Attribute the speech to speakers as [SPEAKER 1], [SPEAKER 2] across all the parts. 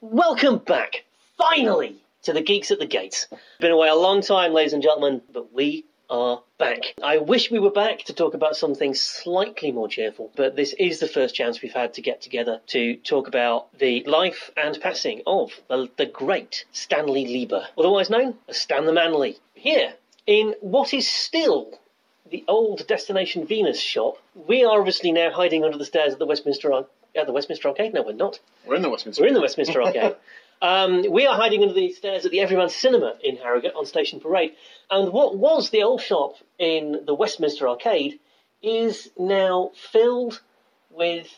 [SPEAKER 1] Welcome back, finally, to the Geeks at the Gates. Been away a long time, ladies and gentlemen, but we are back. I wish we were back to talk about something slightly more cheerful, but this is the first chance we've had to get together to talk about the life and passing of the, the great Stanley Lieber, otherwise known as Stan the Manly. Here, in what is still the old Destination Venus shop, we are obviously now hiding under the stairs at the Westminster Ar- at the Westminster Arcade. No, we're not.
[SPEAKER 2] We're in the Westminster.
[SPEAKER 1] We're in the Westminster Arcade. Um, we are hiding under the stairs at the Everyman Cinema in Harrogate on Station Parade. And what was the old shop in the Westminster Arcade is now filled with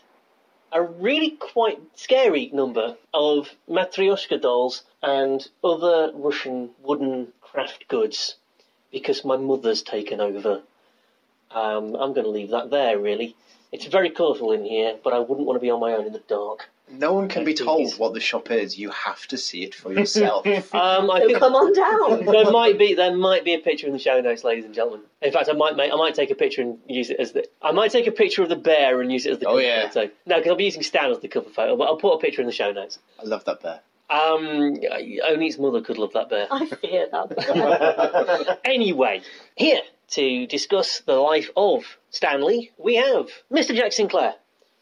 [SPEAKER 1] a really quite scary number of Matryoshka dolls and other Russian wooden craft goods because my mother's taken over. Um, I'm going to leave that there, really. It's very colourful in here, but I wouldn't want to be on my own in the dark.
[SPEAKER 3] No one can be told what the shop is. You have to see it for yourself.
[SPEAKER 1] Um, I
[SPEAKER 4] So
[SPEAKER 1] think
[SPEAKER 4] Oh, come on down.
[SPEAKER 1] there might be there might be a picture in the show notes, ladies and gentlemen. In fact, I might make I might take a picture and use it as the I might take a picture of the bear and use it as the
[SPEAKER 3] Oh,
[SPEAKER 1] cover
[SPEAKER 3] yeah.
[SPEAKER 1] photo. No, because I'll be using Stan as the cover photo, but I'll put a picture in the show notes.
[SPEAKER 3] I love that bear.
[SPEAKER 1] Um, only its mother could love that bear.
[SPEAKER 4] I fear that.
[SPEAKER 1] Anyway, here to discuss the life of Stanley, we have Mr. Jack Sinclair,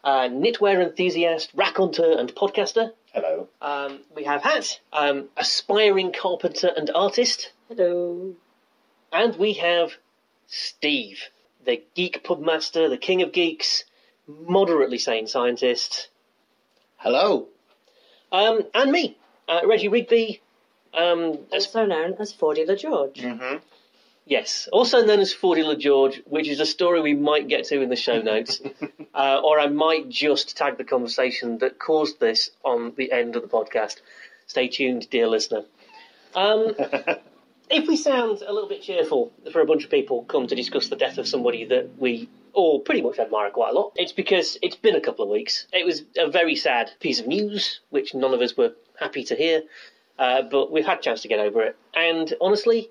[SPEAKER 1] a knitwear enthusiast, raconteur, and podcaster.
[SPEAKER 5] Hello.
[SPEAKER 1] Um, we have Hat, um, aspiring carpenter and artist.
[SPEAKER 4] Hello.
[SPEAKER 1] And we have Steve, the geek pubmaster, the king of geeks, moderately sane scientist,
[SPEAKER 3] Hello.
[SPEAKER 1] um, and me, uh, Reggie Rigby. Um, as-
[SPEAKER 4] Also known as Fordy La George.
[SPEAKER 1] yes, also known as Fordy LaGeorge, which is a story we might get to in the show notes, uh, or I might just tag the conversation that caused this on the end of the podcast. Stay tuned, dear listener. Um, if we sound a little bit cheerful for a bunch of people come to discuss the death of somebody that we all pretty much admire quite a lot, it's because it's been a couple of weeks. It was a very sad piece of news, which none of us were happy to hear, uh, but we've had a chance to get over it. And honestly,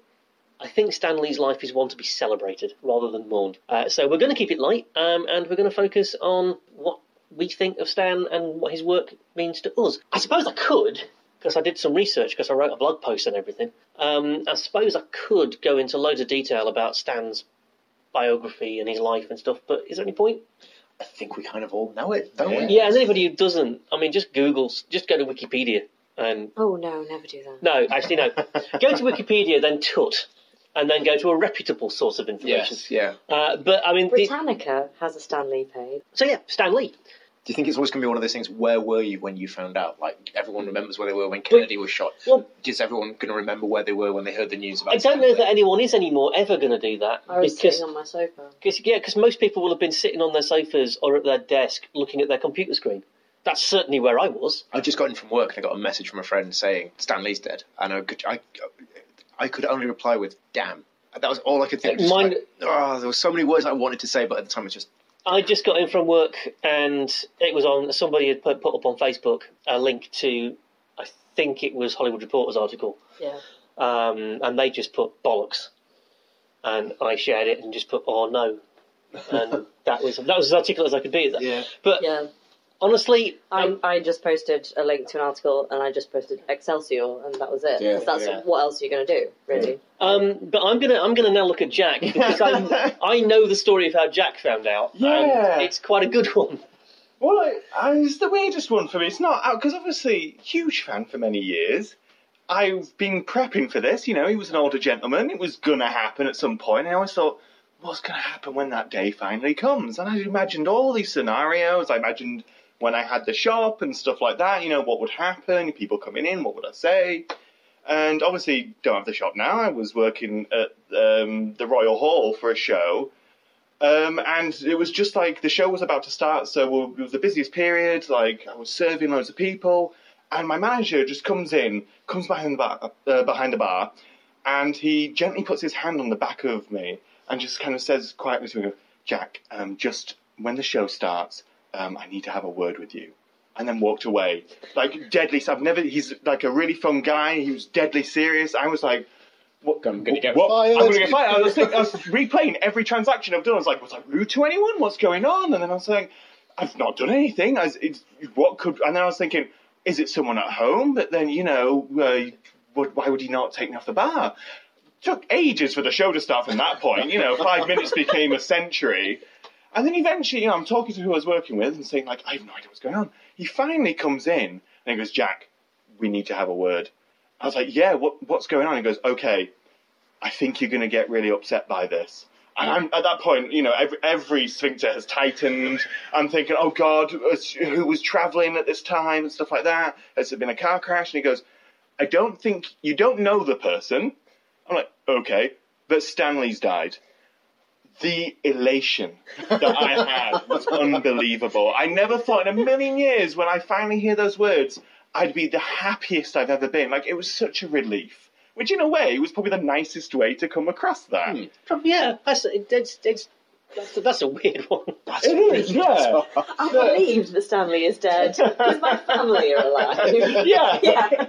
[SPEAKER 1] I think Stanley's life is one to be celebrated rather than mourned. Uh, so we're going to keep it light, um, and we're going to focus on what we think of Stan and what his work means to us. I suppose I could, because I did some research, because I wrote a blog post and everything. Um, I suppose I could go into loads of detail about Stan's biography and his life and stuff, but is there any point?
[SPEAKER 3] I think we kind of all know it, don't we?
[SPEAKER 1] Yeah, and anybody who doesn't, I mean, just Google, just go to Wikipedia and
[SPEAKER 4] Oh no, never do that.
[SPEAKER 1] No, actually, no. go to Wikipedia, then Tut, and then go to a reputable source of information.
[SPEAKER 3] Yes. Yeah.
[SPEAKER 1] Uh, but I mean, the,
[SPEAKER 4] Britannica has a Stanley page.
[SPEAKER 1] so yeah, Stan Lee.
[SPEAKER 3] Do you think it's always going to be one of those things? Where were you when you found out? Like everyone remembers where they were when Kennedy was shot.
[SPEAKER 1] Well-
[SPEAKER 3] is everyone going to remember where they were when they heard the news about?
[SPEAKER 1] I don't know
[SPEAKER 3] Stanley?
[SPEAKER 1] that anyone is anymore ever going to do that
[SPEAKER 4] I was
[SPEAKER 1] because
[SPEAKER 4] sitting on my sofa.
[SPEAKER 1] cause, yeah, 'cause most people will have been sitting on their sofas or at their desk looking at their computer screen. That's certainly where I was.
[SPEAKER 3] I just got in from work and I got a message from a friend saying Stanley's dead, and I could I, I could only reply with "damn." That was all I could think. Just
[SPEAKER 1] Mine-
[SPEAKER 3] like, oh, there were so many words I wanted to say, but at the time it's just
[SPEAKER 1] I just got in from work and it was on. Somebody had put, put up on Facebook a link to, I think it was Hollywood Reporter's article,
[SPEAKER 4] Yeah.
[SPEAKER 1] um, and they just put bollocks, and I shared it and just put oh no, and that was that was as articulate as I could be.
[SPEAKER 3] yeah.
[SPEAKER 1] But
[SPEAKER 4] Yeah.
[SPEAKER 1] honestly,
[SPEAKER 4] I,
[SPEAKER 1] um,
[SPEAKER 4] I just posted a link to an article and I just posted Excelsior and that was it. 'Cause
[SPEAKER 5] Yeah,
[SPEAKER 4] that's
[SPEAKER 1] yeah.
[SPEAKER 4] what else are you going to do, really?
[SPEAKER 1] um, but I'm gonna I'm gonna now look at Jack because I I know the story of how Jack found out.
[SPEAKER 2] Yeah.
[SPEAKER 1] and it's quite a good one.
[SPEAKER 2] Well, I, I, it's the weirdest one for me. It's not out because obviously huge fan for many years. I've been prepping for this. You know, he was an older gentleman. It was gonna happen at some point. And I always thought, what's gonna happen when that day finally comes? And I imagined all these scenarios. I imagined when I had the shop and stuff like that. You know, what would happen? People coming in. What would I say? And obviously, don't have the shop now. I was working at um, the Royal Hall for a show. Um, and it was just like the show was about to start, so we- it was the busiest period. Like I was serving loads of people, and my manager just comes in, comes behind the bar, uh, behind the bar, and he gently puts his hand on the back of me and just kind of says quietly to me, "Jack, um, just when the show starts, um, I need to have a word with you." And then walked away, like deadly. I've never. He's like a really fun guy. He was deadly serious. I was like. What,
[SPEAKER 5] I'm gonna get
[SPEAKER 2] what-
[SPEAKER 5] fired.
[SPEAKER 2] I'm gonna get fired. I was, think, I was replaying every transaction I've done. I was like, was I rude to anyone? What's going on? And then I was like, I've not done anything. I was, it's, what could? And then I was thinking, Is it someone at home? But then, you know, uh, would, why would he not take me off the bar? Took ages for the show to start from that point. You know, five minutes became a century. And then eventually, you know, I'm talking to who I was working with and saying, like, I have no idea what's going on. He finally comes in and he goes, Jack, we need to have a word. I was like, yeah, what, what's going on? He goes, okay, I think you're going to get really upset by this. And I'm, at that point, you know, every, every sphincter has tightened. I'm thinking, oh God, who was traveling at this time and stuff like that? Has there been a car crash? And he goes, I don't think, you don't know the person. I'm like, okay, but Stanley's died. The elation that I had was unbelievable. I never thought in a million years when I finally hear those words, I'd be the happiest I've ever been. Like, it was such a relief. Which, in a way, was probably the nicest way to come across that.
[SPEAKER 3] Hmm.
[SPEAKER 1] Prob- Yeah, that's it's, it's, that's, that's a weird one.
[SPEAKER 3] That's
[SPEAKER 2] It is,
[SPEAKER 3] really
[SPEAKER 2] yeah.
[SPEAKER 3] bizarre.
[SPEAKER 4] I'm relieved that Stanley is dead because Uh, my family are alive.
[SPEAKER 2] Yeah.
[SPEAKER 4] yeah.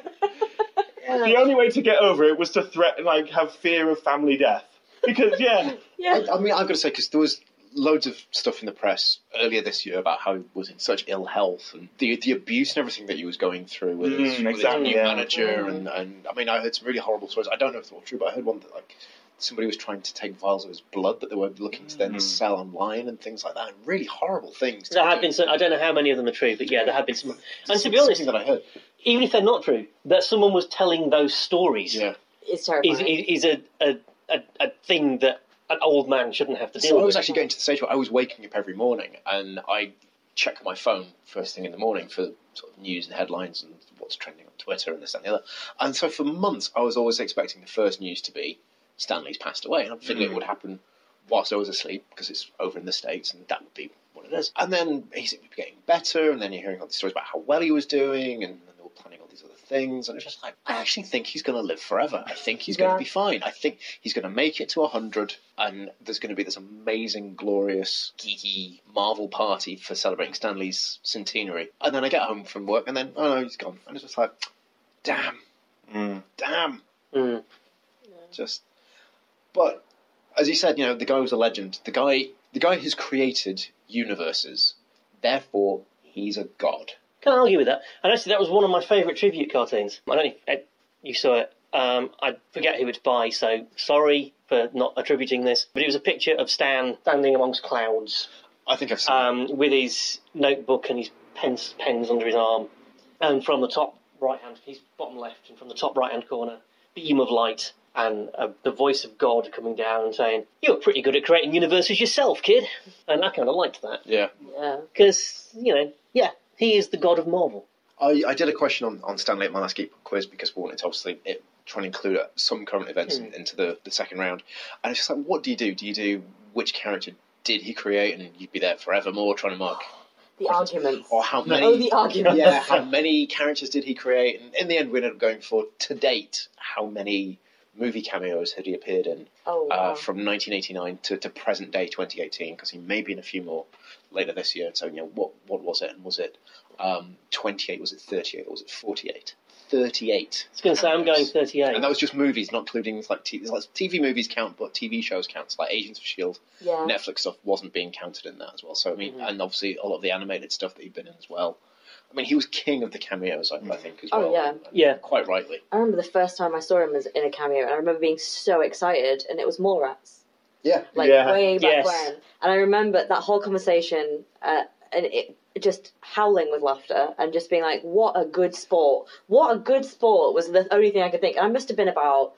[SPEAKER 2] The only way to get over it was to threaten, like, have fear of family death. Because, yeah,
[SPEAKER 4] Yeah.
[SPEAKER 3] I, I mean, I've got to say, because there was loads of stuff in the press earlier this year about how he was in such ill health and the the abuse and everything that he was going through with, his,
[SPEAKER 2] Mm,
[SPEAKER 3] with his
[SPEAKER 2] exactly,
[SPEAKER 3] new
[SPEAKER 2] yeah.
[SPEAKER 3] manager. And, and I mean, I heard some really horrible stories. I don't know if they're all true, but I heard one that, like, somebody was trying to take vials of his blood that they were looking to then
[SPEAKER 2] Mm.
[SPEAKER 3] sell online and things like that. And really horrible things.
[SPEAKER 1] There
[SPEAKER 3] to
[SPEAKER 1] have
[SPEAKER 3] do.
[SPEAKER 1] been some, I don't know how many of them are true, but yeah, there have been some. And to be
[SPEAKER 3] Something
[SPEAKER 1] honest,
[SPEAKER 3] that I heard.
[SPEAKER 1] even if they're not true, that someone was telling those stories
[SPEAKER 3] Yeah.
[SPEAKER 4] It's
[SPEAKER 1] is,
[SPEAKER 4] terrifying.
[SPEAKER 1] is, is a, a, a, a thing that an old man shouldn't have to deal
[SPEAKER 3] So I
[SPEAKER 1] with.
[SPEAKER 3] was actually getting to the stage where I was waking up every morning and I check my phone first thing in the morning for sort of news and headlines and what's trending on Twitter and this that, and the other. And so for months I was always expecting the first news to be Stanley's passed away, and I figured it would happen whilst I was asleep because it's over in the States and that would be what it is. And then he seemed to be getting better, and then you're hearing all these stories about how well he was doing, and then they were planning all these other things. And it's just like, I actually think he's going to live forever. I think he's going
[SPEAKER 2] Yeah.
[SPEAKER 3] to be fine. I think he's going to make it to 100, and there's going to be this amazing, glorious, geeky Marvel party for celebrating Stanley's centenary. And then I get home from work, and then, oh no, he's gone. And it's just like, damn, damn
[SPEAKER 1] Mm.
[SPEAKER 3] just but as you said you know the guy was a legend the guy the guy has created universes therefore he's a god
[SPEAKER 1] Can't argue with that. And actually, that was one of my favourite tribute cartoons. I don't know if Ed, you saw it. Um, I forget who it's by, so sorry for not attributing this. But it was a picture of Stan standing amongst clouds
[SPEAKER 3] i think i've seen
[SPEAKER 1] um, with his notebook and his pens, pens under his arm. And from the top right hand, his bottom left, and from the top right hand corner, beam of light and uh, the voice of God coming down and saying, You're pretty good at creating universes yourself, kid. And I kind of liked that.
[SPEAKER 3] yeah
[SPEAKER 4] yeah.
[SPEAKER 1] Because, you know, yeah, he is the God of Marvel.
[SPEAKER 3] I, I did a question on, on stanley at my last geek quiz because we wanted to obviously it, try and include uh, some current events in- into the, the second round and it's just like what do you do do you do which character did he create and you'd be there forevermore trying to mark
[SPEAKER 4] The arguments.
[SPEAKER 3] or how many
[SPEAKER 4] Oh, the arguments.
[SPEAKER 3] yeah, how many characters did he create? And in the end, we ended up going for to date how many movie cameos had he appeared in
[SPEAKER 4] Oh, wow.
[SPEAKER 3] uh, from 1989 to, to present day 2018 because he may be in a few more later this year. So you know what what was it? And was it um, 28? Was it 38? Or was it 48? 38.
[SPEAKER 1] It's going to say I'm going
[SPEAKER 3] cameos.
[SPEAKER 1] 38.
[SPEAKER 3] And that was just movies, not including things like TV, like TV movies count, but TV shows count. So, like Agents of Shield,
[SPEAKER 4] yeah.
[SPEAKER 3] Netflix stuff wasn't being counted in that as well. So I mean,
[SPEAKER 4] Mm-hmm.
[SPEAKER 1] Mhm.
[SPEAKER 3] and obviously all of the animated stuff that he'd been in as well. I mean, he was king of the cameos, I, I think, as
[SPEAKER 4] Oh,
[SPEAKER 3] well.
[SPEAKER 4] yeah.
[SPEAKER 3] and- and
[SPEAKER 1] Yeah.
[SPEAKER 3] quite rightly.
[SPEAKER 4] I remember the first time I saw him as in a cameo, and I remember being so excited, and it was Mallrats.
[SPEAKER 3] Yeah.
[SPEAKER 4] like
[SPEAKER 2] Yeah.
[SPEAKER 4] way back
[SPEAKER 1] Yes.
[SPEAKER 4] when. And I remember that whole conversation, uh, and it just howling with laughter and just being like, "What a good sport! What a good sport!" was the only thing I could think. And I must have been about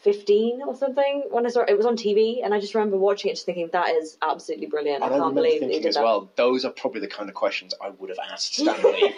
[SPEAKER 4] fifteen or something when I saw it. It was on TV, and I just remember watching it, just thinking, "That is absolutely brilliant!
[SPEAKER 3] And
[SPEAKER 4] I
[SPEAKER 3] I
[SPEAKER 4] can't
[SPEAKER 3] remember
[SPEAKER 4] believe that he
[SPEAKER 3] thinking
[SPEAKER 4] did
[SPEAKER 3] as
[SPEAKER 4] that."
[SPEAKER 3] well, those are probably the kind of questions I would have asked Stanley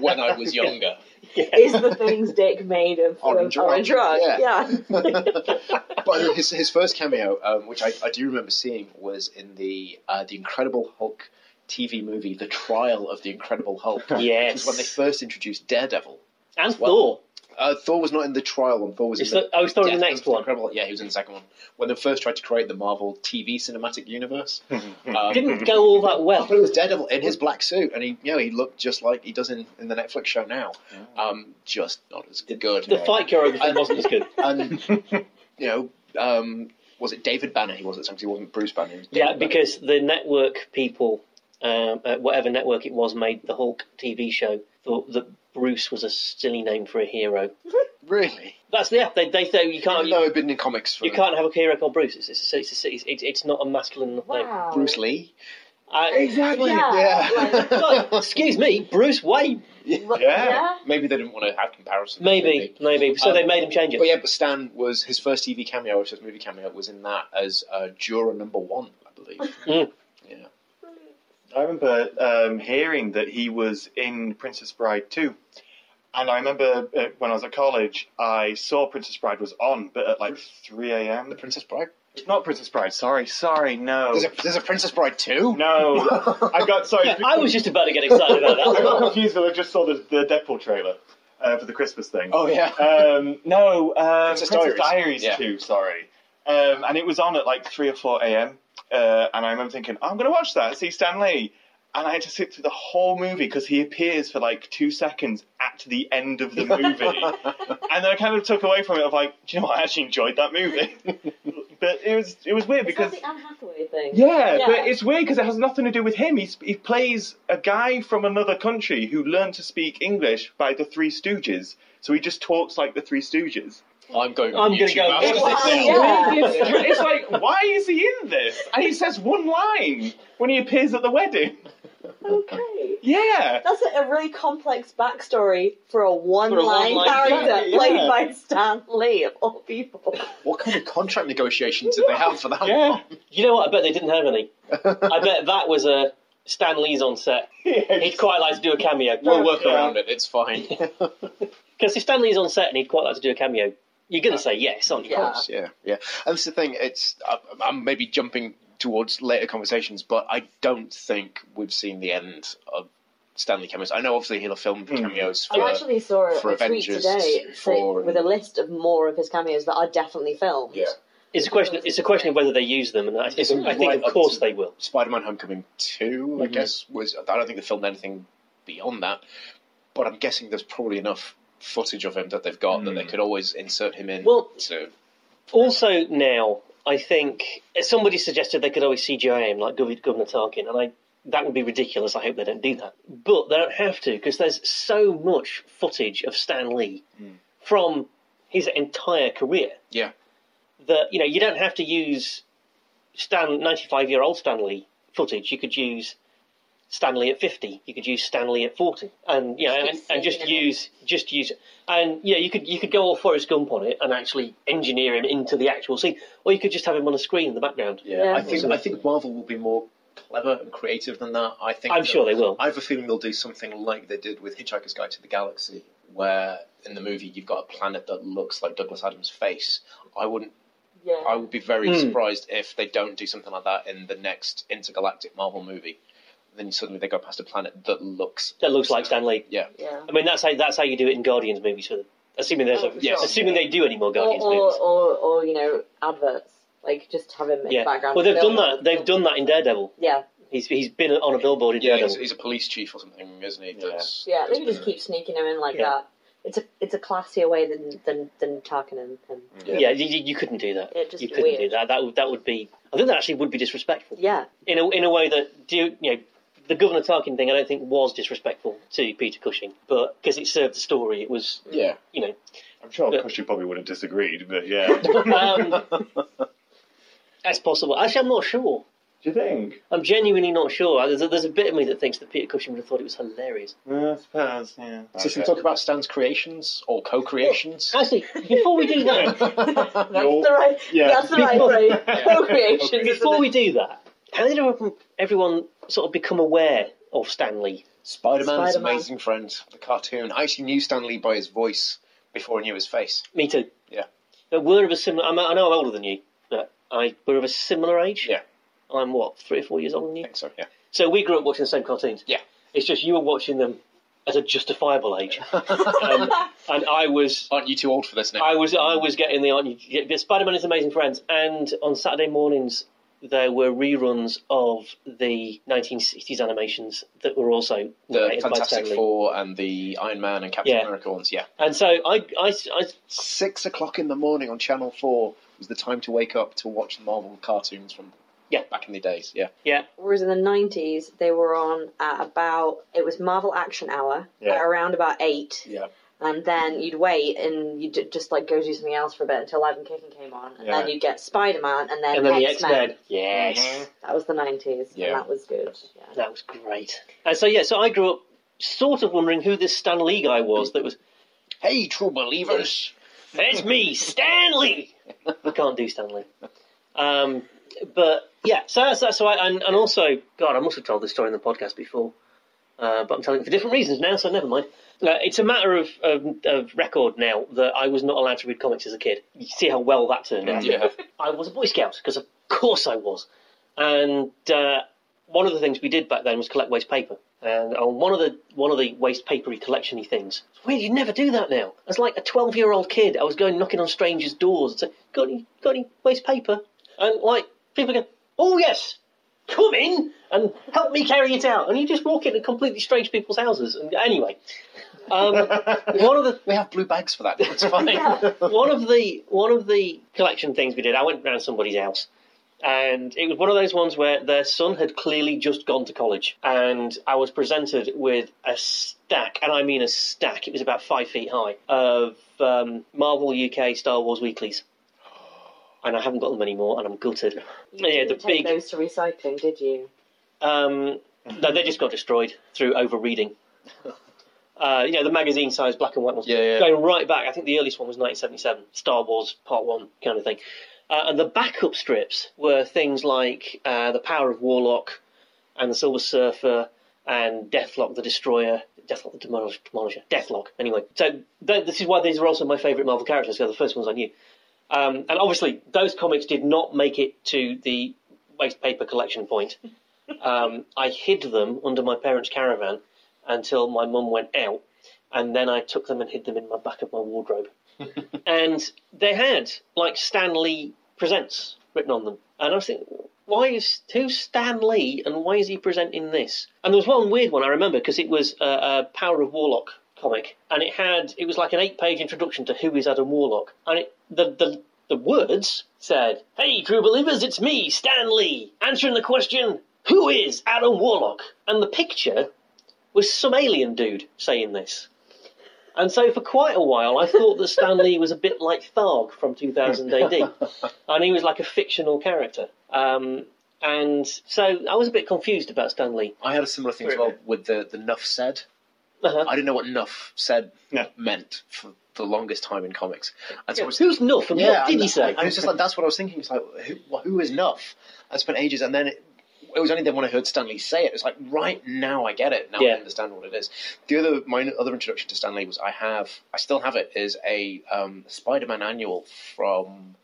[SPEAKER 3] when I was younger.
[SPEAKER 4] Is the things Dick made of
[SPEAKER 3] Orange
[SPEAKER 4] orange, orange
[SPEAKER 3] rock.
[SPEAKER 4] rug?
[SPEAKER 3] Yeah.
[SPEAKER 4] Yeah.
[SPEAKER 3] but his, his first cameo, um, which I, I do remember seeing, was in the uh, the Incredible Hulk TV movie, The Trial of the Incredible Hulk. Which
[SPEAKER 1] yes.
[SPEAKER 3] was when they first introduced Daredevil.
[SPEAKER 1] and
[SPEAKER 3] well,
[SPEAKER 1] Thor.
[SPEAKER 3] Uh, Thor was not in the trial one. Thor was
[SPEAKER 1] It's
[SPEAKER 3] in the
[SPEAKER 1] the- oh, it's Thor in the
[SPEAKER 3] Death
[SPEAKER 1] next
[SPEAKER 3] of
[SPEAKER 1] one.
[SPEAKER 3] Incredible- Yeah, he was in the second one when they first tried to create the Marvel TV cinematic universe. Um,
[SPEAKER 1] Didn't go all that well.
[SPEAKER 3] but it was Daredevil in his black suit, and he, you know, he looked just like he does in, in the Netflix show now. Um, just not as good.
[SPEAKER 1] The fight choreography wasn't as good.
[SPEAKER 3] and you know, um, was it David Banner? He was at the time 'cause he wasn't Bruce Banner. he was David
[SPEAKER 1] Yeah,
[SPEAKER 3] Banner.
[SPEAKER 1] because the network people um, at whatever network it was made the Hulk TV show, thought that Bruce was a silly name for a hero.
[SPEAKER 3] Really?
[SPEAKER 1] That's yeah. They they say you can't
[SPEAKER 3] Even
[SPEAKER 1] you,
[SPEAKER 3] though I've been in comics for
[SPEAKER 1] you can't have a hero called Bruce. It's it's a, it's, a, it's, it's it's not a masculine name.
[SPEAKER 4] Wow.
[SPEAKER 3] Bruce Lee.
[SPEAKER 1] I,
[SPEAKER 2] Exactly.
[SPEAKER 4] Yeah,
[SPEAKER 1] God, excuse me, Bruce Wayne.
[SPEAKER 4] Look-
[SPEAKER 2] Yeah.
[SPEAKER 4] yeah.
[SPEAKER 3] Maybe they didn't want to have comparisons.
[SPEAKER 1] Maybe, maybe. So
[SPEAKER 3] Um,
[SPEAKER 1] they made him change it.
[SPEAKER 3] But yeah, but Stan was his first TV cameo, or his first movie cameo, was in that as uh, juror number one, I believe.
[SPEAKER 2] I remember um, hearing that he was in Princess Bride too. And I remember uh, when I was at college, I saw Princess Bride was on, but at like 3
[SPEAKER 3] the
[SPEAKER 2] a.m.
[SPEAKER 3] Princess Bride.
[SPEAKER 2] Not Princess Bride, sorry, sorry, no.
[SPEAKER 3] There's a, there's a Princess Bride too.
[SPEAKER 2] No, I got, sorry.
[SPEAKER 1] Yeah, I was just about to get excited about
[SPEAKER 2] I got
[SPEAKER 1] that.
[SPEAKER 2] confused because I just saw the, the Deadpool trailer uh, for the Christmas thing.
[SPEAKER 3] Oh yeah.
[SPEAKER 2] Um, no, uh,
[SPEAKER 3] Princess
[SPEAKER 2] Princess,
[SPEAKER 3] Diaries.
[SPEAKER 2] Diaries,
[SPEAKER 3] Yeah.
[SPEAKER 2] 2, sorry. Um, and it was on at like 3 or 4 a.m. Uh, and I remember thinking, I'm going to watch that, see Stan Lee. And I had to sit through the whole movie because he appears for like two seconds at the end of the movie. and then I kind of took away from it of like, do you know what? I actually enjoyed that movie. but it was it was weird
[SPEAKER 4] Is that
[SPEAKER 2] because.
[SPEAKER 4] the Anne Hathaway thing?
[SPEAKER 2] Yeah,
[SPEAKER 4] Yeah.
[SPEAKER 2] but it's weird because it has nothing to do with him. He's, he plays a guy from another country who learned to speak English by the Three Stooges. So he just talks like the Three Stooges.
[SPEAKER 3] I'm going.
[SPEAKER 1] I'm
[SPEAKER 3] on
[SPEAKER 1] gonna
[SPEAKER 3] YouTube
[SPEAKER 1] go-
[SPEAKER 3] after
[SPEAKER 4] Wow,
[SPEAKER 3] this now.
[SPEAKER 4] yeah.
[SPEAKER 2] it's like, why is he in this? And he says one line when he appears at the wedding.
[SPEAKER 4] Okay.
[SPEAKER 2] Yeah.
[SPEAKER 4] That's a, a really complex backstory for a one-line
[SPEAKER 1] one-line
[SPEAKER 4] character
[SPEAKER 2] character, yeah.
[SPEAKER 4] played by Stan Lee of all people.
[SPEAKER 3] What kind of contract negotiations did they have for that?
[SPEAKER 2] Yeah.
[SPEAKER 1] You know what? I bet they didn't have any. I bet that was a Stan Lee's on set. He'd quite like to do a cameo.
[SPEAKER 3] We'll work around it. It's fine.
[SPEAKER 1] Because if Stan Lee's on set and he'd quite like to do a cameo, you're going to say yes, aren't you?
[SPEAKER 4] Yeah.
[SPEAKER 3] course, Uh, yeah, yeah. And that's the thing. It's I, I'm maybe jumping towards later conversations, but I don't think we've seen the end of Stanley cameos. I know obviously he'll have filmed
[SPEAKER 2] Hmm.
[SPEAKER 3] cameos
[SPEAKER 4] I
[SPEAKER 3] for
[SPEAKER 4] actually saw a
[SPEAKER 3] for
[SPEAKER 4] tweet
[SPEAKER 3] Avengers,
[SPEAKER 4] today say-
[SPEAKER 3] for-
[SPEAKER 4] with a list of more of his cameos that are definitely filmed.
[SPEAKER 3] Yeah.
[SPEAKER 1] It's a question. It's a question of whether they use them, and I,
[SPEAKER 3] It's
[SPEAKER 1] I think
[SPEAKER 3] right up
[SPEAKER 1] of course
[SPEAKER 3] to-
[SPEAKER 1] they will.
[SPEAKER 3] Spider-Man: Homecoming 2 I guess was. I don't think they filmed anything beyond that, but I'm guessing there's probably enough footage of him that they've got that they
[SPEAKER 2] Hmm.
[SPEAKER 3] could always insert him in.
[SPEAKER 1] Well-
[SPEAKER 3] to,
[SPEAKER 1] Also now, I think uh, somebody suggested they could always CGI him like Gov- Governor Tarkin, and I that would be ridiculous. I hope they don't do that, but they don't have to because there's so much footage of Stan Lee
[SPEAKER 3] Hmm.
[SPEAKER 1] from his entire career.
[SPEAKER 3] Yeah.
[SPEAKER 1] that you know you don't have to use Stan 95 year old Stan Lee footage. You could use Stanley at 50. You could use Stanley at 40, and you know, and, and just
[SPEAKER 4] Exactly.
[SPEAKER 1] use just use and yeah, you could you could go all Forrest Gump on it and actually engineer him into the actual scene, or you could just have him on a screen in the background.
[SPEAKER 3] yeah,
[SPEAKER 4] Yeah.
[SPEAKER 3] I think I think Marvel will be more clever and creative than that. I think
[SPEAKER 1] I'm
[SPEAKER 3] that-
[SPEAKER 1] sure they will.
[SPEAKER 3] I have a feeling they'll do something like they did with Hitchhiker's Guide to the Galaxy, where in the movie you've got a planet that looks like Douglas Adams' face. I wouldn't.
[SPEAKER 4] Yeah.
[SPEAKER 3] I would be very
[SPEAKER 1] Hmm.
[SPEAKER 3] surprised if they don't do something like that in the next intergalactic Marvel movie. Then suddenly they go past a planet that looks.
[SPEAKER 1] That looks like Stan Lee.
[SPEAKER 4] yeah.
[SPEAKER 1] I mean, that's how that's how you do it in Guardians movies. For assuming there's a,
[SPEAKER 4] Oh, for
[SPEAKER 3] Yes.
[SPEAKER 4] sure.
[SPEAKER 1] assuming they do any more
[SPEAKER 4] Or,
[SPEAKER 1] Guardians
[SPEAKER 4] or,
[SPEAKER 1] movies.
[SPEAKER 4] or, or, you know, adverts. Like, just have him in the
[SPEAKER 1] Yeah.
[SPEAKER 4] background.
[SPEAKER 1] Well, they've done
[SPEAKER 4] film.
[SPEAKER 1] that. They've done that in Daredevil.
[SPEAKER 4] Yeah,
[SPEAKER 1] He's he's been on a billboard in
[SPEAKER 3] Yeah, he's,
[SPEAKER 1] Daredevil.
[SPEAKER 3] he's a police chief or something, isn't he?
[SPEAKER 2] Yeah.
[SPEAKER 3] That's-
[SPEAKER 4] yeah. They
[SPEAKER 3] that's
[SPEAKER 4] can just
[SPEAKER 3] been-
[SPEAKER 4] keep sneaking him in like
[SPEAKER 1] Yeah.
[SPEAKER 4] that. It's a it's a classier way than than than Tarkin and him.
[SPEAKER 3] Yeah.
[SPEAKER 1] Yeah, you, you you couldn't do that.
[SPEAKER 4] It'd just
[SPEAKER 1] you
[SPEAKER 4] be
[SPEAKER 1] couldn't
[SPEAKER 4] weird.
[SPEAKER 1] do that. That would that would be. I think that actually would be disrespectful
[SPEAKER 4] Yeah,
[SPEAKER 1] in a in a way that do you, you know the Governor Tarkin thing. I don't think was disrespectful to Peter Cushing, but because it served the story, it was
[SPEAKER 3] Yeah.
[SPEAKER 1] you know.
[SPEAKER 2] I'm sure
[SPEAKER 1] Yeah.
[SPEAKER 2] Cushy probably would have disagreed, but yeah. do
[SPEAKER 1] Um, that's possible. Actually, I'm not sure.
[SPEAKER 2] you think?
[SPEAKER 1] I'm genuinely not sure. There's a, there's a bit of me that thinks that Peter Cushing would have thought it was hilarious.
[SPEAKER 2] Uh, I suppose, yeah.
[SPEAKER 3] So should we talk about Stan's creations or co-creations?
[SPEAKER 1] Actually, before we do that,
[SPEAKER 4] that's
[SPEAKER 2] You're-
[SPEAKER 4] the right.
[SPEAKER 2] yeah.
[SPEAKER 4] That's the right
[SPEAKER 1] Before-
[SPEAKER 4] phrase.
[SPEAKER 2] Yeah.
[SPEAKER 4] Procreation, isn't
[SPEAKER 1] before
[SPEAKER 4] it?
[SPEAKER 1] we do that, how did everyone- everyone sort of become aware of Stanley?
[SPEAKER 3] Spider-Man's
[SPEAKER 4] Spider-Man.
[SPEAKER 3] amazing friend, the cartoon. I actually knew Stan Lee by his voice before I knew his face.
[SPEAKER 1] Me too.
[SPEAKER 3] Yeah.
[SPEAKER 1] But we're of a similar. I'm, I know I'm older than you, but I we're of a similar age.
[SPEAKER 3] Yeah.
[SPEAKER 1] I'm what three or four years older than
[SPEAKER 3] I
[SPEAKER 1] you.
[SPEAKER 3] think so. Yeah.
[SPEAKER 1] So we grew up watching the same cartoons.
[SPEAKER 3] Yeah.
[SPEAKER 1] It's just you were watching them at a justifiable age, um, and I was.
[SPEAKER 3] Aren't you too old for this now?
[SPEAKER 1] I was I was getting the on Spider Man is Amazing Friends, and on Saturday mornings there were reruns of the 1960s animations that were also
[SPEAKER 3] the
[SPEAKER 1] narrated by
[SPEAKER 3] Fantastic
[SPEAKER 1] Stan Lee.
[SPEAKER 3] Four and the Iron Man and Captain
[SPEAKER 1] Yeah.
[SPEAKER 3] America ones. Yeah,
[SPEAKER 1] And so I, I, I
[SPEAKER 3] six o'clock in the morning on Channel Four was the time to wake up to watch the Marvel cartoons from
[SPEAKER 1] Yeah.
[SPEAKER 3] back in the days. Yeah,
[SPEAKER 4] Whereas in the 90s, they were on at about, it was Marvel Action Hour
[SPEAKER 2] Yeah.
[SPEAKER 4] at around about 8.
[SPEAKER 3] Yeah.
[SPEAKER 4] And then you'd wait and you'd d- just like go do something else for a bit until Live and Kicking came on. And then
[SPEAKER 2] Yeah.
[SPEAKER 4] you'd get Spider Man and then,
[SPEAKER 1] and then the
[SPEAKER 4] X
[SPEAKER 1] X
[SPEAKER 4] Men.
[SPEAKER 1] Men. Yes.
[SPEAKER 3] Mm-hmm.
[SPEAKER 2] Mhm.
[SPEAKER 4] That was the 90s.
[SPEAKER 3] Yeah.
[SPEAKER 4] And that was good. Yeah.
[SPEAKER 1] That was great. And so, yeah, so I grew up sort of wondering who this Stan Lee guy was that was,
[SPEAKER 3] hey, true believers.
[SPEAKER 1] it's me, Stan Lee! I can't do Stan Lee. Um, but yeah, so that's, that's why, and, and also, God, I must have told this story in the podcast before, uh, but I'm telling it for different reasons now, so never mind. Uh, it's a matter of, of, of record now that I was not allowed to read comics as a kid. You see how well that turned out.
[SPEAKER 3] Yeah,
[SPEAKER 1] I was a Boy Scout because of course I was, and uh, one of the things we did back then was collect waste paper. And on one of the one of the waste papery collectiony things, it's weird you would never do that now. As like a twelve year old kid, I was going knocking on strangers' doors and saying, "Got any got any waste paper?" And like people go, "Oh yes." Come in and help me carry it out, and you just walk into completely strange people's houses. And anyway, um, one of the
[SPEAKER 3] we have blue bags for that. It's fine.
[SPEAKER 1] one of the one of the collection things we did, I went round somebody's house, and it was one of those ones where their son had clearly just gone to college, and I was presented with a stack, and I mean a stack. It was about five feet high of um, Marvel UK Star Wars weeklies, and I haven't got them anymore, and I'm gutted.
[SPEAKER 4] You
[SPEAKER 1] Yeah,
[SPEAKER 4] didn't
[SPEAKER 1] the
[SPEAKER 4] take
[SPEAKER 1] big-
[SPEAKER 4] those to recycling, did you?
[SPEAKER 1] Um, no, they just got destroyed through overreading. Uh, you know, the magazine size black and white ones.
[SPEAKER 3] Yeah, yeah.
[SPEAKER 1] Going right back, I think the earliest one was 1977, Star Wars Part 1 kind of thing. Uh, and the backup strips were things like uh, The Power of Warlock and The Silver Surfer and Deathlock the Destroyer. Deathlock the Demolish- Demolisher. Deathlock, anyway. So th- this is why these are also my favourite Marvel characters, they're the first ones I knew. Um, and obviously, those comics did not make it to the waste paper collection point. Um, I hid them under my parents' caravan until my mum went out, and then I took them and hid them in my back of my wardrobe. and they had like Stan Lee presents written on them, and I was thinking, why is who's Stan Lee and why is he presenting this? And there was one weird one I remember because it was a, a Power of Warlock comic, and it had it was like an eight-page introduction to who is Adam Warlock, and it the the the words said, Hey, true believers, it's me, Stan Lee, answering the question, Who is Adam Warlock? And the picture was some alien dude saying this. And so for quite a while, I thought that Stan Lee was a bit like Tharg from 2000 AD. and he was like a fictional character. Um, and so I was a bit confused about Stan Lee.
[SPEAKER 3] I had a similar thing as well with the the Nuff said.
[SPEAKER 1] Uh-huh.
[SPEAKER 3] I didn't know what Nuff said
[SPEAKER 2] No.
[SPEAKER 3] meant for the longest time in comics. And so I was-
[SPEAKER 1] Who's Nuff and what did
[SPEAKER 3] and-
[SPEAKER 1] he say?
[SPEAKER 3] And it's just like that's what I was thinking. It's like who, who is Nuff? I spent ages, and then it, it was only then when I heard Stanley say it, it's like right now I get it. Now
[SPEAKER 1] Yeah.
[SPEAKER 3] I understand what it is. The other my other introduction to Stanley was I have I still have it is a um, Spider-Man annual from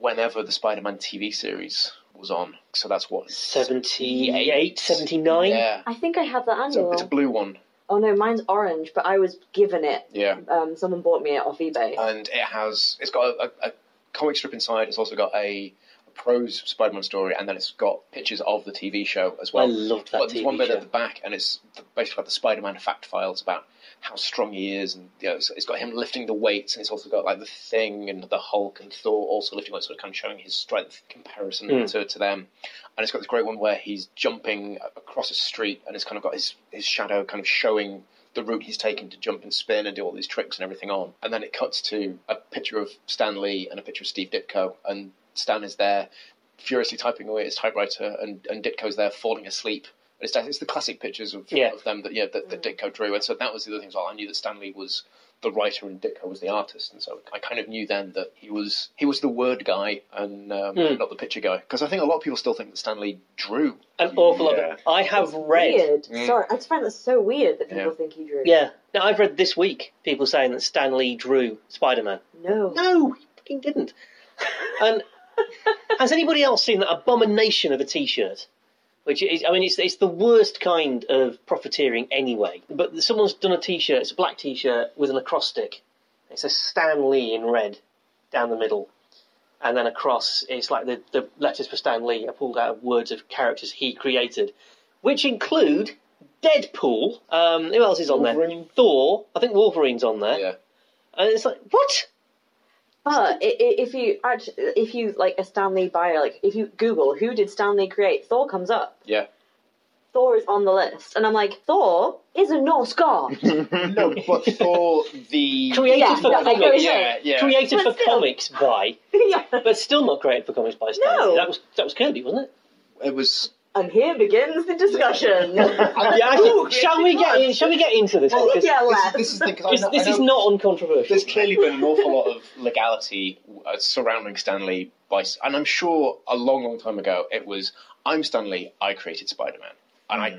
[SPEAKER 3] whenever the Spider-Man TV series was on. So that's what
[SPEAKER 1] 78, 79?
[SPEAKER 3] Yeah,
[SPEAKER 4] I think I had that
[SPEAKER 3] it's a,
[SPEAKER 4] annual.
[SPEAKER 3] it's a blue one.
[SPEAKER 4] Oh no, mine's orange, but I was given it.
[SPEAKER 3] Yeah.
[SPEAKER 4] Um, someone bought me it off eBay.
[SPEAKER 3] and it has it's got a, a, a comic strip inside. It's also got a, a prose Spider-Man story, and then it's got pictures of the TV show as well.
[SPEAKER 1] I loved that
[SPEAKER 3] but there's
[SPEAKER 1] TV
[SPEAKER 3] one bit
[SPEAKER 1] show.
[SPEAKER 3] at the back, and it's the, basically like the Spider-Man fact files about how strong he is, and you know, it's, it's got him lifting the weights, and it's also got like the Thing and the Hulk and Thor also lifting weights, sort of kind of showing his strength comparison
[SPEAKER 1] Hmm.
[SPEAKER 3] to, to them. And it's got this great one where he's jumping a- across a street, and it's kind of got his his shadow kind of showing the route he's taken to jump and spin and do all these tricks and everything on. And then it cuts to a picture of Stan Lee and a picture of Steve Ditko, and Stan is there furiously typing away at his typewriter, and, and Ditko's there falling asleep. It's, it's the classic pictures of,
[SPEAKER 1] Yeah.
[SPEAKER 3] of them that yeah that, that Ditko drew, and so that was the other thing as well. I knew that Stanley was the writer and Ditko was the artist, and so I kind of knew then that he was he was the word guy and um,
[SPEAKER 1] Hmm.
[SPEAKER 3] not the picture guy, because I think a lot of people still think that Stanley drew.
[SPEAKER 1] An awful lot.
[SPEAKER 2] Yeah.
[SPEAKER 1] Of, I have read.
[SPEAKER 4] Weird.
[SPEAKER 3] Mm.
[SPEAKER 4] Sorry, I just find that so weird that people
[SPEAKER 3] Yeah.
[SPEAKER 4] think you drew. it.
[SPEAKER 1] Yeah. Now, I've read this week people saying that Stan Lee drew Spider Man.
[SPEAKER 4] No.
[SPEAKER 1] No, he fucking didn't. And has anybody else seen that abomination of a T-shirt? Which is, I mean, it's it's the worst kind of profiteering anyway. But someone's done a T-shirt. It's a black T-shirt with an acrostic. It's a Stan Lee in red down the middle, and then across it's like the the letters for Stan Lee are pulled out of words of characters he created, which include Deadpool. Um, who else is on there?
[SPEAKER 3] Wolverine.
[SPEAKER 1] Thor. I think Wolverine's on there.
[SPEAKER 3] Yeah,
[SPEAKER 1] And it's like, what?
[SPEAKER 4] But i- i- if you act- if you like a Stanley bio, like if you Google who did Stanley create, Thor comes up.
[SPEAKER 3] Yeah.
[SPEAKER 4] Thor is on the list, and I'm like, Thor is a Norse god.
[SPEAKER 3] No, but for the
[SPEAKER 1] Created
[SPEAKER 4] Yeah,
[SPEAKER 1] for
[SPEAKER 4] yeah, like
[SPEAKER 1] comics.
[SPEAKER 4] it
[SPEAKER 3] yeah, yeah.
[SPEAKER 1] Created
[SPEAKER 4] But
[SPEAKER 1] for
[SPEAKER 4] still.
[SPEAKER 1] comics by,
[SPEAKER 4] yeah.
[SPEAKER 1] but still not created for comics by Stan.
[SPEAKER 4] No.
[SPEAKER 1] That was that was Kirby, wasn't it?
[SPEAKER 3] it was
[SPEAKER 4] And here begins the discussion. Oh,
[SPEAKER 3] Yeah.
[SPEAKER 1] Yeah. I think- shall we get in, shall we get into this? one? 'Cause
[SPEAKER 4] yeah,
[SPEAKER 3] this,
[SPEAKER 4] lad.
[SPEAKER 3] this is the thing 'cause I
[SPEAKER 1] this,
[SPEAKER 3] know- I
[SPEAKER 1] this is
[SPEAKER 3] know-
[SPEAKER 1] not uncontroversial.
[SPEAKER 3] There's clearly been an awful lot of legality uh, surrounding Stanley by, and I'm sure a long, long time ago it was I'm Stanley, I created Spider-Man, and I,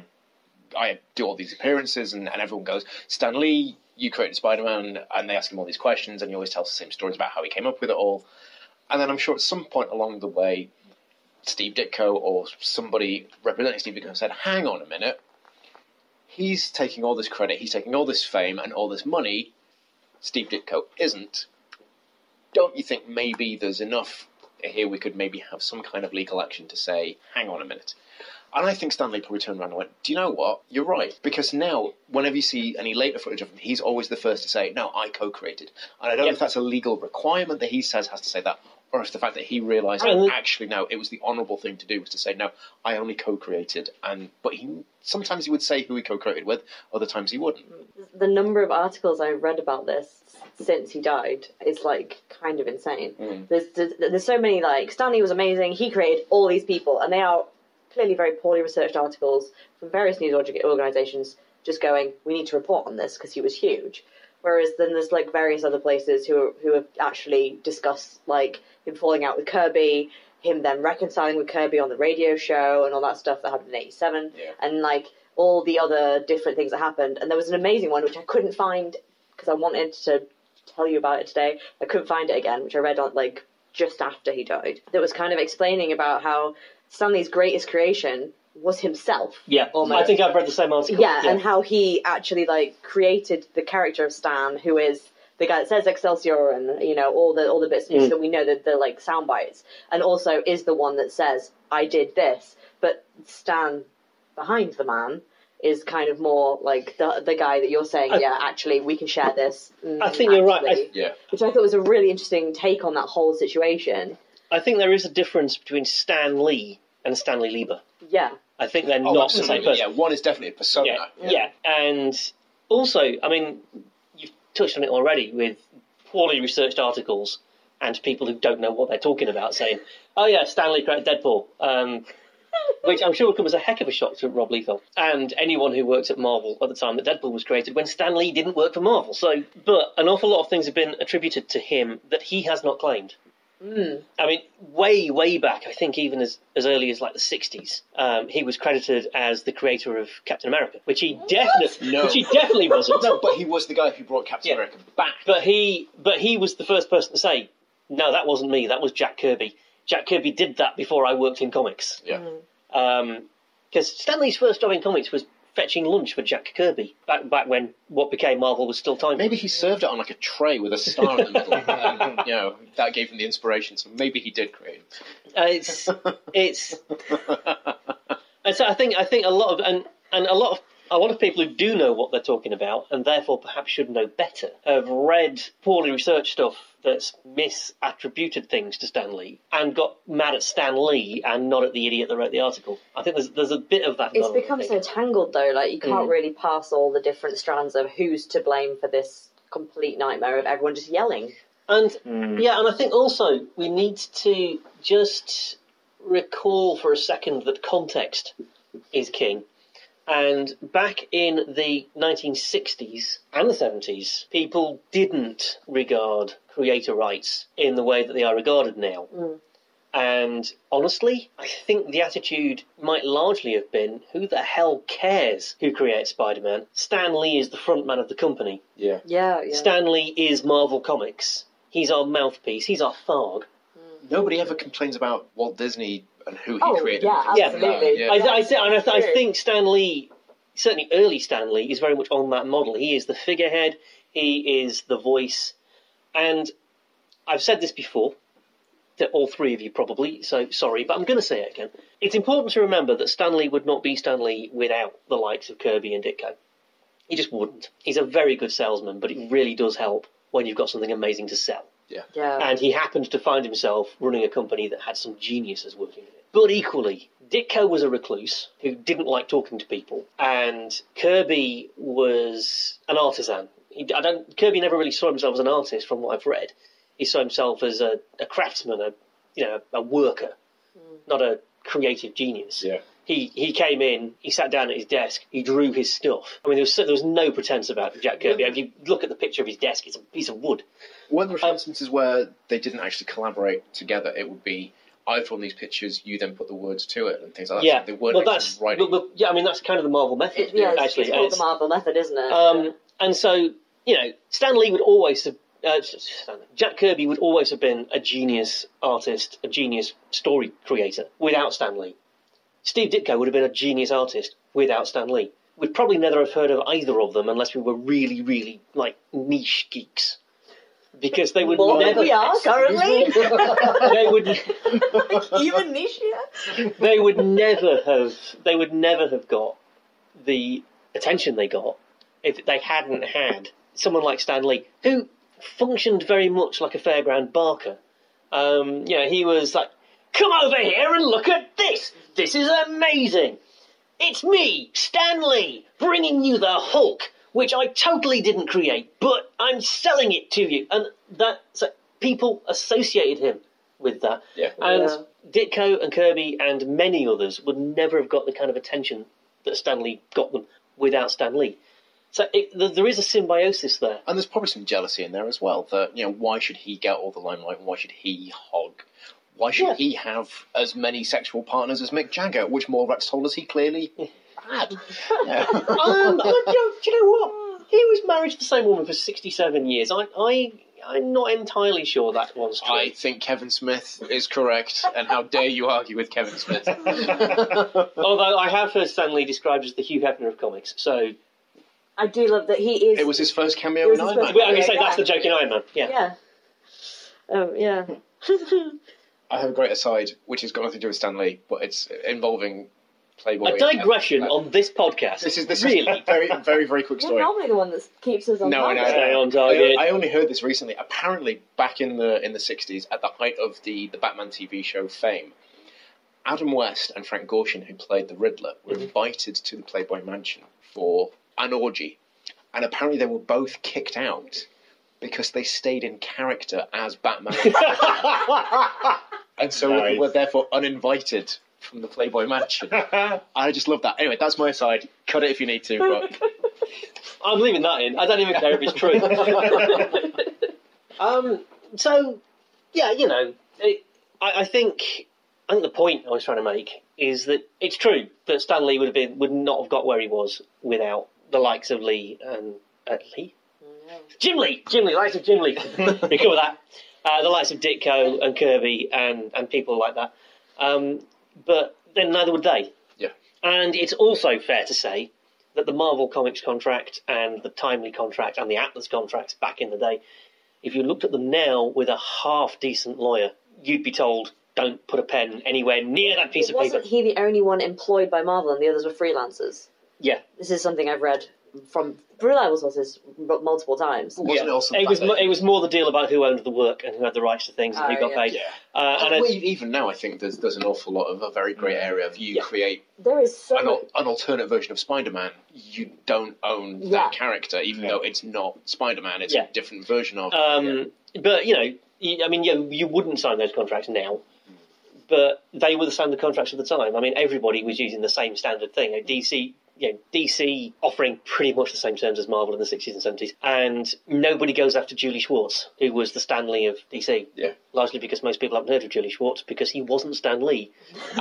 [SPEAKER 3] I do all these appearances, and, and everyone goes Stanley, you created Spider-Man, and they ask him all these questions, and he always tells the same stories about how he came up with it all, and then I'm sure at some point along the way, Steve Ditko or somebody representing Steve Ditko said, "Hang on a minute." He's taking all this credit, he's taking all this fame and all this money, Steve Ditko isn't, don't you think maybe there's enough here we could maybe have some kind of legal action to say, hang on a minute? And I think Stanley probably turned around and went, Do you know what? You're right. Because now, whenever you see any later footage of him, he's always the first to say, No, I co created. And I don't know
[SPEAKER 1] Yep.
[SPEAKER 3] if that's a legal requirement that he says has to say that, or if the fact that he realised
[SPEAKER 1] And-
[SPEAKER 3] actually no, it was the honourable thing to do was to say, No, I only co created and but he sometimes he would say who he co created with, other times he wouldn't.
[SPEAKER 4] the number of articles I've read about this since he died is like kind of insane.
[SPEAKER 3] Mm.
[SPEAKER 4] There's, there's there's so many like Stanley was amazing. He created all these people, and they are clearly very poorly researched articles from various news org- organizations just going, we need to report on this because he was huge. Whereas then there's like various other places who who have actually discussed like him falling out with Kirby, him then reconciling with Kirby on the radio show, and all that stuff that happened in '87
[SPEAKER 3] Yeah.
[SPEAKER 4] and like all the other different things that happened. And there was an amazing one which I couldn't find because I wanted to tell you about it today. I couldn't find it again, which I read on like just after he died. That was kind of explaining about how Stanley's greatest creation was himself.
[SPEAKER 1] yeah,
[SPEAKER 4] Almost.
[SPEAKER 1] I think I've read the same article.
[SPEAKER 4] Oh, Yeah, and how he actually like created the character of Stan, who is the guy that says Excelsior and you know all the all the bits and pieces
[SPEAKER 1] Mm.
[SPEAKER 4] that we know that the like sound bites, and also is the one that says I did this, but Stan behind the man is kind of more like the the guy that you're saying,
[SPEAKER 1] I-
[SPEAKER 4] yeah, actually we can share this. Mm,
[SPEAKER 1] I think you're right. I-
[SPEAKER 4] actually,"
[SPEAKER 3] Yeah.
[SPEAKER 4] which I thought was a really interesting take on that whole situation.
[SPEAKER 1] I think there is a difference between Stan Lee and Stanley Lieber.
[SPEAKER 4] Yeah,
[SPEAKER 1] I think they're
[SPEAKER 3] Oh,
[SPEAKER 1] not the
[SPEAKER 3] absolutely.
[SPEAKER 1] same person.
[SPEAKER 3] Yeah, one is definitely a persona.
[SPEAKER 1] yeah. and also, I mean, you've touched on it already with poorly researched articles and people who don't know what they're talking about saying, "Oh yeah, Stanley created Deadpool," um, which I'm sure would come as a heck of a shock to Rob Liefeld and anyone who worked at Marvel at the time that Deadpool was created, when Stan Lee didn't work for Marvel. So, but an awful lot of things have been attributed to him that he has not claimed. I mean, way, way back, I think even as, as early as like the 60s, um, he was credited as the creator of Captain America, which he definitely,
[SPEAKER 3] No.
[SPEAKER 1] which he definitely wasn't.
[SPEAKER 3] No, but he was the guy who brought Captain
[SPEAKER 1] Yeah.
[SPEAKER 3] America back.
[SPEAKER 1] But he, but he was the first person to say, no, that wasn't me, that was Jack Kirby. Jack Kirby did that before I worked in comics.
[SPEAKER 3] Yeah.
[SPEAKER 4] Mm.
[SPEAKER 1] Because Stanley's first job in comics was fetching lunch for Jack Kirby, back, back when what became Marvel was still time.
[SPEAKER 3] Maybe he served it on like a tray with a star in the middle. and, you know, that gave him the inspiration. So maybe he did create it.
[SPEAKER 1] Uh, it's it's and so I think I think a lot of and and a lot of a lot of people who do know what they're talking about and therefore perhaps should know better have read poorly researched stuff that's misattributed things to Stan Lee and got mad at Stan Lee and not at the idiot that wrote the article. I think there's there's a bit of that.
[SPEAKER 4] it's
[SPEAKER 1] going on, I
[SPEAKER 4] become so
[SPEAKER 1] think.
[SPEAKER 4] tangled though like you can't really pass all the different strands of who's to blame for this complete nightmare of everyone just yelling
[SPEAKER 1] And yeah, and I think also we need to just recall for a second that context is king. And back in the 1960s and the 70s, people didn't regard creator rights in the way that they are regarded now. And honestly, I think the attitude might largely have been who the hell cares who creates Spider Man? Stan Lee is the front man of the company.
[SPEAKER 3] Yeah.
[SPEAKER 4] yeah yeah
[SPEAKER 1] Stanley is Marvel Comics. He's our mouthpiece. He's our Tharg.
[SPEAKER 3] Nobody ever complains about Walt Disney and who he
[SPEAKER 4] oh
[SPEAKER 3] created.
[SPEAKER 4] yeah
[SPEAKER 3] and things like that.
[SPEAKER 1] I, th-
[SPEAKER 4] absolutely
[SPEAKER 1] I,
[SPEAKER 4] That's
[SPEAKER 1] th- and I, th- I
[SPEAKER 4] true.
[SPEAKER 1] think Stanley, certainly early Stanley, is very much on that model. He is the figurehead. He is the voice. And I've said this before to all three of you probably, so sorry, but I'm going to say it again. It's important to remember that Stanley would not be Stanley without the likes of Kirby and Ditko. He just wouldn't. He's a very good salesman, but it really does help when you've got something amazing to sell.
[SPEAKER 4] Yeah.
[SPEAKER 1] and he happened to find himself running a company that had some geniuses working in it. But equally, Ditko was a recluse who didn't like talking to people, and Kirby was an artisan. He, I don't, Kirby never really saw himself as an artist, from what I've read. He saw himself as a, a craftsman, a you know, a worker, not a creative genius.
[SPEAKER 3] Yeah.
[SPEAKER 1] He, he came in, he sat down at his desk, he drew his stuff. I mean, there was, so- there was no pretense about Jack Kirby. If you look at the picture of his desk, it's a piece of wood.
[SPEAKER 3] Were there instances where they didn't actually collaborate together? It would be I've drawn these pictures, you then put the words to it and things like that.
[SPEAKER 1] yeah,
[SPEAKER 3] So they weren't
[SPEAKER 1] well,
[SPEAKER 3] actually
[SPEAKER 1] that's
[SPEAKER 3] writing.
[SPEAKER 1] Well, well, yeah, I mean that's kind of the Marvel method,
[SPEAKER 4] It, yeah, it's,
[SPEAKER 1] actually.
[SPEAKER 4] it's called
[SPEAKER 1] It's-
[SPEAKER 4] the Marvel method, isn't it?
[SPEAKER 1] um, and so you know, Stan Lee would always have. Uh, Stan Lee. Jack Kirby would always have been a genius artist, a genius story creator without Stan Lee. Steve Ditko would have been a genius artist without Stan Lee. We'd probably never have heard of either of them unless we were really, really like niche geeks, because they would
[SPEAKER 4] More than
[SPEAKER 1] never.
[SPEAKER 4] we are currently.
[SPEAKER 1] They would.
[SPEAKER 4] Even this year.
[SPEAKER 1] they would never have they would never have got the attention they got if they hadn't had someone like Stan Lee, who functioned very much like a fairground barker. Um, you know, he was like, "Come over here and look at this. This is amazing. It's me, Stan Lee, bringing you the Hulk, which I totally didn't create, but I'm selling it to you." And that so people associated him with that.
[SPEAKER 3] Yeah.
[SPEAKER 1] And
[SPEAKER 4] Yeah.
[SPEAKER 1] Ditko and Kirby and many others would never have got the kind of attention that Stanley got them without Stanley. So it, th- there is a symbiosis there.
[SPEAKER 3] And there's probably some jealousy in there as well. That you know, why should he get all the limelight? Why should he hog? Why should
[SPEAKER 1] Yeah.
[SPEAKER 3] he have as many sexual partners as Mick Jagger? Which more rats told us he clearly had. Yeah.
[SPEAKER 1] um, I don't- do you know what? He was married to the same woman for 67 years. I, I, I'm not entirely sure that one's true.
[SPEAKER 3] I think Kevin Smith is correct, and how dare you argue with Kevin Smith?
[SPEAKER 1] Although I have heard Stanley described as the Hugh Hefner of comics. So
[SPEAKER 4] I do love that he is.
[SPEAKER 3] it was his first
[SPEAKER 4] It
[SPEAKER 3] cameo
[SPEAKER 4] was
[SPEAKER 3] in
[SPEAKER 4] his
[SPEAKER 3] Iron Man.
[SPEAKER 4] first
[SPEAKER 1] well, I'm going to say
[SPEAKER 4] Yeah.
[SPEAKER 1] that's the joke in Iron Man. Yeah. Hmm.
[SPEAKER 4] yeah. Um, yeah.
[SPEAKER 3] I have a great aside, which has got nothing to do with Stan Lee, but it's involving Playboy.
[SPEAKER 1] A digression
[SPEAKER 3] Uh,
[SPEAKER 1] on this podcast.
[SPEAKER 3] This is this
[SPEAKER 1] really
[SPEAKER 3] is very very very quick
[SPEAKER 4] You're
[SPEAKER 3] story.
[SPEAKER 4] normally the one that keeps us on
[SPEAKER 3] No, I know.
[SPEAKER 4] target.
[SPEAKER 1] Stay on
[SPEAKER 3] I,
[SPEAKER 1] target.
[SPEAKER 3] I only heard this recently. Apparently, back in the in the sixties, at the height of the the Batman TV show fame, Adam West and Frank Gorshin, who played the Riddler, were invited to the Playboy Mansion for an orgy, and apparently they were both kicked out because they stayed in character as Batman, and Robin. and so
[SPEAKER 2] Nice.
[SPEAKER 3] were therefore uninvited from the Playboy Mansion. I just love that. Anyway, that's my aside. Cut it if you need to, but
[SPEAKER 1] I'm leaving that in. I don't even care if it's true. um, so, yeah, you know, it, I, I think I think the point I was trying to make is that it's true that Stan Lee would have been would not have got where he was without the likes of Lee and uh, Lee,
[SPEAKER 4] Mm-hmm.
[SPEAKER 1] Jim Lee, Jim Lee, likes of Jim Lee, we cover that. Uh, the likes of Ditko and Kirby and and people like that. Um, but then neither would they.
[SPEAKER 3] Yeah.
[SPEAKER 1] And it's also fair to say that the Marvel Comics contract and the Timely contract and the Atlas contracts back in the day, if you looked at them now with a half decent lawyer, you'd be told, don't put a pen anywhere near that piece
[SPEAKER 4] But
[SPEAKER 1] of paper.
[SPEAKER 4] wasn't he the only one employed by Marvel and the others were freelancers?
[SPEAKER 1] Yeah.
[SPEAKER 4] This is something I've read from reliable sources m- multiple times.
[SPEAKER 3] wasn't it also? the
[SPEAKER 1] It was,
[SPEAKER 3] fact
[SPEAKER 1] mo-
[SPEAKER 3] that-
[SPEAKER 1] it was more the deal about who owned the work and who had the rights to things and
[SPEAKER 4] Oh,
[SPEAKER 1] who got
[SPEAKER 4] yeah.
[SPEAKER 1] paid.
[SPEAKER 3] yeah.
[SPEAKER 1] Uh, and
[SPEAKER 3] And
[SPEAKER 1] I- Mm.
[SPEAKER 3] we- even now, I think there's there's an awful lot of a very grey area of you
[SPEAKER 1] Yeah.
[SPEAKER 3] create
[SPEAKER 4] There is so
[SPEAKER 3] an,
[SPEAKER 4] much.
[SPEAKER 3] al- an alternate version of Spider-Man. You don't own
[SPEAKER 4] Yeah.
[SPEAKER 3] that character, even
[SPEAKER 2] Yeah.
[SPEAKER 3] though it's not Spider-Man. It's
[SPEAKER 1] Yeah.
[SPEAKER 3] a different version of.
[SPEAKER 1] Um, But you know, you, I mean, yeah, you wouldn't sign those contracts now, but they were the standard contracts at the time. I mean, everybody was using the same standard thing. You know, DC, you know, DC offering pretty much the same terms as Marvel in the sixties and seventies, and nobody goes after Julie Schwartz, who was the Stanley of DC.
[SPEAKER 3] Yeah.
[SPEAKER 1] Largely because most people haven't heard of Julie Schwartz because he wasn't Stan Lee,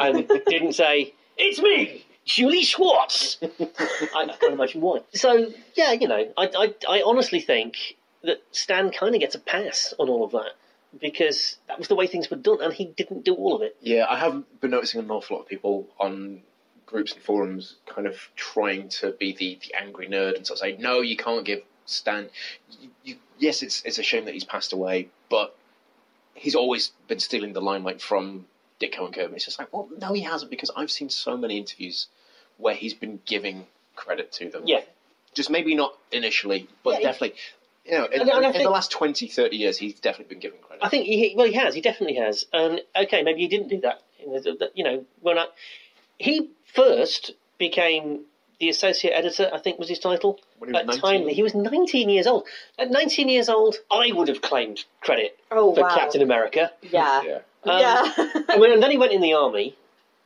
[SPEAKER 1] and didn't say it's me. Julie Schwartz. I, I can't imagine why. So yeah, you know, I, I, I honestly think that Stan kind of gets a pass on all of that because that was the way things were done, and he didn't do all of it.
[SPEAKER 3] Yeah, I have been noticing an awful lot of people on groups and forums kind of trying to be the, the angry nerd and sort of say, no, you can't give Stan. You, you, yes, it's it's a shame that he's passed away, but he's always been stealing the limelight from Ditko and Kirby. It's just like, well, no, he hasn't, because I've seen so many interviews where he's been giving credit to them.
[SPEAKER 1] Yeah.
[SPEAKER 3] Just maybe not initially, but
[SPEAKER 1] Yeah, he-
[SPEAKER 3] definitely. you know, in,
[SPEAKER 1] And I- and I
[SPEAKER 3] in
[SPEAKER 1] think- Uh,
[SPEAKER 3] the last 20, 30 years, he's definitely been given credit.
[SPEAKER 1] I think he well he has he definitely has and okay maybe he didn't do that you know when I he first became the associate editor I think was his title
[SPEAKER 3] When he was
[SPEAKER 1] at
[SPEAKER 3] 19.
[SPEAKER 1] Timely he was 19 years old at 19 years old I would have claimed credit
[SPEAKER 4] Oh
[SPEAKER 1] for
[SPEAKER 4] wow.
[SPEAKER 1] Captain America
[SPEAKER 4] Yeah.
[SPEAKER 3] yeah.
[SPEAKER 1] Um,
[SPEAKER 4] yeah.
[SPEAKER 1] I mean, and then he went in the army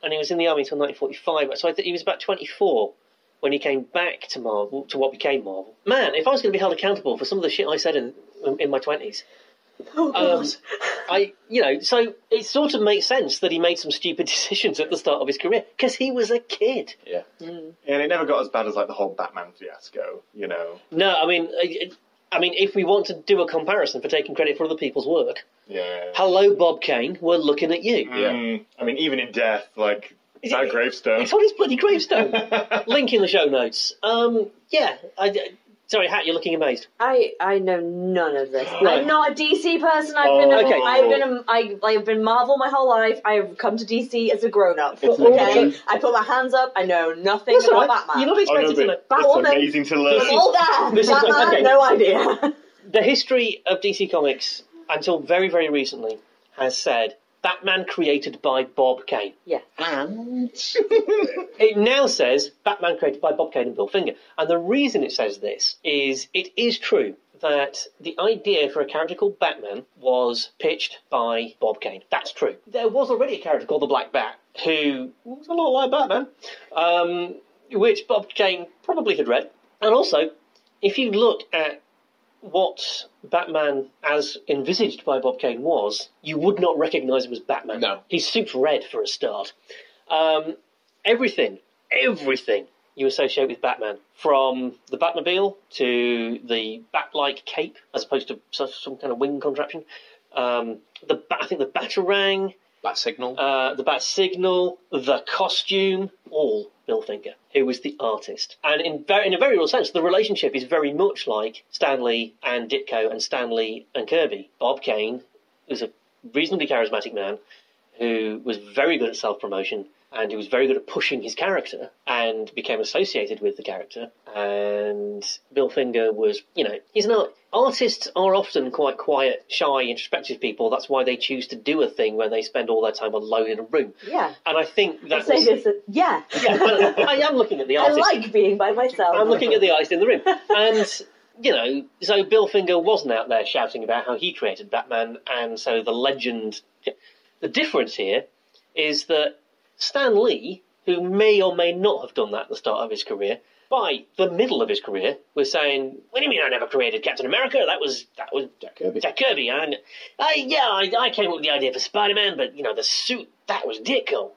[SPEAKER 1] and he was in the army until 1945 so I think he was about 24 when he came back to Marvel to what became Marvel man if I was going to be held accountable for some of the shit I said in in my 20s
[SPEAKER 4] oh,
[SPEAKER 1] um,
[SPEAKER 4] God.
[SPEAKER 1] I, you know, so it sort of makes sense that he made some stupid decisions at the start of his career because he was a kid.
[SPEAKER 4] Mm.
[SPEAKER 2] And it never got as bad as like the whole Batman fiasco, you know.
[SPEAKER 1] No, I mean, I, I mean, if we want to do a comparison for taking credit for other people's work,
[SPEAKER 2] Yeah.
[SPEAKER 1] hello, Bob Kane, we're looking at you.
[SPEAKER 2] Mm, I mean, even in death, like
[SPEAKER 1] Is
[SPEAKER 2] that
[SPEAKER 1] it-
[SPEAKER 2] gravestone.
[SPEAKER 1] It's on his bloody
[SPEAKER 2] Oh,
[SPEAKER 1] gravestone.
[SPEAKER 2] I
[SPEAKER 1] Link in the show notes. Um, yeah, I, sorry, Hat, you're looking amazed.
[SPEAKER 4] I I know none of this.
[SPEAKER 1] Right.
[SPEAKER 4] I'm not a DC person. I've
[SPEAKER 2] Oh,
[SPEAKER 4] been a,
[SPEAKER 1] okay.
[SPEAKER 4] I've been a, I, I've been Marvel my whole life. I've come to DC as a grown up.
[SPEAKER 2] It's
[SPEAKER 4] Okay,
[SPEAKER 2] amazing.
[SPEAKER 4] I put my hands up. I know nothing
[SPEAKER 1] That's all
[SPEAKER 4] about
[SPEAKER 1] right.
[SPEAKER 4] Batman.
[SPEAKER 1] You're not
[SPEAKER 2] know,
[SPEAKER 1] expected
[SPEAKER 2] but
[SPEAKER 1] to know.
[SPEAKER 2] it's
[SPEAKER 4] Batwoman.
[SPEAKER 2] amazing to learn.
[SPEAKER 1] This is-
[SPEAKER 4] all there.
[SPEAKER 1] this is-
[SPEAKER 4] Batman,
[SPEAKER 1] okay.
[SPEAKER 4] no idea.
[SPEAKER 1] The history of DC Comics until very, very recently has said Batman created by Bob Kane.
[SPEAKER 4] yeah.
[SPEAKER 3] And
[SPEAKER 1] It now says Batman created by Bob Kane and Bill Finger. And the reason it says this is it is true that the idea for a character called Batman was pitched by Bob Kane. That's true. There was already a character called the Black Bat who was a lot like Batman, um, which Bob Kane probably had read. And also, if you look at what Batman as envisaged by Bob Kane was, you would not recognise him as Batman.
[SPEAKER 3] No.
[SPEAKER 1] He's super red for a start. Um, everything, everything you associate with Batman, from the Batmobile to the bat-like cape, as opposed to so- some kind of wing contraption. Um, the ba- I think the batarang,
[SPEAKER 3] Bat Signal.
[SPEAKER 1] uh, the bat signal, the costume, all Bill Finger, who was the artist. And in, very, in a very real sense, the relationship is very much like Stanley and Ditko and Stanley and Kirby. Bob Kane was a reasonably charismatic man who was very good at self promotion and who was very good at pushing his character and became associated with the character. And Bill Finger was, you know, he's not. Artists are often quite quiet, shy, introspective people. That's why they choose to do a thing where they spend all their time alone in a room.
[SPEAKER 4] Yeah.
[SPEAKER 1] And I think
[SPEAKER 4] I
[SPEAKER 1] that
[SPEAKER 4] say
[SPEAKER 1] was-
[SPEAKER 4] this. as- Yeah.
[SPEAKER 1] Yeah, I am looking at the
[SPEAKER 4] I
[SPEAKER 1] artist.
[SPEAKER 4] like being by myself.
[SPEAKER 1] I'm looking at the artist in the room. And, you know, so Bill Finger wasn't out there shouting about how he created Batman, and so the legend. The difference here is that Stan Lee, who may or may not have done that at the start of his career, by the middle of his career, was saying, "What do you mean I never created Captain America? That was that was
[SPEAKER 3] Jack Kirby.
[SPEAKER 1] Jack Kirby." And I, yeah, I, I came up with the idea for Spider-Man, but you know, the suit that was Ditko.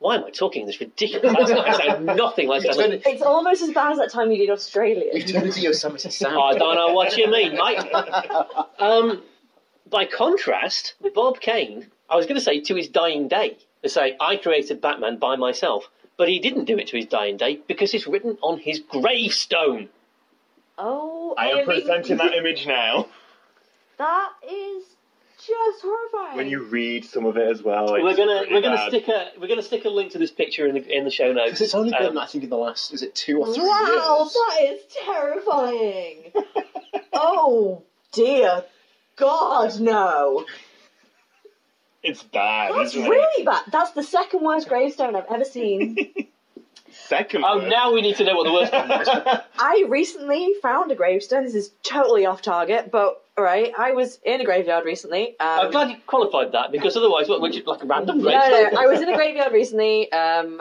[SPEAKER 1] Why am I talking this ridiculous? I sound nothing like Stan Lee.
[SPEAKER 4] It's almost as bad as that time you did Australia.
[SPEAKER 3] You've turned into Yosemite Sam.
[SPEAKER 1] Oh, I don't know what you mean, mate. Um, by contrast, Bob Kane, I was going to say to his dying day, to say, I created Batman by myself, but he didn't do it to his dying day because it's written on his gravestone.
[SPEAKER 4] Oh,
[SPEAKER 2] I am
[SPEAKER 4] mean,
[SPEAKER 2] presenting that image now.
[SPEAKER 4] That is just horrifying.
[SPEAKER 2] When you read some of it as well, it's
[SPEAKER 1] We're gonna
[SPEAKER 2] pretty
[SPEAKER 1] we're gonna
[SPEAKER 2] bad.
[SPEAKER 1] stick a we're gonna stick a link to this picture in the in the show notes.
[SPEAKER 3] Because it's only been,
[SPEAKER 1] Um,
[SPEAKER 3] I think, in the last, is it two or three
[SPEAKER 4] Wow,
[SPEAKER 3] years?
[SPEAKER 4] that is terrifying. oh dear God, no.
[SPEAKER 2] It's bad.
[SPEAKER 4] That's
[SPEAKER 2] isn't it?
[SPEAKER 4] really bad. That's the second worst gravestone I've ever seen.
[SPEAKER 2] Second.
[SPEAKER 1] Oh,
[SPEAKER 2] word.
[SPEAKER 1] now we need to know what the worst one was.
[SPEAKER 4] I recently found a gravestone. This is totally off target, but right, I was in a graveyard recently. Um,
[SPEAKER 1] I'm glad you qualified that because otherwise, what would you like a random
[SPEAKER 4] no,
[SPEAKER 1] gravestone?
[SPEAKER 4] no, I was in a graveyard recently um,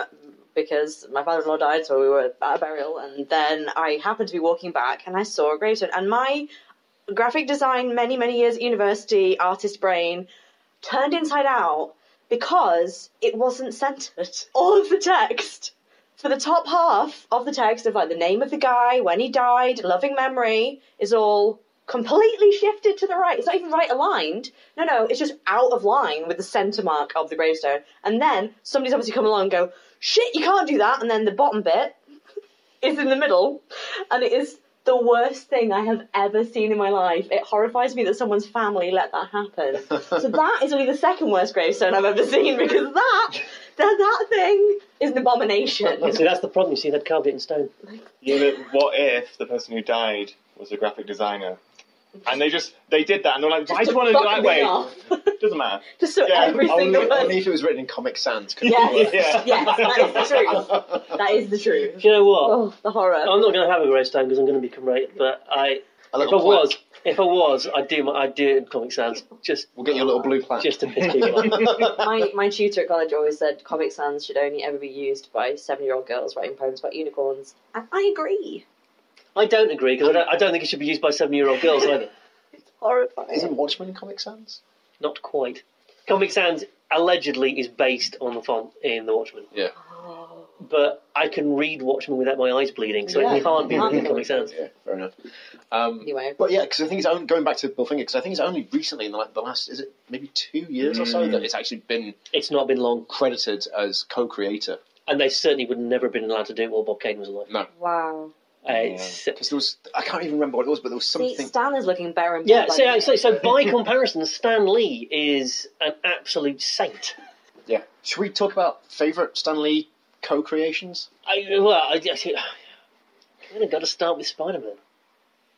[SPEAKER 4] because my father-in-law died, so we were at a burial, and then I happened to be walking back and I saw a gravestone, and my graphic design, many many years at university, artist brain, turned inside out because it wasn't centered. All of the text. For the top half of the text of like the name of the guy, when he died, loving memory, is all completely shifted to the right. It's not even right aligned. No, no, it's just out of line with the centre mark of the gravestone. And then somebody's obviously come along and go, shit, you can't do that. And then the bottom bit is in the middle. And it is the worst thing I have ever seen in my life. It horrifies me that someone's family let that happen. so that is only the second worst gravestone I've ever seen because that, that, that thing is an abomination.
[SPEAKER 1] See, that's the problem. You see, they'd carved it in stone.
[SPEAKER 2] You know, what if the person who died was a graphic designer? And they just they did that, and they're like, "Why do
[SPEAKER 4] Just
[SPEAKER 2] you want to do it
[SPEAKER 4] fuck
[SPEAKER 2] that
[SPEAKER 4] me
[SPEAKER 2] way?"
[SPEAKER 4] off.
[SPEAKER 2] Doesn't matter.
[SPEAKER 4] Just so
[SPEAKER 2] Yeah,
[SPEAKER 4] every
[SPEAKER 3] Only,
[SPEAKER 4] single
[SPEAKER 3] only
[SPEAKER 4] one.
[SPEAKER 3] if it was written in Comic Sans. could
[SPEAKER 4] Yeah.
[SPEAKER 3] it work.
[SPEAKER 2] Yeah.
[SPEAKER 4] Yes, that is the truth. That is the truth.
[SPEAKER 1] Do you know what?
[SPEAKER 4] Oh, the horror.
[SPEAKER 1] I'm not going to have a great time because I'm going to become right. But I,
[SPEAKER 3] A
[SPEAKER 1] if I
[SPEAKER 3] little plaque.
[SPEAKER 1] was, if I was, I'd do my, I'd do it in Comic Sans. Just,
[SPEAKER 3] We'll get you a little blue plaque.
[SPEAKER 1] just to piss people off.
[SPEAKER 4] my, my tutor at college always said Comic Sans should only ever be used by seven year old girls writing poems about unicorns. And I agree.
[SPEAKER 1] I don't agree because I don't, I don't think it should be used by seven-year-old girls either.
[SPEAKER 3] Isn't
[SPEAKER 4] Horrifying.
[SPEAKER 3] Watchmen Comic Sans?
[SPEAKER 1] Not quite. Comic Sans allegedly is based on the font in The Watchmen,
[SPEAKER 4] Oh.
[SPEAKER 1] but I can read Watchmen without my eyes bleeding, so
[SPEAKER 4] Yeah,
[SPEAKER 1] it can't be
[SPEAKER 4] can't
[SPEAKER 1] written in
[SPEAKER 4] be.
[SPEAKER 1] Comic Sans.
[SPEAKER 3] Yeah, fair enough. Um,
[SPEAKER 4] Anyway,
[SPEAKER 3] But yeah, because I think it's only, going back to Bill Finger, because I think it's only recently in the, like, the last is it maybe two years or so
[SPEAKER 2] Mm.
[SPEAKER 3] that it's actually been
[SPEAKER 1] It's not been long,
[SPEAKER 3] credited as co-creator.
[SPEAKER 1] and they certainly would never have been allowed to do it while Bob Kane was alive.
[SPEAKER 4] wow.
[SPEAKER 1] Uh, it's,
[SPEAKER 3] Because there was I can't even remember what it was, but there was something.
[SPEAKER 4] See, Stan is looking bare and
[SPEAKER 1] yeah,
[SPEAKER 4] bare
[SPEAKER 1] so,
[SPEAKER 4] by the
[SPEAKER 1] so, so by comparison, Stan Lee is an absolute saint.
[SPEAKER 3] yeah. Should we talk about favorite Stan Lee co-creations?
[SPEAKER 1] I, well, I, guess it- I'm going to got to start with Spider Man,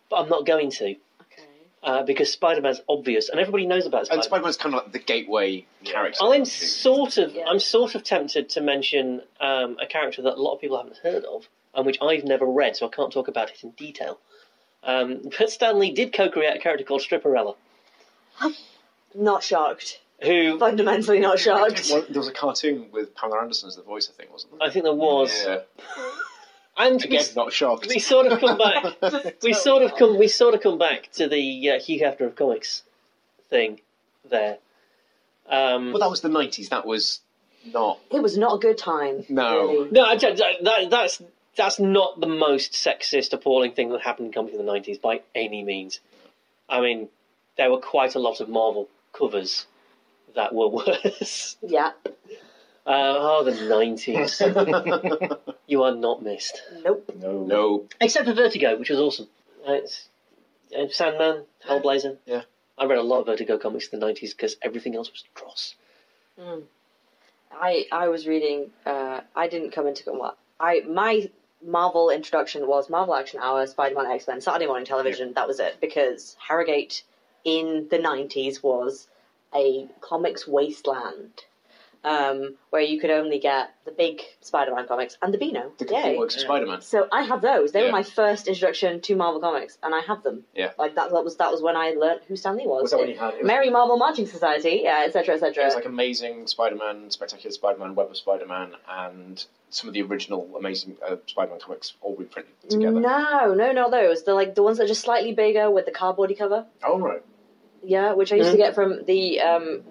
[SPEAKER 1] but I'm not going to
[SPEAKER 4] minute. Okay.
[SPEAKER 1] uh, because Spider Man's obvious and everybody knows about Spider
[SPEAKER 3] And
[SPEAKER 1] Man.
[SPEAKER 3] Spider-Man's kind of like Oh, the gateway character.
[SPEAKER 1] I'm sort of
[SPEAKER 4] Yeah.
[SPEAKER 1] I'm sort of tempted to mention um, a character that a lot of people haven't heard of and which I've never read, so I can't talk about it in detail. Um, but Stanley did co-create a character called Stripperella,
[SPEAKER 4] Not shocked.
[SPEAKER 1] who
[SPEAKER 4] Fundamentally not shocked.
[SPEAKER 3] Well, there was a cartoon with Pamela Anderson as the voice, I think, wasn't there?
[SPEAKER 1] I think there was,
[SPEAKER 3] Yeah.
[SPEAKER 1] and we,
[SPEAKER 3] Again, not shocked.
[SPEAKER 1] we sort of come back. we sort of come we sort of come back to the uh, Hugh Hefner of comics thing there. Um,
[SPEAKER 3] Well, that was the nineties. That was not.
[SPEAKER 4] It was not a good time.
[SPEAKER 3] No.
[SPEAKER 4] Really.
[SPEAKER 1] no, I, don't- that, that's that's not the most sexist, appalling thing that happened in comics in the nineties by any means. I mean, there were quite a lot of Marvel covers that were worse.
[SPEAKER 4] Yeah.
[SPEAKER 1] Uh, oh, the nineties! you are not missed,
[SPEAKER 4] Nope.
[SPEAKER 2] No.
[SPEAKER 3] no.
[SPEAKER 1] except for Vertigo, which was awesome. Uh, It's, uh, Sandman, Hellblazer.
[SPEAKER 3] Yeah.
[SPEAKER 1] I read a lot of Vertigo comics in the nineties because everything else was dross.
[SPEAKER 4] I I was reading. Uh, I didn't come into well. I my Marvel introduction was Marvel Action Hour, Spider Man, X Men, Saturday morning television. That was it because Harrogate in the nineties was a comics wasteland. Um, where you could only get the big Spider-Man comics and the Beano.
[SPEAKER 3] The
[SPEAKER 4] Yay.
[SPEAKER 3] complete works of Spider-Man.
[SPEAKER 4] So I have those. They
[SPEAKER 3] Yeah.
[SPEAKER 4] were my first introduction to Marvel comics, and I have them.
[SPEAKER 3] Yeah.
[SPEAKER 4] Like that, that was that was when I learnt who Stan Lee was.
[SPEAKER 3] Was that when you had? It was,
[SPEAKER 4] Merry Marvel Marching Society, yeah, etc., etc.
[SPEAKER 3] it was like Amazing Spider-Man, Spectacular Spider-Man, Web of Spider-Man, and some of the original Amazing uh, Spider-Man comics all reprinted together.
[SPEAKER 4] No, no, not those. They're like the ones that are just slightly bigger with the cardboardy cover.
[SPEAKER 3] Oh right.
[SPEAKER 4] Yeah, which I
[SPEAKER 1] Mm-hmm.
[SPEAKER 4] used to get from the um,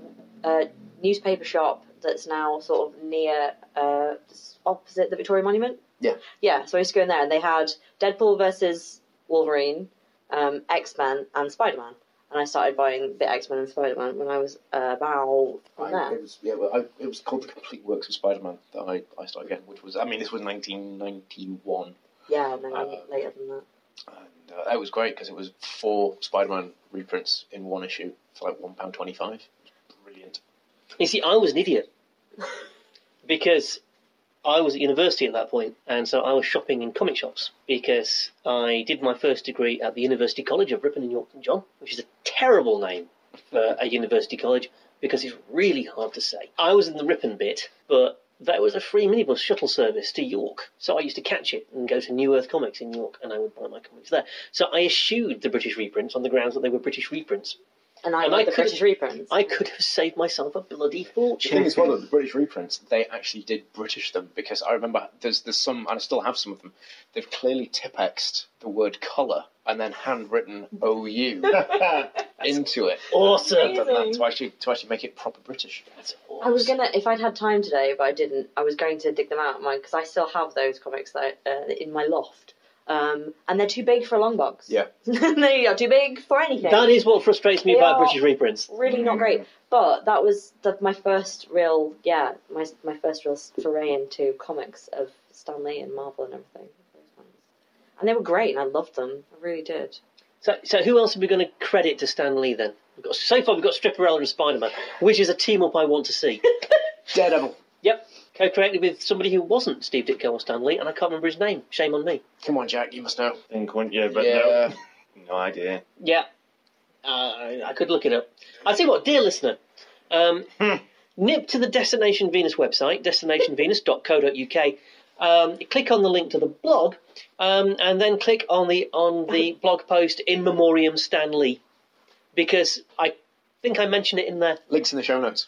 [SPEAKER 4] uh, newspaper shop that's now sort of near uh, s- opposite the Victoria Monument.
[SPEAKER 3] Yeah.
[SPEAKER 4] Yeah, so I used to go in there and they had Deadpool versus Wolverine, um, X Men, and Spider Man. And I started buying the X Men and Spider Man when I was uh, about from
[SPEAKER 3] I,
[SPEAKER 4] there.
[SPEAKER 3] it was yeah. Well, I, it was called the Complete Works of Spider-Man that I, I started getting, which was I mean this was 1991,
[SPEAKER 4] Yeah, no,
[SPEAKER 3] Uh,
[SPEAKER 4] later than that.
[SPEAKER 3] and uh, that was great because it was four Spider-Man reprints in one issue for like one pound twenty-five. Brilliant.
[SPEAKER 1] You see, I was an idiot because I was at university at that point, and so I was shopping in comic shops because I did my first degree at the University College of Ripon and York and John, which is a terrible name for a university college because it's really hard to say. I was in the Ripon bit, but there was a free minibus shuttle service to York, so I used to catch it and go to New Earth Comics in York, and I would buy my comics there. So I eschewed the British reprints on the grounds that they were British reprints.
[SPEAKER 4] And I
[SPEAKER 1] and I
[SPEAKER 4] got the
[SPEAKER 1] could've-
[SPEAKER 4] British reprints.
[SPEAKER 1] I could have saved myself a bloody
[SPEAKER 3] The
[SPEAKER 1] fortune.
[SPEAKER 3] thing is, well, though, the British reprints, they actually did British them because I remember there's there's some, and I still have some of them. They've clearly tipexed the word colour and then handwritten OU into it.
[SPEAKER 1] Awesome.
[SPEAKER 3] They've done that to actually to actually make it proper British.
[SPEAKER 1] That's
[SPEAKER 4] I was
[SPEAKER 1] awesome.
[SPEAKER 4] gonna, if I'd had time today, but I didn't. I was going to dig them out, mine, because I still have those comics that, uh, in my loft, um, and they're too big for a long box.
[SPEAKER 3] Yeah.
[SPEAKER 4] they are too big for anything.
[SPEAKER 1] That is what frustrates me
[SPEAKER 4] They
[SPEAKER 1] about
[SPEAKER 4] are-
[SPEAKER 1] British reprints.
[SPEAKER 4] really not great. But that was the, my first real, yeah, my my first real foray into comics of Stanley and Marvel and everything. And they were great, and I loved them. I really did.
[SPEAKER 1] So, so who else are we going to credit to Stan Lee then? We've got, so far, we've got Stripperella and Spider Man, which is a team up I want to see.
[SPEAKER 3] Daredevil,
[SPEAKER 1] yep, co created with somebody who wasn't Steve Ditko or Stan Lee, and I can't remember his name. Shame on me.
[SPEAKER 3] come on, Jack, you must know.
[SPEAKER 2] Think, wouldn't you? But
[SPEAKER 3] yeah,
[SPEAKER 2] no. No idea.
[SPEAKER 1] Yeah, Uh, I I could look it up. I'll tell you what, dear listener, um,
[SPEAKER 2] Hmm.
[SPEAKER 1] nip to the Destination Venus website, destinationvenus.co.uk. Um, click on the link to the blog, um, and then click on the on the blog post in memoriam Stan Lee, because I think I mentioned it in there,
[SPEAKER 3] Links in the show notes.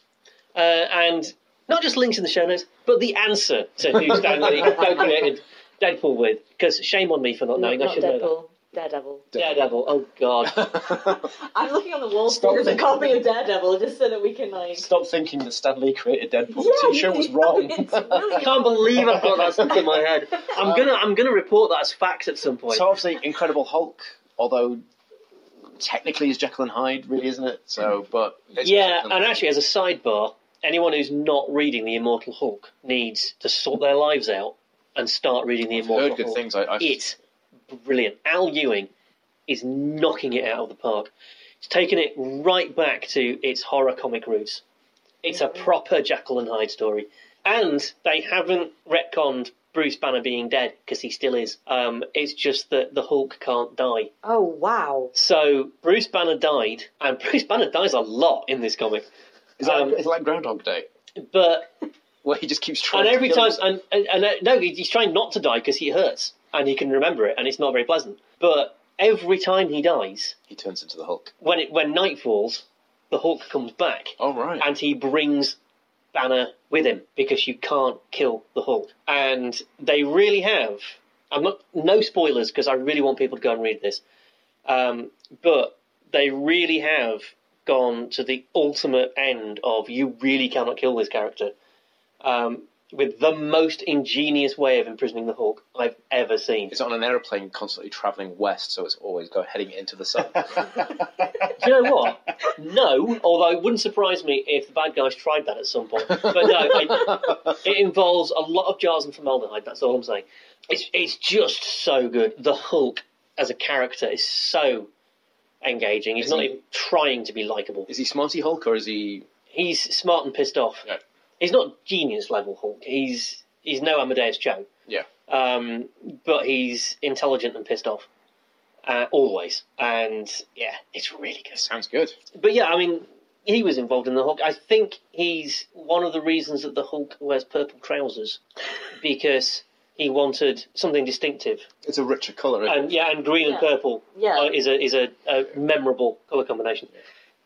[SPEAKER 1] uh, and not just links in the show notes, but the answer to who Stan Lee co-created Deadpool with. Because shame on me for not knowing.
[SPEAKER 4] not,
[SPEAKER 1] I
[SPEAKER 4] not
[SPEAKER 1] should know that.
[SPEAKER 4] Deadpool. Daredevil.
[SPEAKER 1] Daredevil. Oh God.
[SPEAKER 4] I'm looking on the wall
[SPEAKER 3] Stop
[SPEAKER 4] for there's a
[SPEAKER 3] it.
[SPEAKER 4] copy of Daredevil just so that we can like.
[SPEAKER 3] Stop thinking that Stan Lee created Deadpool.
[SPEAKER 4] Yeah,
[SPEAKER 3] the show was
[SPEAKER 4] you-
[SPEAKER 3] wrong.
[SPEAKER 4] it's really-
[SPEAKER 1] I can't believe I've got that stuck in my head. I'm gonna I'm gonna report that as fact at some point.
[SPEAKER 3] Um, so obviously, Incredible Hulk, although technically is Jekyll and Hyde, really isn't it? So, but it's
[SPEAKER 1] Mm-hmm. yeah,
[SPEAKER 3] Jekyll
[SPEAKER 1] and actually, as a sidebar, anyone who's not reading the Immortal Hulk needs to sort their lives out and start reading the
[SPEAKER 3] I've
[SPEAKER 1] Immortal
[SPEAKER 3] heard good
[SPEAKER 1] Hulk.
[SPEAKER 3] things. I, I
[SPEAKER 1] It's brilliant. Al Ewing is knocking it out of the park. He's taken it right back to its horror comic roots. It's a proper Jackal and Hyde story. And they haven't retconned Bruce Banner being dead, because he still is. Um, it's just that the Hulk can't die.
[SPEAKER 4] Oh wow.
[SPEAKER 1] So Bruce Banner died, and Bruce Banner dies a lot in this comic.
[SPEAKER 3] Is that,
[SPEAKER 1] Um,
[SPEAKER 3] it's like Groundhog Day,
[SPEAKER 1] But
[SPEAKER 3] where he just keeps trying.
[SPEAKER 1] and every
[SPEAKER 3] to kill
[SPEAKER 1] time, and, and, and uh, no, he- he's trying not to die because he hurts, and he can remember it, and it's not very pleasant. But every time he dies,
[SPEAKER 3] he turns into the Hulk.
[SPEAKER 1] when it when night falls, the Hulk comes back,
[SPEAKER 3] Oh right.
[SPEAKER 1] and he brings Banner with him because you can't kill the Hulk. And they really have. I'm not no spoilers because I really want people to go and read this. Um, but they really have gone to the ultimate end of you really cannot kill this character um, with the most ingenious way of imprisoning the Hulk I've ever seen.
[SPEAKER 3] It's on an aeroplane constantly traveling west, so it's always go heading into the sun.
[SPEAKER 4] Um,
[SPEAKER 1] Do you know what? No, although it wouldn't surprise me if the bad guys tried that at some point. But no, it, it involves a lot of jars and formaldehyde. That's all I'm saying. It's it's just so good. The Hulk as a character is so engaging. He's
[SPEAKER 3] Is
[SPEAKER 1] not
[SPEAKER 3] he-
[SPEAKER 1] even trying to be likable.
[SPEAKER 3] is he Smarty Hulk or is he?
[SPEAKER 1] He's smart and pissed off.
[SPEAKER 3] Yeah.
[SPEAKER 1] He's not genius level Hulk. He's he's no Amadeus Cho.
[SPEAKER 3] Yeah.
[SPEAKER 1] Um, but he's intelligent and pissed off. Uh, always. And yeah, it's really good.
[SPEAKER 3] Sounds good.
[SPEAKER 1] But yeah, I mean, he was involved in the Hulk. I think he's one of the reasons that the Hulk wears purple trousers because he wanted something distinctive.
[SPEAKER 3] It's a richer color.
[SPEAKER 1] And yeah, and green and
[SPEAKER 4] Yeah.
[SPEAKER 1] purple
[SPEAKER 4] Yeah.
[SPEAKER 1] uh, is a is a, a memorable color combination.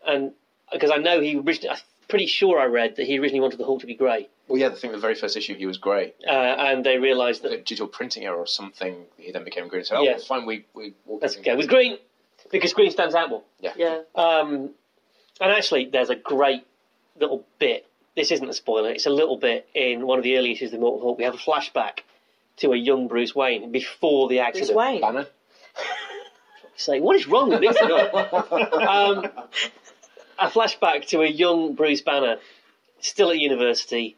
[SPEAKER 1] And because I know he originally, I'm pretty sure I read that he originally wanted the Hulk to be grey,
[SPEAKER 3] well, yeah, the thing the very first issue he was grey.
[SPEAKER 1] uh, and they realised that
[SPEAKER 3] Due to a printing error or something, he then became green. So oh,
[SPEAKER 1] Yeah.
[SPEAKER 3] fine, we we we'll
[SPEAKER 1] let's go with green because green stands out more.
[SPEAKER 4] yeah.
[SPEAKER 1] Um, and actually, there's a great little bit. This isn't a spoiler. It's a little bit in one of the early issues of the Mortal Hulk. We have a flashback to a young Bruce Wayne before the
[SPEAKER 4] Bruce
[SPEAKER 1] accident.
[SPEAKER 4] Wayne.
[SPEAKER 3] Banner.
[SPEAKER 1] Say, what is wrong with this guy? um, a flashback to a young Bruce Banner, still at university,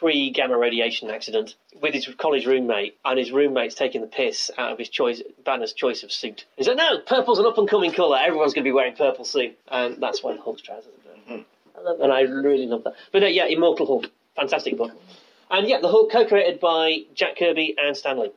[SPEAKER 1] pre gamma radiation accident, with his college roommate, and his roommate's taking the piss out of his choice, Banner's choice of suit. He said, "No, purple's an up and coming colour. Everyone's going to be wearing purple soon," and that's why the Hulk's trousers are blue
[SPEAKER 4] I love
[SPEAKER 1] and
[SPEAKER 4] it.
[SPEAKER 1] I really love that. But uh, yeah, Immortal Hulk, fantastic book. And yeah, the Hulk co-created by Jack Kirby and Stanley.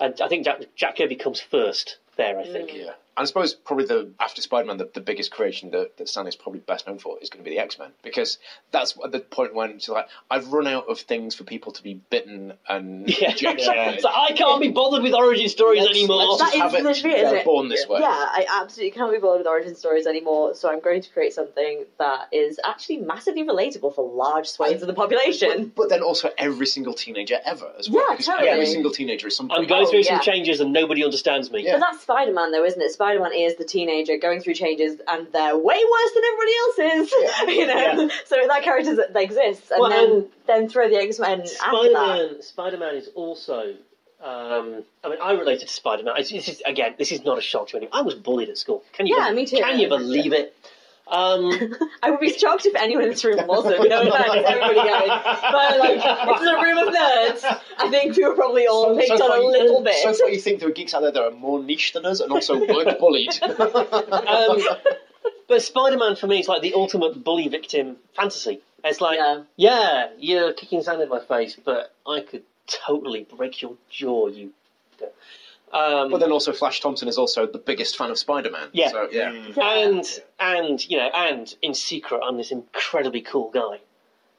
[SPEAKER 1] And I think Jack, Jack Kirby comes first there. I
[SPEAKER 4] Mm.
[SPEAKER 1] think.
[SPEAKER 3] Yeah. And I suppose probably the after Spider Man, the, the biggest creation that, that Stanley's probably best known for is going to be the X Men because that's at the point when it's like I've run out of things for people to be bitten and
[SPEAKER 1] Yeah,
[SPEAKER 3] injected with.
[SPEAKER 1] So I can't be bothered with origin stories
[SPEAKER 3] Let's-
[SPEAKER 1] anymore.
[SPEAKER 3] let's just
[SPEAKER 4] That
[SPEAKER 3] have
[SPEAKER 4] is
[SPEAKER 3] it.
[SPEAKER 4] literally, is
[SPEAKER 3] They're
[SPEAKER 4] it?
[SPEAKER 3] born this way.
[SPEAKER 4] Yeah, I absolutely can't be bothered with origin stories anymore, so I'm going to create something that is actually massively relatable for large swathes of the population.
[SPEAKER 3] But then also every single teenager ever as well.
[SPEAKER 4] Yeah,
[SPEAKER 3] because
[SPEAKER 4] totally.
[SPEAKER 3] Every single teenager is something.
[SPEAKER 1] I'm going
[SPEAKER 4] Oh,
[SPEAKER 1] through some
[SPEAKER 4] yeah.
[SPEAKER 1] changes and nobody understands me.
[SPEAKER 3] Yeah.
[SPEAKER 4] But that's Spider Man, though, isn't it? Spider Man is the teenager going through changes, and they're way worse than everybody else's.
[SPEAKER 3] Yeah.
[SPEAKER 4] you know, so that character that exists, and
[SPEAKER 1] Well,
[SPEAKER 4] then
[SPEAKER 1] and-
[SPEAKER 4] then throw the X Men after that.
[SPEAKER 1] Spider-Man. Spider-Man is also. Um, I mean, I related to Spider-Man. It's- This is again, this is not a shock to anyone. I was bullied at school. Can you?
[SPEAKER 4] Yeah,
[SPEAKER 1] be-
[SPEAKER 4] me too.
[SPEAKER 1] Can you believe it? Um,
[SPEAKER 4] I would be shocked if anyone in this room wasn't. No offense, everybody goes. But like, this is a room of nerds. I think we were probably all picked on
[SPEAKER 3] far
[SPEAKER 4] a
[SPEAKER 3] you-
[SPEAKER 4] little bit.
[SPEAKER 3] So far, you think there are geeks out there that are more niche than us and also weren't bullied.
[SPEAKER 1] um, but Spider-Man for me is like the ultimate bully victim fantasy. It's like, yeah.
[SPEAKER 4] yeah.
[SPEAKER 1] you're kicking sand in my face, but I could totally break your jaw, you. Um,
[SPEAKER 3] But then also, Flash Thompson is also the biggest fan of Spider-Man.
[SPEAKER 1] Yeah.
[SPEAKER 3] So, yeah.
[SPEAKER 1] and and you know and in secret i'm this incredibly cool guy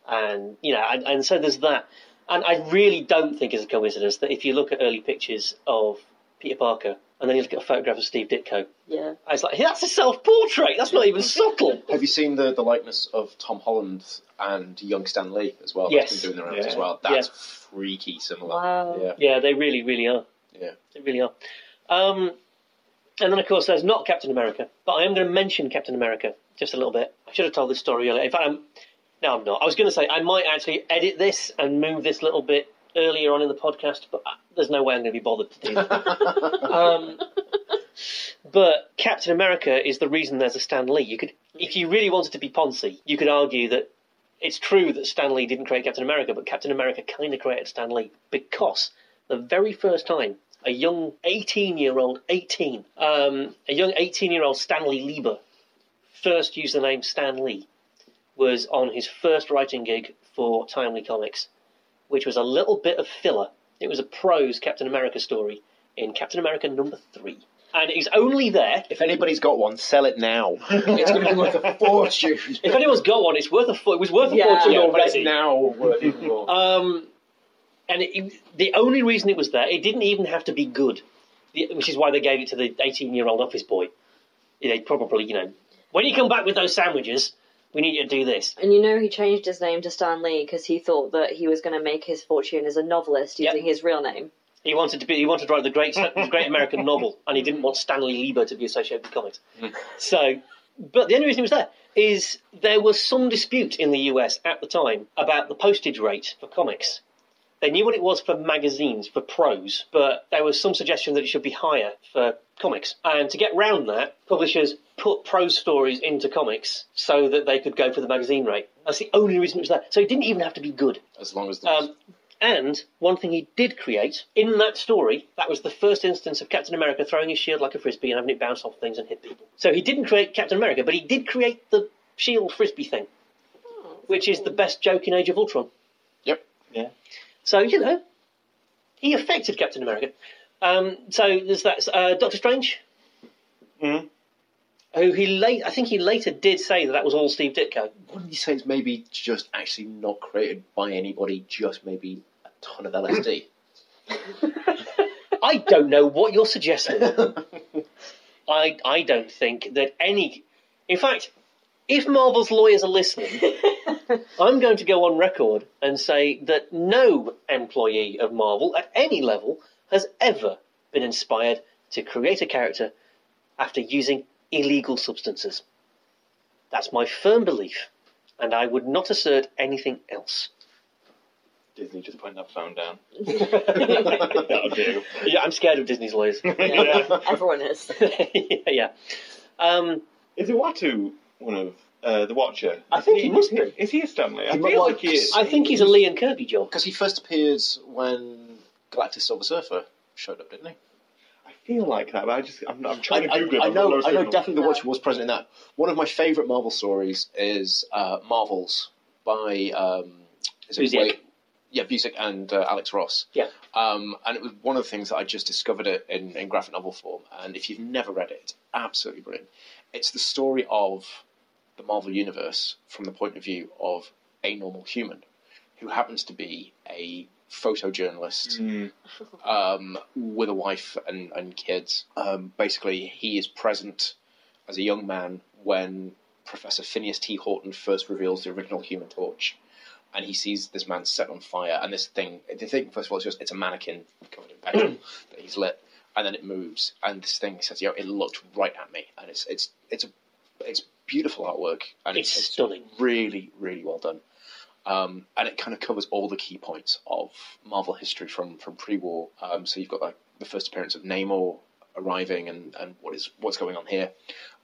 [SPEAKER 1] and you know and, and so there's that and i really don't think it's a coincidence that if you look at early pictures of peter parker and then you look at a photograph of steve ditko
[SPEAKER 4] yeah.
[SPEAKER 1] i was like hey, that's a self-portrait that's not even subtle
[SPEAKER 3] Have you seen the, the likeness of Tom Holland and young Stan Lee as well?
[SPEAKER 1] Yes.
[SPEAKER 3] That's been doing the rounds
[SPEAKER 2] Yeah.
[SPEAKER 3] as well. That's freaky similar.
[SPEAKER 4] Wow.
[SPEAKER 3] Yeah.
[SPEAKER 1] yeah they really really are
[SPEAKER 3] Yeah.
[SPEAKER 1] they really are um, and then of course there's not captain america but i am going to mention captain america just a little bit i should have told this story earlier in fact i'm No, I'm not. I was going to say I might actually edit this and move this little bit earlier on in the podcast, but I- there's no way I'm going to be bothered to do that. um, but Captain America is the reason there's a Stan Lee. You could, if you really wanted to be Ponzi, you could argue that it's true that Stan Lee didn't create Captain America, but Captain America kind of created Stan Lee because the very first time a young 18-year-old, 18, um, a young 18-year-old Stanley Lieber first used the name Stan Lee was on his first writing gig for Timely Comics, which was a little bit of filler. It was a prose Captain America story in Captain America number three. And it's only there.
[SPEAKER 3] If anybody's got one, sell it now. it's going to be worth a fortune.
[SPEAKER 1] If anyone's got one, it's worth a fo- it was worth a
[SPEAKER 4] Yeah.
[SPEAKER 1] fortune
[SPEAKER 4] Yeah,
[SPEAKER 3] but it's
[SPEAKER 1] already.
[SPEAKER 3] now worth even more.
[SPEAKER 2] Uh,
[SPEAKER 1] Um, and it, it- the only reason it was there, it didn't even have to be good, The- which is why they gave it to the 18 year old office boy. They probably, you know, when you come back with those sandwiches, we need you to do this.
[SPEAKER 4] And you know he changed his name to Stan Lee because he thought that he was going to make his fortune as a novelist
[SPEAKER 1] Yep.
[SPEAKER 4] using his real name.
[SPEAKER 1] He wanted to be. He wanted to write the great, the great American novel, and he didn't want Stanley Lieber to be associated with comics. So, but the only reason he was there is there was some dispute in the U.S. at the time about the postage rate for comics. They knew what it was for magazines, for prose, but there was some suggestion that it should be higher for comics. And to get round that, publishers put prose stories into comics so that they could go for the magazine rate. That's the only reason it was there. So it didn't even have to be good.
[SPEAKER 3] As long as the
[SPEAKER 1] Um, and one thing he did create in that story, that was the first instance of Captain America throwing his shield like a frisbee and having it bounce off things and hit people. So he didn't create Captain America, but he did create the shield frisbee thing, which is the best joke in Age of Ultron.
[SPEAKER 3] Yep.
[SPEAKER 2] Yeah.
[SPEAKER 1] So you know, he affected Captain America. Um, so there's that uh, Doctor Strange,
[SPEAKER 2] Mhm.
[SPEAKER 1] who he late I think he later did say that that was all Steve Ditko.
[SPEAKER 3] one of these things maybe just actually not created by anybody, just maybe a ton of LSD.
[SPEAKER 1] I don't know what you're suggesting. I I don't think that any. In fact, if Marvel's lawyers are listening, I'm going to go on record and say that no employee of Marvel at any level has ever been inspired to create a character after using illegal substances. That's my firm belief, and I would not assert anything else.
[SPEAKER 2] Disney just putting that phone down.
[SPEAKER 1] yeah,
[SPEAKER 2] That'll do.
[SPEAKER 1] I'm scared of Disney's lawyers.
[SPEAKER 2] Yeah.
[SPEAKER 4] Everyone is.
[SPEAKER 1] yeah. Um,
[SPEAKER 2] Is Iwatu one of uh, the Watcher?
[SPEAKER 1] I think he must be.
[SPEAKER 2] Is he a Stanley?
[SPEAKER 3] He
[SPEAKER 2] I feel
[SPEAKER 3] might
[SPEAKER 2] like
[SPEAKER 3] like-
[SPEAKER 2] he is.
[SPEAKER 1] I think he's a Lee and Kirby job.
[SPEAKER 3] Because he first appears when Galactus Silver Surfer showed up, didn't he?
[SPEAKER 2] I feel like that, but I just I'm,
[SPEAKER 3] I,
[SPEAKER 2] I'm trying to
[SPEAKER 3] I-
[SPEAKER 2] Google. it,
[SPEAKER 3] I
[SPEAKER 2] I'm
[SPEAKER 3] know,
[SPEAKER 2] not
[SPEAKER 3] I know.
[SPEAKER 2] certain.
[SPEAKER 3] Definitely, the Watcher was present in that. One of my favourite Marvel stories is uh, Marvels by um, is
[SPEAKER 1] Busiek.
[SPEAKER 3] Wade- yeah, Busiek and uh, Alex Ross.
[SPEAKER 1] Yeah.
[SPEAKER 3] Um, and it was one of the things that I just discovered it in, in graphic novel form. And if you've never read it, it's absolutely brilliant. It's the story of the Marvel Universe from the point of view of a normal human who happens to be a photojournalist
[SPEAKER 2] Mm.
[SPEAKER 3] um, with a wife and, and kids. Um, basically, he is present as a young man when Professor Phineas T. Horton first reveals the original Human Torch, and he sees this man set on fire. And this thing, the thing, first of all, it's just it's a mannequin covered in petrol that he's lit, and then it moves, and this thing says, "Yo, it looked right at me," and it's it's it's a it's beautiful artwork, and
[SPEAKER 1] It's stunning.
[SPEAKER 3] really really well done. Um, and it kind of covers all the key points of Marvel history from, from pre-war. Um, so you've got like the first appearance of Namor arriving and, and what is what's going on here,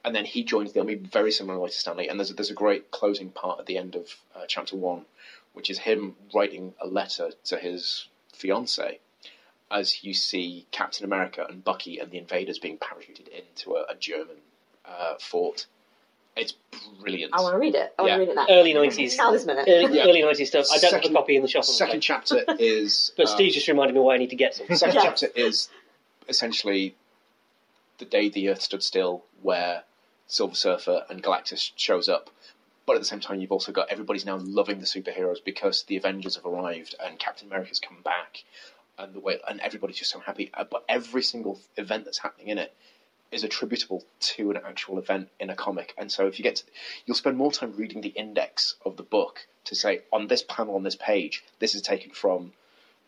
[SPEAKER 3] and then he joins the army very similarly to Stanley. And there's a, there's a great closing part at the end of uh, chapter one, which is him writing a letter to his fiance, as you see Captain America and Bucky and the invaders being parachuted into a, a German uh, fort. It's brilliant.
[SPEAKER 4] I want to read it. I want
[SPEAKER 3] Yeah.
[SPEAKER 4] to read it now.
[SPEAKER 1] Early 90s.
[SPEAKER 4] Now this minute.
[SPEAKER 1] Early,
[SPEAKER 3] Yeah.
[SPEAKER 1] Uh, early 90s stuff. I don't have
[SPEAKER 3] Second-
[SPEAKER 1] a copy in the shop. I'm
[SPEAKER 3] Second
[SPEAKER 1] afraid.
[SPEAKER 3] chapter is
[SPEAKER 1] But
[SPEAKER 3] um,
[SPEAKER 1] Steve just reminded me why I need to get some.
[SPEAKER 3] Second
[SPEAKER 4] Yes.
[SPEAKER 3] chapter is essentially the day the Earth stood still, where Silver Surfer and Galactus shows up. But at the same time, you've also got everybody's now loving the superheroes because the Avengers have arrived and Captain America's come back, and the way and everybody's just so happy. Uh, But every single event that's happening in it is attributable to an actual event in a comic. And so if you get to, you'll spend more time reading the index of the book to say on this panel on this page, this is taken from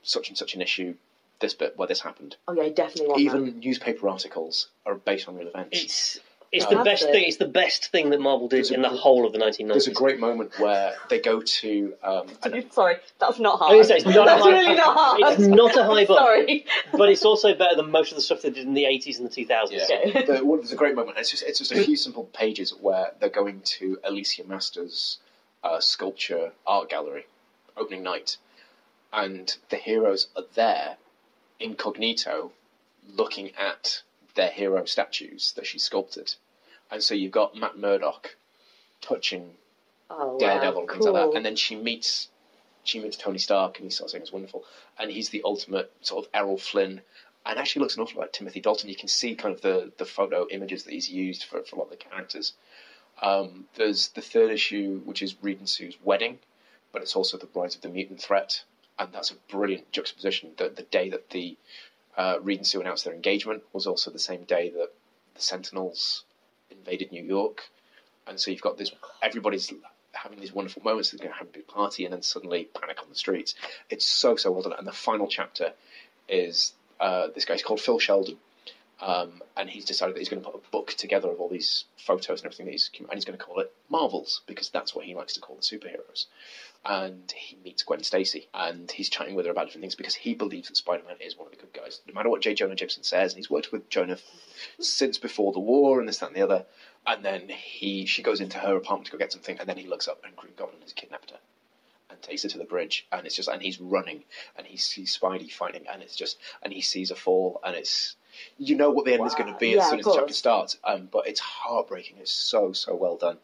[SPEAKER 3] such and such an issue, this bit where this happened.
[SPEAKER 4] Oh yeah, I definitely want
[SPEAKER 3] Even
[SPEAKER 4] that.
[SPEAKER 3] newspaper articles are based on real events.
[SPEAKER 1] It's it's
[SPEAKER 3] No.
[SPEAKER 1] the best
[SPEAKER 4] That's it.
[SPEAKER 1] thing. It's the best thing that Marvel did
[SPEAKER 3] There's a
[SPEAKER 1] in the
[SPEAKER 3] gr-
[SPEAKER 1] whole of the
[SPEAKER 3] There's a
[SPEAKER 1] 1990s.
[SPEAKER 3] great moment where they go to um, an
[SPEAKER 4] Sorry, that's not
[SPEAKER 1] I
[SPEAKER 4] hard.
[SPEAKER 1] was gonna say, Oh, it's not a
[SPEAKER 4] that's
[SPEAKER 1] high-
[SPEAKER 4] really not hard.
[SPEAKER 1] It's not a high bar,
[SPEAKER 4] Oh, Sorry.
[SPEAKER 1] but it's also better than most of the stuff they did in the 80s and the 2000s.
[SPEAKER 3] Yeah.
[SPEAKER 4] Okay.
[SPEAKER 3] the, well, there's a great moment. It's just it's just a few simple pages where they're going to Alicia Masters' uh, sculpture art gallery opening night, and the heroes are there incognito, looking at their hero statues that she sculpted, and so you've got Matt Murdock touching
[SPEAKER 4] Oh,
[SPEAKER 3] Daredevil
[SPEAKER 4] wow.
[SPEAKER 3] and things
[SPEAKER 4] cool.
[SPEAKER 3] like that. And then she meets she meets Tony Stark and he starts saying it's wonderful. And he's the ultimate sort of Errol Flynn and actually looks an awful lot like Timothy Dalton. You can see kind of the, the photo images that he's used for, for a lot of the characters. Um, there's the third issue, which is Reed and Sue's wedding, but it's also the rise of the mutant threat. And that's a brilliant juxtaposition. The, the day that the uh, Reed and Sue announced their engagement was also the same day that the Sentinels invaded New York. And so you've got this, everybody's having these wonderful moments. They're going to have a big party, and then suddenly panic on the streets. It's so so well done. And the final chapter is uh, this guy's called Phil Sheldon, um, and he's decided that he's going to put a book together of all these photos and everything that he's and he's going to call it Marvels because that's what he likes to call the superheroes. And he meets Gwen Stacy, and he's chatting with her about different things because he believes that Spider-Man is one of the good guys, no matter what J. Jonah Jameson says. And he's worked with Jonah since before the war, and this, that, and the other. And then he, she goes into her apartment to go get something, and then he looks up, and Green Goblin has kidnapped her, and takes her to the bridge, and it's just, and he's running, and he sees Spidey fighting, and it's just, and he sees a fall, and it's, you know what the end is going to be
[SPEAKER 4] Yeah,
[SPEAKER 3] as
[SPEAKER 4] of
[SPEAKER 3] soon as the chapter
[SPEAKER 4] course.
[SPEAKER 3] starts, um, but it's heartbreaking. It's so so well done.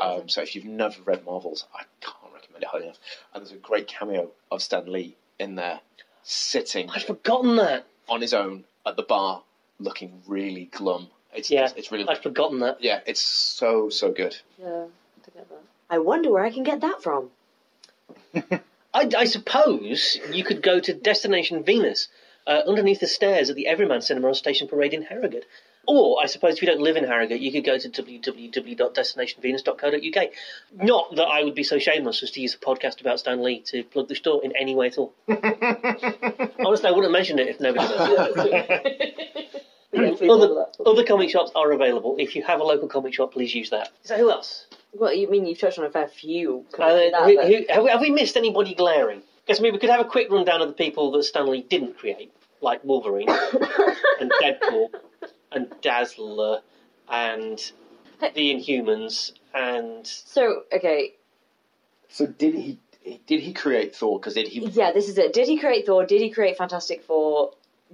[SPEAKER 3] Um,
[SPEAKER 4] Amazing.
[SPEAKER 3] so if you've never read Marvels, I can't recommend it highly enough. And there's a great cameo of Stan Lee in there, sitting
[SPEAKER 1] I'd forgotten that.
[SPEAKER 3] on his own at the bar, looking really glum. It's
[SPEAKER 1] Yeah.
[SPEAKER 3] it's, it's really
[SPEAKER 1] I'd forgotten that.
[SPEAKER 3] yeah, it's so so good.
[SPEAKER 4] yeah, I get that. I wonder where I can get that from.
[SPEAKER 1] I, I suppose you could go to Destination Venus uh, underneath the stairs at the Everyman Cinema on Station Parade in Harrogate. Or, I suppose if you don't live in Harrogate, you could go to www.destinationvenus.co.uk. Not that I would be so shameless as to use a podcast about Stan Lee to plug the store in any way at all. Honestly, I wouldn't mention it if nobody did.
[SPEAKER 4] Yeah, please
[SPEAKER 1] other,
[SPEAKER 4] order that.
[SPEAKER 1] other comic shops are available. If you have a local comic shop, please use that. So, who else?
[SPEAKER 4] Well, you mean you've touched on a fair few.
[SPEAKER 1] Uh,
[SPEAKER 4] Can we do that,
[SPEAKER 1] who-
[SPEAKER 4] but-
[SPEAKER 1] who- have, we, have we missed anybody glaring? Because I mean, we could have a quick rundown of the people that Stanley didn't create, like Wolverine and Deadpool and Dazzler and the Inhumans and
[SPEAKER 4] so, okay,
[SPEAKER 3] So did he did he create Thor? Because did he?
[SPEAKER 4] yeah, this is it. Did he create Thor? Did he create Fantastic Four?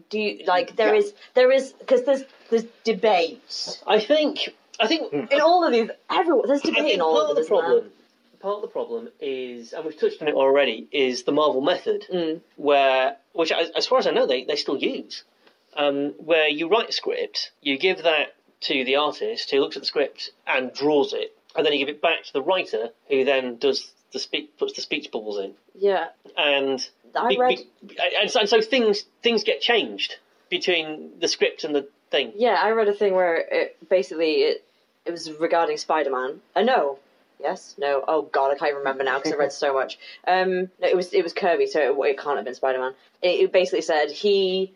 [SPEAKER 4] Do you like there
[SPEAKER 3] Yeah.
[SPEAKER 4] is there is because there's there's debate
[SPEAKER 1] I think I think I
[SPEAKER 4] in all of these. Everyone there's debate
[SPEAKER 1] think
[SPEAKER 4] in all
[SPEAKER 1] part
[SPEAKER 4] of
[SPEAKER 1] of the
[SPEAKER 4] this. man.
[SPEAKER 1] problem. Part of the problem is, and we've touched on it already, is the Marvel method,
[SPEAKER 4] Mm.
[SPEAKER 1] where, which as, as far as I know, they, they still use, um, where you write a script, you give that to the artist who looks at the script and draws it, and then you give it back to the writer who then does the speak puts the speech bubbles in,
[SPEAKER 4] Yeah,
[SPEAKER 1] and
[SPEAKER 4] I
[SPEAKER 1] be-
[SPEAKER 4] read.
[SPEAKER 1] be- and, so, and so things things get changed between the script and the thing.
[SPEAKER 4] Yeah, I read a thing where it basically it it was regarding Spider Man. Uh, no, yes, no. Oh God, I can't even remember now because I read so much. Um, no, it was it was Kirby, so it, it can't have been Spider Man. It, it basically said he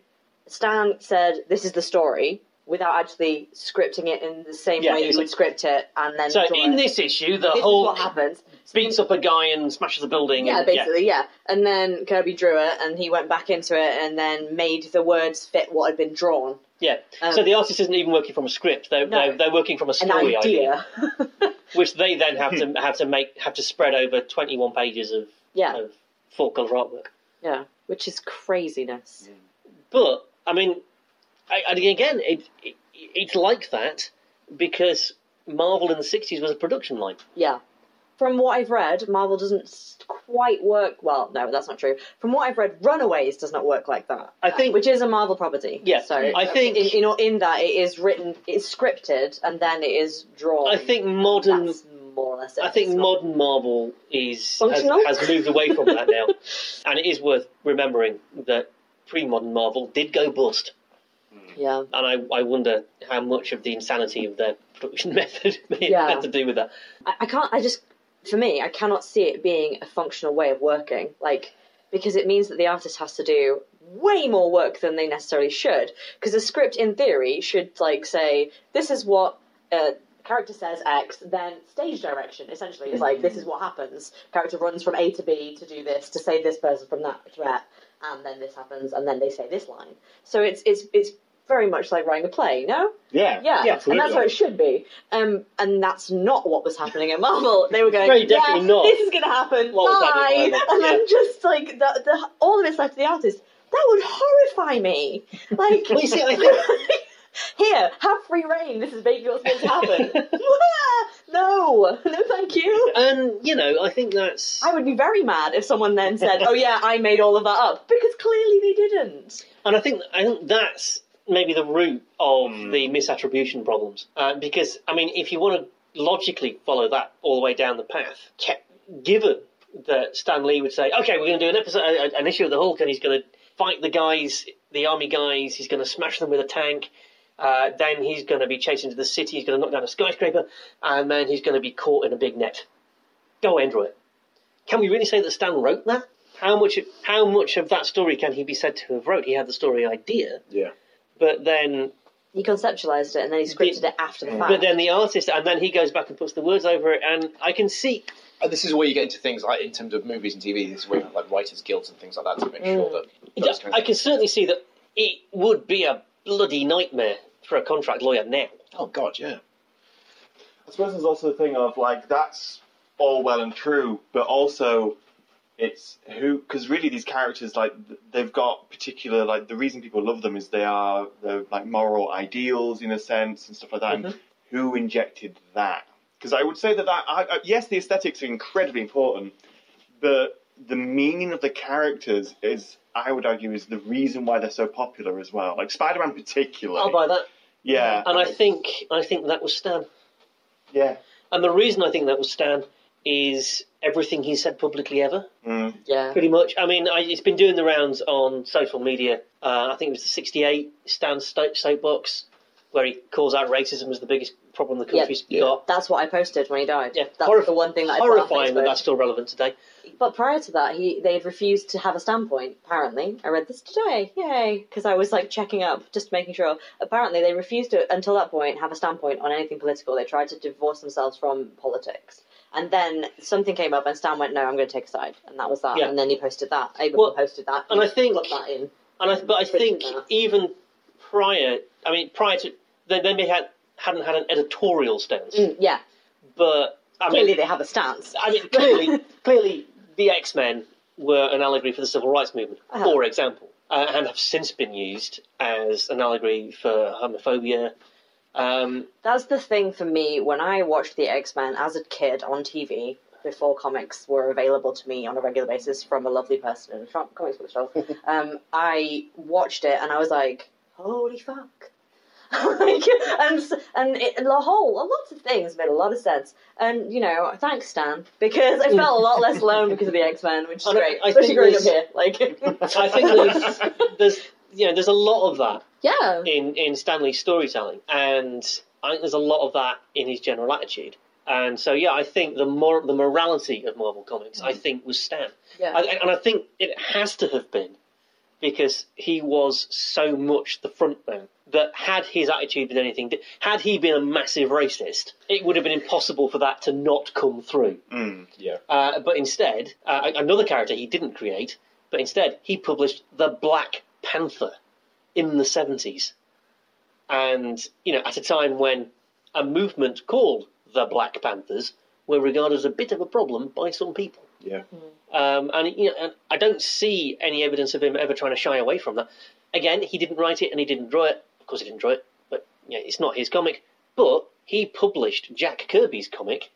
[SPEAKER 4] Stan said this is the story without actually scripting it in the same
[SPEAKER 1] Yeah,
[SPEAKER 4] way
[SPEAKER 1] it
[SPEAKER 4] you
[SPEAKER 1] was
[SPEAKER 4] would script it, and then
[SPEAKER 1] So
[SPEAKER 4] draw
[SPEAKER 1] in
[SPEAKER 4] it.
[SPEAKER 1] this issue, the
[SPEAKER 4] This is
[SPEAKER 1] Hulk
[SPEAKER 4] what happens.
[SPEAKER 1] beats up a guy and smashes a building.
[SPEAKER 4] Yeah,
[SPEAKER 1] and,
[SPEAKER 4] basically, yeah. And then Kirby drew it, and he went back into it, and then made the words fit what had been drawn.
[SPEAKER 1] Yeah.
[SPEAKER 4] Um,
[SPEAKER 1] so the artist isn't even working from a script. They're,
[SPEAKER 4] No.
[SPEAKER 1] they're, they're working from a
[SPEAKER 4] An
[SPEAKER 1] story idea,
[SPEAKER 4] idea.
[SPEAKER 1] which they then have to have to make have to spread over twenty one pages of,
[SPEAKER 4] yeah,
[SPEAKER 1] of full color artwork.
[SPEAKER 4] yeah. Which is craziness.
[SPEAKER 1] But I mean, I, and again, it, it it's like that because Marvel in the sixties was a production line.
[SPEAKER 4] Yeah. from what I've read, Marvel doesn't s- quite work. Well, no, that's not true. From what I've read, Runaways does not work like that.
[SPEAKER 1] I think-
[SPEAKER 4] which is a Marvel property.
[SPEAKER 1] Yeah,
[SPEAKER 4] so
[SPEAKER 1] I think-
[SPEAKER 4] in, in in that it is written, it's scripted, and then it is drawn.
[SPEAKER 1] I think modern
[SPEAKER 4] Oh, That's more or less. It.
[SPEAKER 1] I think
[SPEAKER 4] It's not-
[SPEAKER 1] modern Marvel is has,
[SPEAKER 4] Functional?
[SPEAKER 1] has moved away from that now, and it is worth remembering that pre-modern Marvel did go bust,
[SPEAKER 4] Yeah,
[SPEAKER 1] and I, I wonder how much of the insanity of their production method may
[SPEAKER 4] Yeah.
[SPEAKER 1] had to do with that.
[SPEAKER 4] I, I can't. I just for me, I cannot see it being a functional way of working. Like because it means that the artist has to do way more work than they necessarily should. Because a script, in theory, should like say this is what. Uh, Character says X, then stage direction. Essentially, it's like this is what happens. Character runs from A to B to do this to save this person from that threat, and then this happens, and then they say this line. So it's it's it's very much like writing a play. No,
[SPEAKER 2] Yeah.
[SPEAKER 4] yeah, and
[SPEAKER 2] absolutely.
[SPEAKER 4] that's what it should be. Um, and that's not what was happening at Marvel. They were going,
[SPEAKER 1] Very definitely
[SPEAKER 4] yeah,
[SPEAKER 1] not
[SPEAKER 4] This is going to happen.
[SPEAKER 1] what was happening
[SPEAKER 4] Bye.
[SPEAKER 1] at Marvel.
[SPEAKER 4] And
[SPEAKER 1] Yeah.
[SPEAKER 4] then just like the, the all of it's left to the artist. That would horrify me. Like,
[SPEAKER 1] Well, you see, I think-
[SPEAKER 4] here, have free reign. This is making what's going to happen. no, no, thank you.
[SPEAKER 1] And you know, I think that's
[SPEAKER 4] I would be very mad if someone then said, "Oh yeah, I made all of that up," because clearly they didn't.
[SPEAKER 1] And I think I think that's maybe the root of
[SPEAKER 2] Hmm.
[SPEAKER 1] the misattribution problems. Uh, because I mean, if you want to logically follow that all the way down the path, ke- given that Stan Lee would say, "Okay, we're going to do an episode, a- a- an issue of the Hulk, and he's going to fight the guys, the army guys. He's going to smash them with a tank." Uh, then he's going to be chased into the city. He's going to knock down a skyscraper, and then he's going to be caught in a big net. Go Android. Can we really say that Stan wrote that? How much? How much of that story can he be said to have wrote? He had the story idea,
[SPEAKER 3] Yeah.
[SPEAKER 1] but then,
[SPEAKER 4] He conceptualized it and then he scripted it after the fact.
[SPEAKER 1] but then the artist, and then he goes back and puts the words over it. And I can see
[SPEAKER 3] And this is where you get into things like in terms of movies and TV. This is where you have, like writers' guilds and things like that to make sure that
[SPEAKER 1] Mm. Yeah,
[SPEAKER 3] those kinds
[SPEAKER 1] I
[SPEAKER 3] of-
[SPEAKER 1] can certainly see that it would be a bloody nightmare for a contract lawyer now.
[SPEAKER 3] Oh God, yeah.
[SPEAKER 2] I suppose there's also the thing of like that's all well and true, but also it's who because really these characters like th- they've got particular like the reason people love them is they are they're like moral ideals in a sense and stuff like that. And who injected that? Because I would say that that I, I, yes, the aesthetics are incredibly important, but the meaning of the characters is I would argue is the reason why they're so popular as well. Like Spider-Man, particularly.
[SPEAKER 1] I'll buy that.
[SPEAKER 2] yeah,
[SPEAKER 1] And I think I think that was Stan.
[SPEAKER 2] yeah.
[SPEAKER 1] And the reason I think that was Stan is everything he said publicly ever.
[SPEAKER 2] Mm.
[SPEAKER 4] yeah.
[SPEAKER 1] Pretty much. I mean, I, it's been doing the rounds on social media. Uh, I think it was the 68 Stan Sto- Soapbox, where he calls out racism as the biggest problem the
[SPEAKER 4] Yeah.
[SPEAKER 1] country's
[SPEAKER 3] Yeah.
[SPEAKER 1] got.
[SPEAKER 4] That's what I posted when he died.
[SPEAKER 1] Yeah,
[SPEAKER 4] That's
[SPEAKER 1] horrif-
[SPEAKER 4] the one thing that I put on
[SPEAKER 1] Horrifying that
[SPEAKER 4] Facebook.
[SPEAKER 1] that's still relevant today.
[SPEAKER 4] But prior to that, he they had refused to have a standpoint. Apparently, I read this today. Yay! Because I was like checking up, just making sure. Apparently, they refused to until that point have a standpoint on anything political. They tried to divorce themselves from politics, and then something came up, and Stan went, "No, I'm going to take a side," and that was that.
[SPEAKER 1] Yeah.
[SPEAKER 4] And then he posted that. Abel
[SPEAKER 1] Well,
[SPEAKER 4] posted that.
[SPEAKER 1] and I
[SPEAKER 4] He
[SPEAKER 1] think-
[SPEAKER 4] put that in.
[SPEAKER 1] And I, but I
[SPEAKER 4] Richard
[SPEAKER 1] think
[SPEAKER 4] Miller.
[SPEAKER 1] even prior, I mean, prior to they, they may had hadn't had an editorial stance,
[SPEAKER 4] Mm, yeah,
[SPEAKER 1] but I
[SPEAKER 4] clearly
[SPEAKER 1] mean,
[SPEAKER 4] they have a stance.
[SPEAKER 1] I mean, clearly, clearly, the X Men were an allegory for the civil rights movement,
[SPEAKER 4] Uh-huh.
[SPEAKER 1] for example, uh, and have since been used as an allegory for homophobia. Um,
[SPEAKER 4] That's the thing for me when I watched the X Men as a kid on TV before comics were available to me on a regular basis from a lovely person in a shop, comics bookshop. um, I watched it and I was like, "Holy fuck!" like, and s- and it, the whole a lot of things made a lot of sense. And you know, thanks Stan because I felt a lot less alone because of the X Men, which is
[SPEAKER 1] And I-
[SPEAKER 4] great,
[SPEAKER 1] I
[SPEAKER 4] especially
[SPEAKER 1] think
[SPEAKER 4] growing up here.
[SPEAKER 1] there's-
[SPEAKER 4] Like,
[SPEAKER 1] I think there's, there's you know there's a lot of that
[SPEAKER 4] yeah,
[SPEAKER 1] in in Stanley's storytelling, and I think there's a lot of that in his general attitude. And so, yeah, I think the mor- the morality of Marvel Comics, I think, was Stan,
[SPEAKER 4] yeah.
[SPEAKER 1] I, and I think it has to have been because he was so much the front man that had his attitude been anything, di- had he been a massive racist, it would have been impossible for that to not come through.
[SPEAKER 2] Mm.
[SPEAKER 1] Uh, but instead, uh, another character he didn't create, but instead he published the Black Panther in the 70s. And, you know, at a time when a movement called the Black Panthers were regarded as a bit of a problem by some people.
[SPEAKER 3] Yeah.
[SPEAKER 1] Um, and, you know, and I don't see any evidence of him ever trying to shy away from that. Again, he didn't write it and he didn't draw it. Of course, he didn't draw it, but you know, it's not his comic. But he published Jack Kirby's comic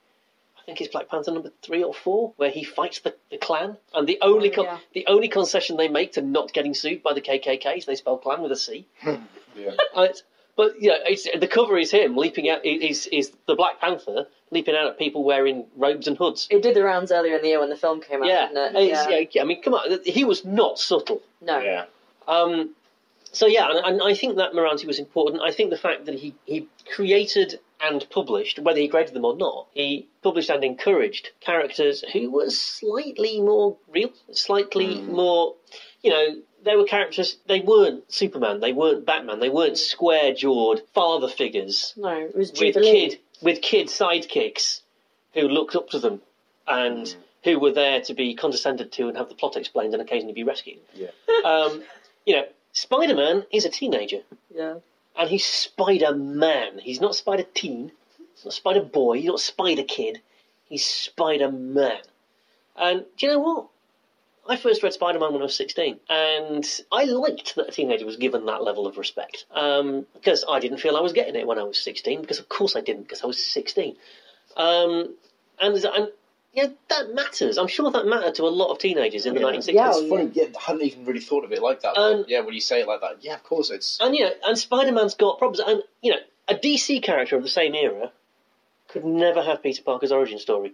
[SPEAKER 1] I think think it's Black Panther number three or four, where he fights the, the clan. And the only con-
[SPEAKER 4] yeah.
[SPEAKER 1] the only concession they make to not getting sued by the KKK is they spell clan with a C.
[SPEAKER 3] Yeah.
[SPEAKER 1] And it's- but you know, it's, the cover is him leaping out. Is is the Black Panther leaping out at people wearing robes and hoods?
[SPEAKER 4] It did the rounds earlier in the year when the film came out,
[SPEAKER 1] Yeah,
[SPEAKER 4] didn't it?
[SPEAKER 1] It's- yeah, yeah. I mean, come on, he was not subtle.
[SPEAKER 4] No.
[SPEAKER 2] Yeah.
[SPEAKER 1] Um, so yeah, and, and I think that Moranti was important. I think the fact that he, he created and published, whether he created them or not, he published and encouraged characters who were slightly more real, slightly more, you know, they were characters. They weren't Superman, they weren't Batman, they weren't square jawed father figures
[SPEAKER 4] No, it was
[SPEAKER 1] with
[SPEAKER 4] Jubilee.
[SPEAKER 1] kid with kid sidekicks who looked up to them and who were there to be condescended to and have the plot explained and occasionally be rescued.
[SPEAKER 3] Yeah.
[SPEAKER 1] Um, you know, Spider Man is a teenager
[SPEAKER 4] Yeah.
[SPEAKER 1] and he's Spider Man. He's not Spider Teen. He's not Spider Boy. He's not Spider Kid. He's Spider Man. And do you know what? I first read Spider Man when I was 16, and I liked that a teenager was given that level of respect. Um, because I didn't feel I was getting it when I was 16, because of course I didn't, because I was 16. Um, and, and yeah, that matters. I'm sure that mattered to a lot of teenagers in the
[SPEAKER 3] Yeah.
[SPEAKER 1] 1960s.
[SPEAKER 4] Yeah,
[SPEAKER 3] it's
[SPEAKER 4] oh,
[SPEAKER 3] funny. Yeah. I hadn't even really thought of it like that.
[SPEAKER 1] Um, Oh.
[SPEAKER 3] yeah, when you say it like that, yeah, of course it's.
[SPEAKER 1] And you know, and Spider Man's got problems. And you know, a DC character of the same era could never have Peter Parker's origin story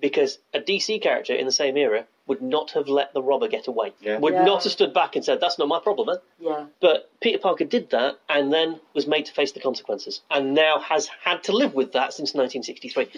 [SPEAKER 1] because a DC character in the same era would not have let the robber get away.
[SPEAKER 2] Yeah.
[SPEAKER 1] Would
[SPEAKER 4] Yeah.
[SPEAKER 1] not have stood back and said, "That's not my problem." Man.
[SPEAKER 4] Yeah.
[SPEAKER 1] But Peter Parker did that, and then was made to face the consequences, and now has had to live with that since 1963.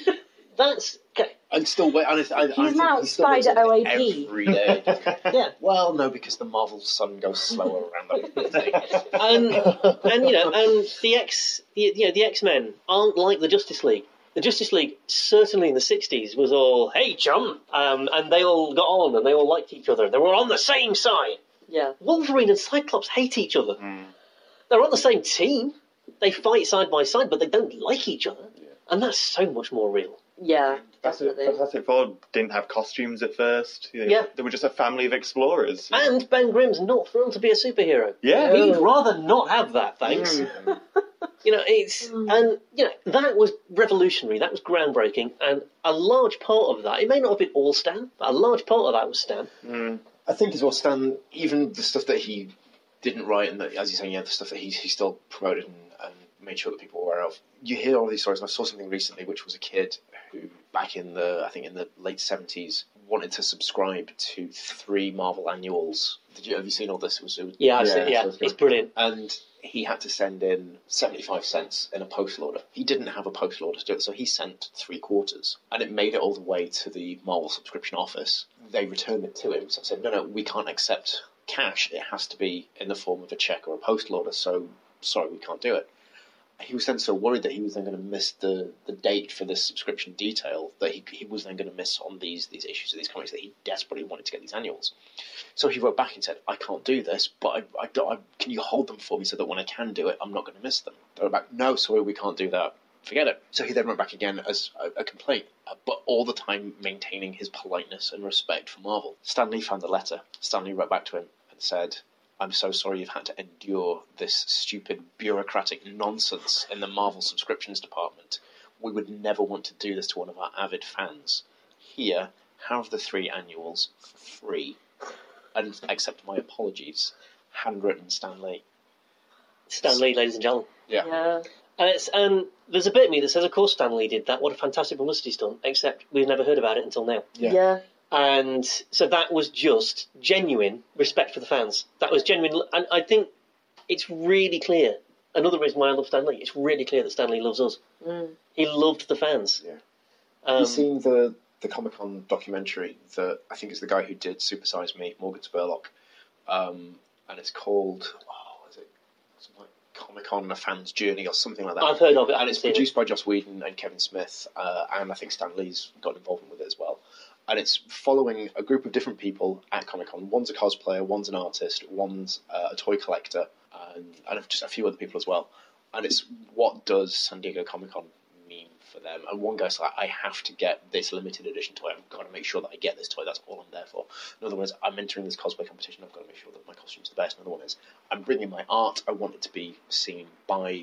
[SPEAKER 1] That's okay,
[SPEAKER 3] And still wait. And I, I, I
[SPEAKER 4] He's now
[SPEAKER 3] think he still wakes
[SPEAKER 4] Spider
[SPEAKER 3] up
[SPEAKER 4] OAP.
[SPEAKER 3] every day.
[SPEAKER 1] yeah,
[SPEAKER 3] well, no, because the Marvel sun goes slower around that.
[SPEAKER 1] and and you know, and the X, the, you know, the X Men aren't like the Justice League. The Justice League, certainly in the '60s, was all "Hey, chum," um, and they all got on and they all liked each other. They were on the same side.
[SPEAKER 4] Yeah.
[SPEAKER 1] Wolverine and Cyclops hate each other. They're on the same team. They fight side by side, but they don't like each other, and that's so much more real.
[SPEAKER 4] Yeah.
[SPEAKER 2] Fantastic,
[SPEAKER 4] Definitely.
[SPEAKER 2] Fantastic Four didn't have costumes at first. You know,
[SPEAKER 1] Yeah.
[SPEAKER 2] They were just a family of explorers.
[SPEAKER 1] And Ben Grimm's not thrilled to be a superhero.
[SPEAKER 2] yeah. Hmm.
[SPEAKER 1] He'd rather not have that, thanks. You know, it's and you know that was revolutionary. That was groundbreaking, and a large part of that. It may not have been all Stan, but a large part of that was Stan.
[SPEAKER 3] I think as well, Stan, even the stuff that he didn't write, and that, as you're saying, yeah, the stuff that he, he still promoted and, and made sure that people were aware of. You hear all these stories, and I saw something recently, which was a kid who, back in the, I think in the late 70s, wanted to subscribe to three Marvel annuals. Did you, have you seen all this? It was, it was-
[SPEAKER 1] Yeah, I've
[SPEAKER 2] Yeah,
[SPEAKER 1] seen-
[SPEAKER 2] so
[SPEAKER 1] yeah,
[SPEAKER 2] it's
[SPEAKER 1] it's brilliant.
[SPEAKER 3] and he had to send in 75 cents in a postal order. He didn't have a postal order to do it, so he sent three quarters. And it made it all the way to the Marvel subscription office. They returned it to him, so I said, no, no, we can't accept cash. It has to be in the form of a check or a postal order, so sorry, we can't do it. He was then so worried that he was then going to miss the, the date for this subscription detail that he, he was then going to miss on these, these issues of these comics that he desperately wanted to get these annuals. So he wrote back and said, I can't do this, but I, I, don't- I- can you hold them for me so that when I can do it, I'm not going to miss them? They wrote back, no, sorry, we can't do that. Forget it. So he then wrote back again as a, a complaint, uh, but all the time maintaining his politeness and respect for Marvel. Stanley found the letter. Stanley wrote back to him and said, I'm so sorry you've had to endure this stupid bureaucratic nonsense in the Marvel subscriptions department. We would never want to do this to one of our avid fans. Here, have the three annuals for free and accept my apologies. Handwritten Stanley.
[SPEAKER 1] Stan Lee, ladies and gentlemen.
[SPEAKER 4] Yeah.
[SPEAKER 1] And it's and there's a bit of me that says, of course, Stan Lee did that. What a fantastic publicity stunt! Except we've never heard about it until now.
[SPEAKER 3] Yeah.
[SPEAKER 4] Yeah.
[SPEAKER 1] And so that was just genuine respect for the fans. That was genuine, and I think it's really clear. Another reason why I love Stan Lee. It's really clear that Stan Lee loves us.
[SPEAKER 4] Mm.
[SPEAKER 1] He loved the fans.
[SPEAKER 3] Yeah.
[SPEAKER 1] Um,
[SPEAKER 3] You've seen the, the Comic Con documentary that I think is the guy who did Super Size Me, Morgan Spurlock. Um, and it's called, oh, is it something like Comic Con A Fan's Journey or something like that?
[SPEAKER 1] I've heard of it. I
[SPEAKER 3] and
[SPEAKER 1] haven't
[SPEAKER 3] it's
[SPEAKER 1] seen it.
[SPEAKER 3] produced by Joss Whedon and Kevin Smith, uh, and I think Stan Lee's got involvement with it as well. And it's following a group of different people at Comic Con. One's a cosplayer, one's an artist, one's uh, a toy collector, and, and just a few other people as well. And it's what does San Diego Comic Con mean for them? And one guy's like, I have to get this limited edition toy. I've got to make sure that I get this toy. That's all I'm there for. In other words, I'm entering this cosplay competition. I've got to make sure that my costume's the best. Another one is, I'm bringing my art. I want it to be seen by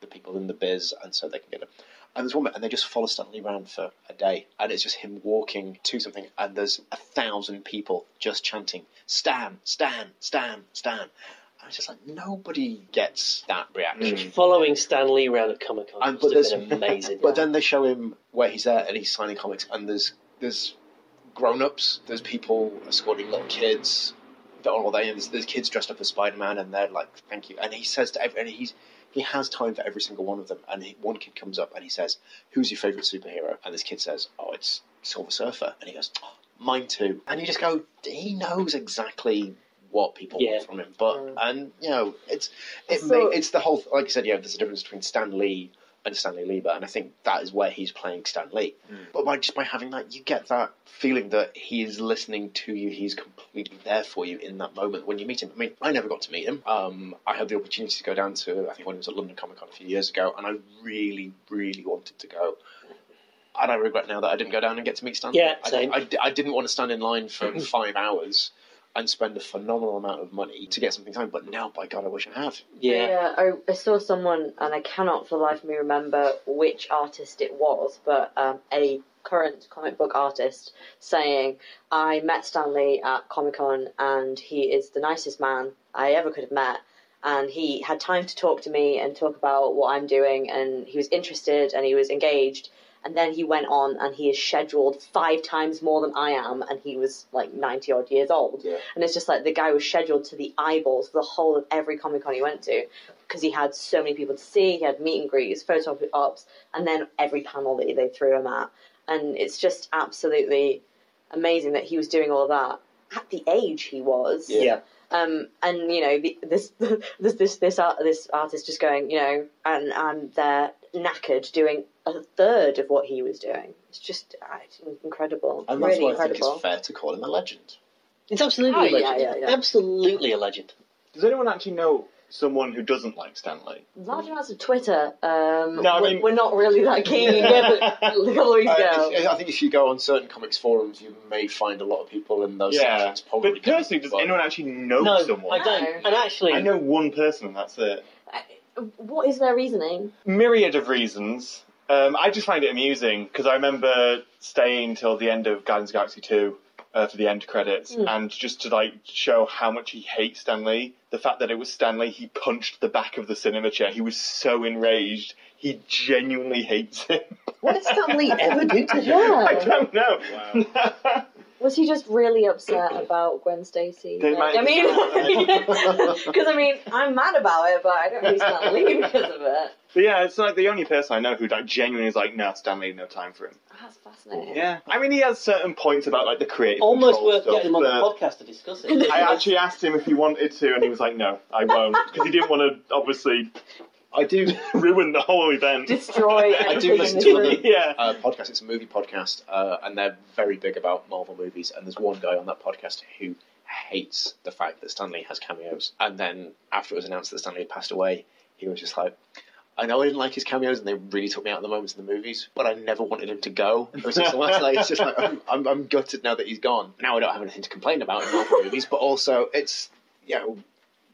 [SPEAKER 3] the people in the biz, and so they can get them. And there's one bit, and they just follow Stanley around for a day, and it's just him walking to something, and there's a thousand people just chanting Stan, Stan, Stan, Stan. And it's just like nobody gets that reaction.
[SPEAKER 1] Mm. Following Stan Lee around at Comic Con
[SPEAKER 3] And-
[SPEAKER 1] must
[SPEAKER 3] but
[SPEAKER 1] have
[SPEAKER 3] there's-
[SPEAKER 1] been amazing.
[SPEAKER 3] But then they show him where he's at and he's signing comics, and there's there's grown ups, there's people escorting little kids. That are all there. and There's, there's kids dressed up as Spider Man, and they're like, "Thank you." And he says to every, and he's he has time for every single one of them. And he, one kid comes up and he says, "Who's your favorite superhero?" And this kid says, "Oh, it's Silver Surfer." And he goes, "Oh, "Mine too." And you just go, he knows exactly what people
[SPEAKER 1] Yeah.
[SPEAKER 3] want from him. But
[SPEAKER 4] Mm.
[SPEAKER 3] and you know, it's it
[SPEAKER 4] So-
[SPEAKER 3] ma- it's the whole like I said, yeah. There's a difference between Stan Lee and Stanley Lieber, and I think that is where he's playing Stan Lee.
[SPEAKER 2] Mm.
[SPEAKER 3] But by just by having that, you get that feeling that he is listening to you. He's completely there for you in that moment when you meet him. I mean, I never got to meet him. Um, I had the opportunity to go down to I think when he was at London Comic Con a few years ago, and I really, really wanted to go. And I regret now that I didn't go down and get to meet Stan.
[SPEAKER 1] Yeah,
[SPEAKER 3] I-
[SPEAKER 1] same.
[SPEAKER 3] I, I didn't want to stand in line for five hours and spend a phenomenal amount of money to get something signed. But now, by God, I wish I had.
[SPEAKER 1] yeah.
[SPEAKER 4] I, uh, I saw someone, and I cannot for the life of me remember which artist it was, but um, a current comic book artist saying, I met Stanley at Comic Con, and he is the nicest man I ever could have met. And he had time to talk to me and talk about what I'm doing, and he was interested and he was engaged. And then he went on, and he is scheduled five times more than I am, and he was like 90 odd years old.
[SPEAKER 3] Yeah.
[SPEAKER 4] And it's just like the guy was scheduled to the eyeballs for the whole of every Comic Con he went to because he had so many people to see, he had meet and greets, photo op- ops, and then every panel that they threw him at. And it's just absolutely amazing that he was doing all that at the age he was.
[SPEAKER 3] Yeah.
[SPEAKER 1] Yeah.
[SPEAKER 4] Um, and you know the, this this this this, art, this artist just going you know and and they're knackered doing a third of what he was doing. It's just uh, it's incredible,
[SPEAKER 3] And that's
[SPEAKER 4] really
[SPEAKER 3] why I think
[SPEAKER 4] incredible.
[SPEAKER 3] it's fair to call him a legend.
[SPEAKER 1] It's absolutely
[SPEAKER 4] Oh,
[SPEAKER 1] a
[SPEAKER 4] yeah,
[SPEAKER 1] legend.
[SPEAKER 4] yeah, yeah.
[SPEAKER 1] Absolutely a legend.
[SPEAKER 2] Does anyone actually know someone who doesn't like Stanley?
[SPEAKER 4] Large amounts of Twitter. Um,
[SPEAKER 2] No, I
[SPEAKER 4] we-
[SPEAKER 2] mean-
[SPEAKER 4] we're not really that keen. Yeah, but a couple of weeks
[SPEAKER 3] I,
[SPEAKER 4] ago.
[SPEAKER 3] if- I think if you go on certain comics forums, you may find a lot of people in those
[SPEAKER 2] Yeah.
[SPEAKER 3] sections. Probably
[SPEAKER 2] But personally, does
[SPEAKER 3] But-
[SPEAKER 2] anyone actually know
[SPEAKER 1] no, I
[SPEAKER 2] someone?
[SPEAKER 1] don't.
[SPEAKER 4] No.
[SPEAKER 1] And actually,
[SPEAKER 2] I know one person, and that's it.
[SPEAKER 4] What is their reasoning?
[SPEAKER 2] myriad of reasons. Um, I just find it amusing because I remember staying till the end of Guardians of the Galaxy 2 uh, for the end credits
[SPEAKER 4] Mm.
[SPEAKER 2] and just to like show how much he hates Stanley. The fact that it was Stanley, he punched the back of the cinema chair. He was so enraged. He genuinely hates him.
[SPEAKER 1] what did Stan Lee ever do to him?
[SPEAKER 4] Yeah.
[SPEAKER 2] I don't know.
[SPEAKER 4] Was he just really upset about Gwen Stacy?
[SPEAKER 2] They
[SPEAKER 4] Like,
[SPEAKER 2] might-
[SPEAKER 4] I mean, because I mean, I'm mad about it, but I don't really stand leave because of it.
[SPEAKER 2] but yeah, it's like the only person I know who like genuinely is like, no, Stanley, no time for him.
[SPEAKER 4] That's fascinating.
[SPEAKER 2] Yeah. I mean, he has certain points about like the creative.
[SPEAKER 1] Almost
[SPEAKER 2] control
[SPEAKER 1] worth
[SPEAKER 2] stuff,
[SPEAKER 1] getting him on
[SPEAKER 2] but-
[SPEAKER 1] the podcast to discuss it.
[SPEAKER 2] I actually asked him if he wanted to, and he was like, "No, I won't," because he didn't want to obviously
[SPEAKER 3] I do.
[SPEAKER 2] ruin the whole event.
[SPEAKER 4] Destroy
[SPEAKER 3] I
[SPEAKER 4] everything
[SPEAKER 3] do
[SPEAKER 4] in
[SPEAKER 3] listen
[SPEAKER 4] this
[SPEAKER 3] to
[SPEAKER 4] room.
[SPEAKER 3] another
[SPEAKER 2] yeah.
[SPEAKER 3] uh, podcast. It's a movie podcast, uh, and they're very big about Marvel movies. And there's one guy on that podcast who hates the fact that Stanley has cameos. And then after it was announced that Stanley had passed away, he was just like. I know I didn't like his cameos, and they really took me out of the moments in the movies. But I never wanted him to go. It was just like, it's just like I'm, I'm, I'm gutted now that he's gone. Now I don't have anything to complain about in Marvel movies, but also it's you know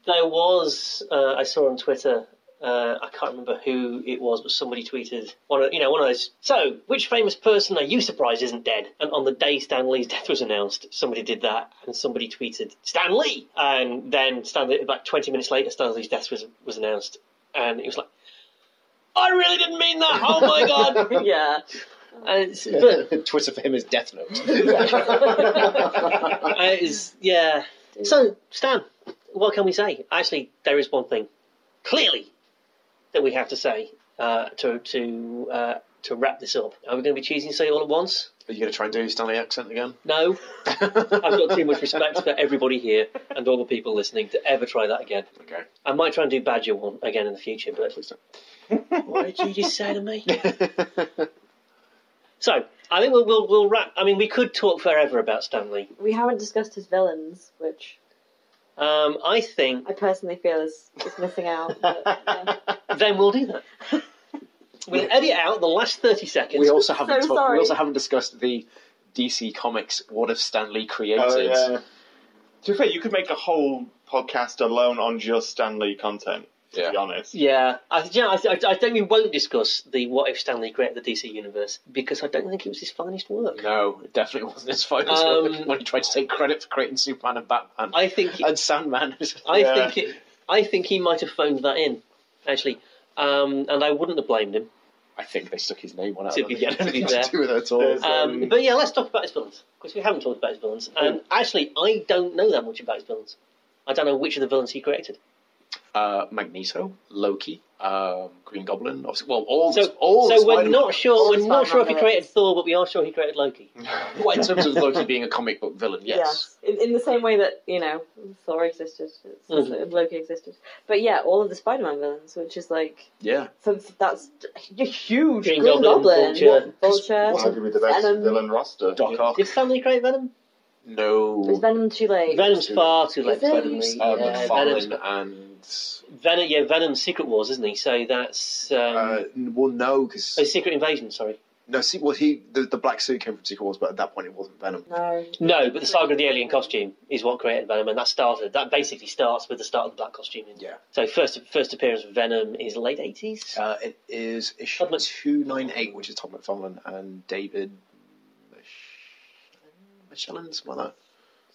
[SPEAKER 1] There was uh, I saw on Twitter. Uh, I can't remember who it was, but somebody tweeted one of you know one of those. So, which famous person are you surprised isn't dead? And on the day Stan Lee's death was announced, somebody did that, and somebody tweeted Stan Lee, and then Stan Lee, about twenty minutes later, Stan Lee's death was was announced, and it was like, I really didn't mean that. Oh my god!
[SPEAKER 4] Yeah.
[SPEAKER 1] And it's, but
[SPEAKER 3] Twitter for him is Death Note.
[SPEAKER 4] Yeah.
[SPEAKER 1] I- it's- Uh, yeah. So, Stan, what can we say? Actually, there is one thing, clearly, that we have to say uh, to to uh, to wrap this up. Are we going to be choosing to say it all at once?
[SPEAKER 3] Are you going to try and do Stanley accent again?
[SPEAKER 1] No, I've got too much respect for everybody here and all the people listening to ever try that again.
[SPEAKER 3] Okay.
[SPEAKER 1] I might try and do Badger one again in the future, but
[SPEAKER 3] Please
[SPEAKER 1] what did you just say to me?
[SPEAKER 3] don't.
[SPEAKER 1] So, I think we'll, we'll, we'll wrap. I mean, we could talk forever about Stanley.
[SPEAKER 4] We haven't discussed his villains, which
[SPEAKER 1] Um, I think
[SPEAKER 4] I personally feel is, is missing out. But, yeah.
[SPEAKER 1] then we'll do that. We'll edit out the last 30 seconds.
[SPEAKER 3] we also haven't
[SPEAKER 4] So
[SPEAKER 3] talked,
[SPEAKER 4] sorry.
[SPEAKER 3] we also haven't discussed the DC Comics What If Stanley created?
[SPEAKER 2] Oh, yeah. To be fair, you could make a whole podcast alone on just Stan Lee content. to
[SPEAKER 3] Yeah.
[SPEAKER 2] be honest.
[SPEAKER 1] Yeah, I, th- yeah, I, th- I think we won't discuss the what if Stanley created the DC universe because I don't think it was his finest work.
[SPEAKER 3] No, it definitely wasn't his finest
[SPEAKER 1] Um,
[SPEAKER 3] work when he tried to take credit for creating Superman and Batman
[SPEAKER 1] I think
[SPEAKER 3] and Sandman.
[SPEAKER 1] I
[SPEAKER 2] Yeah.
[SPEAKER 1] think it, I think he might have phoned that in, actually, um, and I wouldn't have blamed him.
[SPEAKER 3] I think they stuck his name on it.
[SPEAKER 1] To
[SPEAKER 3] I
[SPEAKER 1] be-
[SPEAKER 3] don't think it had
[SPEAKER 1] to be
[SPEAKER 3] anything
[SPEAKER 1] fair.
[SPEAKER 3] to do with it at all.
[SPEAKER 2] There's-
[SPEAKER 1] Um,
[SPEAKER 2] Um,
[SPEAKER 1] but yeah, let's talk about his villains because we haven't talked about his villains, and actually, I don't know that much about his villains. I don't know which of the villains he created.
[SPEAKER 3] Uh, Magneto, Loki, um, Green Goblin. Obviously, well, all
[SPEAKER 1] So,
[SPEAKER 3] the, all the
[SPEAKER 1] so we're
[SPEAKER 3] Spider-Man-
[SPEAKER 1] not
[SPEAKER 3] all
[SPEAKER 1] sure.
[SPEAKER 3] the
[SPEAKER 1] We're not
[SPEAKER 3] Spider-Man
[SPEAKER 1] sure if he
[SPEAKER 3] villains.
[SPEAKER 1] created Thor, but we are sure he created Loki.
[SPEAKER 3] Well, in terms of Loki being a comic book villain, yes.
[SPEAKER 4] Yeah. In, in the same way that, you know, Thor existed, it's-
[SPEAKER 1] Mhm.
[SPEAKER 4] Loki existed. But yeah, all of the Spider Man villains, which is like,
[SPEAKER 3] Yeah.
[SPEAKER 4] for, that's a huge
[SPEAKER 1] Green
[SPEAKER 4] Green,
[SPEAKER 1] Goblin,
[SPEAKER 4] Goblin,
[SPEAKER 1] Vulture.
[SPEAKER 4] Vulture.
[SPEAKER 2] What have you with the best
[SPEAKER 4] Venom.
[SPEAKER 2] villain roster?
[SPEAKER 3] Doc Ock.
[SPEAKER 1] Did Stanley create Venom?
[SPEAKER 4] Is
[SPEAKER 3] No.
[SPEAKER 4] Venom too late?
[SPEAKER 1] Venom's far too late.
[SPEAKER 4] Is it?
[SPEAKER 3] Venom's, uh,
[SPEAKER 1] Yeah, Venom's-
[SPEAKER 3] McFarlane and
[SPEAKER 1] Venom, yeah, Venom's Secret Wars, isn't he? So that's um,
[SPEAKER 3] Uh, well, no, because
[SPEAKER 1] oh, Secret Invasion. Sorry,
[SPEAKER 3] no, see, well, he the, the black suit came from Secret Wars, but at that point it wasn't Venom.
[SPEAKER 4] No.
[SPEAKER 1] no, but the Saga of the Alien Costume is what created Venom, and that started. That basically starts with the start of the Black Costume.
[SPEAKER 3] Yeah.
[SPEAKER 1] So first first appearance of Venom is late eighties.
[SPEAKER 3] Uh, it is issue
[SPEAKER 1] Todd Mc-
[SPEAKER 3] two nine eight, which is Tom McFarlane and David Mich- Michelin, something like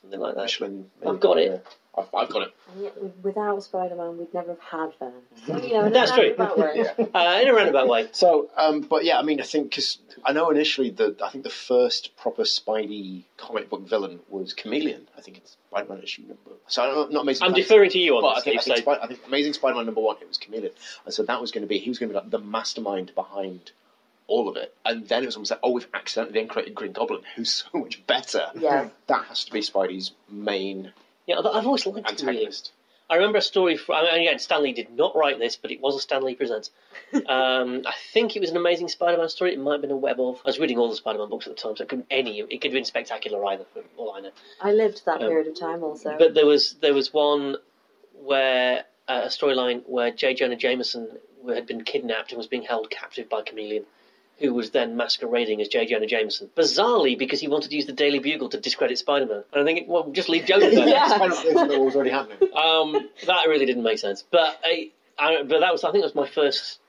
[SPEAKER 1] Something like
[SPEAKER 3] that.
[SPEAKER 1] that.
[SPEAKER 3] Michelin.
[SPEAKER 1] Uh, I've got it.
[SPEAKER 3] Yeah. I've, I've got it.
[SPEAKER 4] And yet, with- without Spider Man, we'd never have had Venom. So, you know, in a
[SPEAKER 1] That's true.
[SPEAKER 4] roundabout way.
[SPEAKER 3] Yeah.
[SPEAKER 1] Uh, in a roundabout way.
[SPEAKER 3] So, um, but yeah, I mean, I think because I know initially the I think the first proper Spidey comic book villain was Chameleon. I think it's Spider-Man issue number. So I'm not amazing.
[SPEAKER 1] I'm deferring to you on
[SPEAKER 3] But I
[SPEAKER 1] this,
[SPEAKER 3] think, I,
[SPEAKER 1] Steve,
[SPEAKER 3] think Spi- I think Amazing Spider-Man number one, it was Chameleon, and so that was going to be he was going to be like the mastermind behind all of it. And then it was almost like, oh, we've accidentally then created Green Goblin, who's so much better.
[SPEAKER 4] Yeah.
[SPEAKER 3] That has to be Spidey's main
[SPEAKER 1] so- Yeah, I've always liked Chameleon.
[SPEAKER 3] antagonist.
[SPEAKER 1] I remember a story from. I mean, again, Stanley did not write this, but it was a Stanley Presents. Um, I think it was an amazing Spider-Man story. It might have been a web of. I was reading all the Spider-Man books at the time, so it couldn't any. It could have been spectacular either, for all I know.
[SPEAKER 4] I lived that
[SPEAKER 1] Um,
[SPEAKER 4] period of time also.
[SPEAKER 1] But there was there was one where uh, a storyline where J. Jonah Jameson had been kidnapped and was being held captive by Chameleon, who was then masquerading as J. Jonah Jameson, bizarrely because he wanted to use the Daily Bugle to discredit Spider-Man. And I think, well, just leave Jonah there.
[SPEAKER 4] Yeah.
[SPEAKER 3] Spider-Man that was already happening.
[SPEAKER 1] um, that really didn't make sense. But I, I, but that was I think that was my first.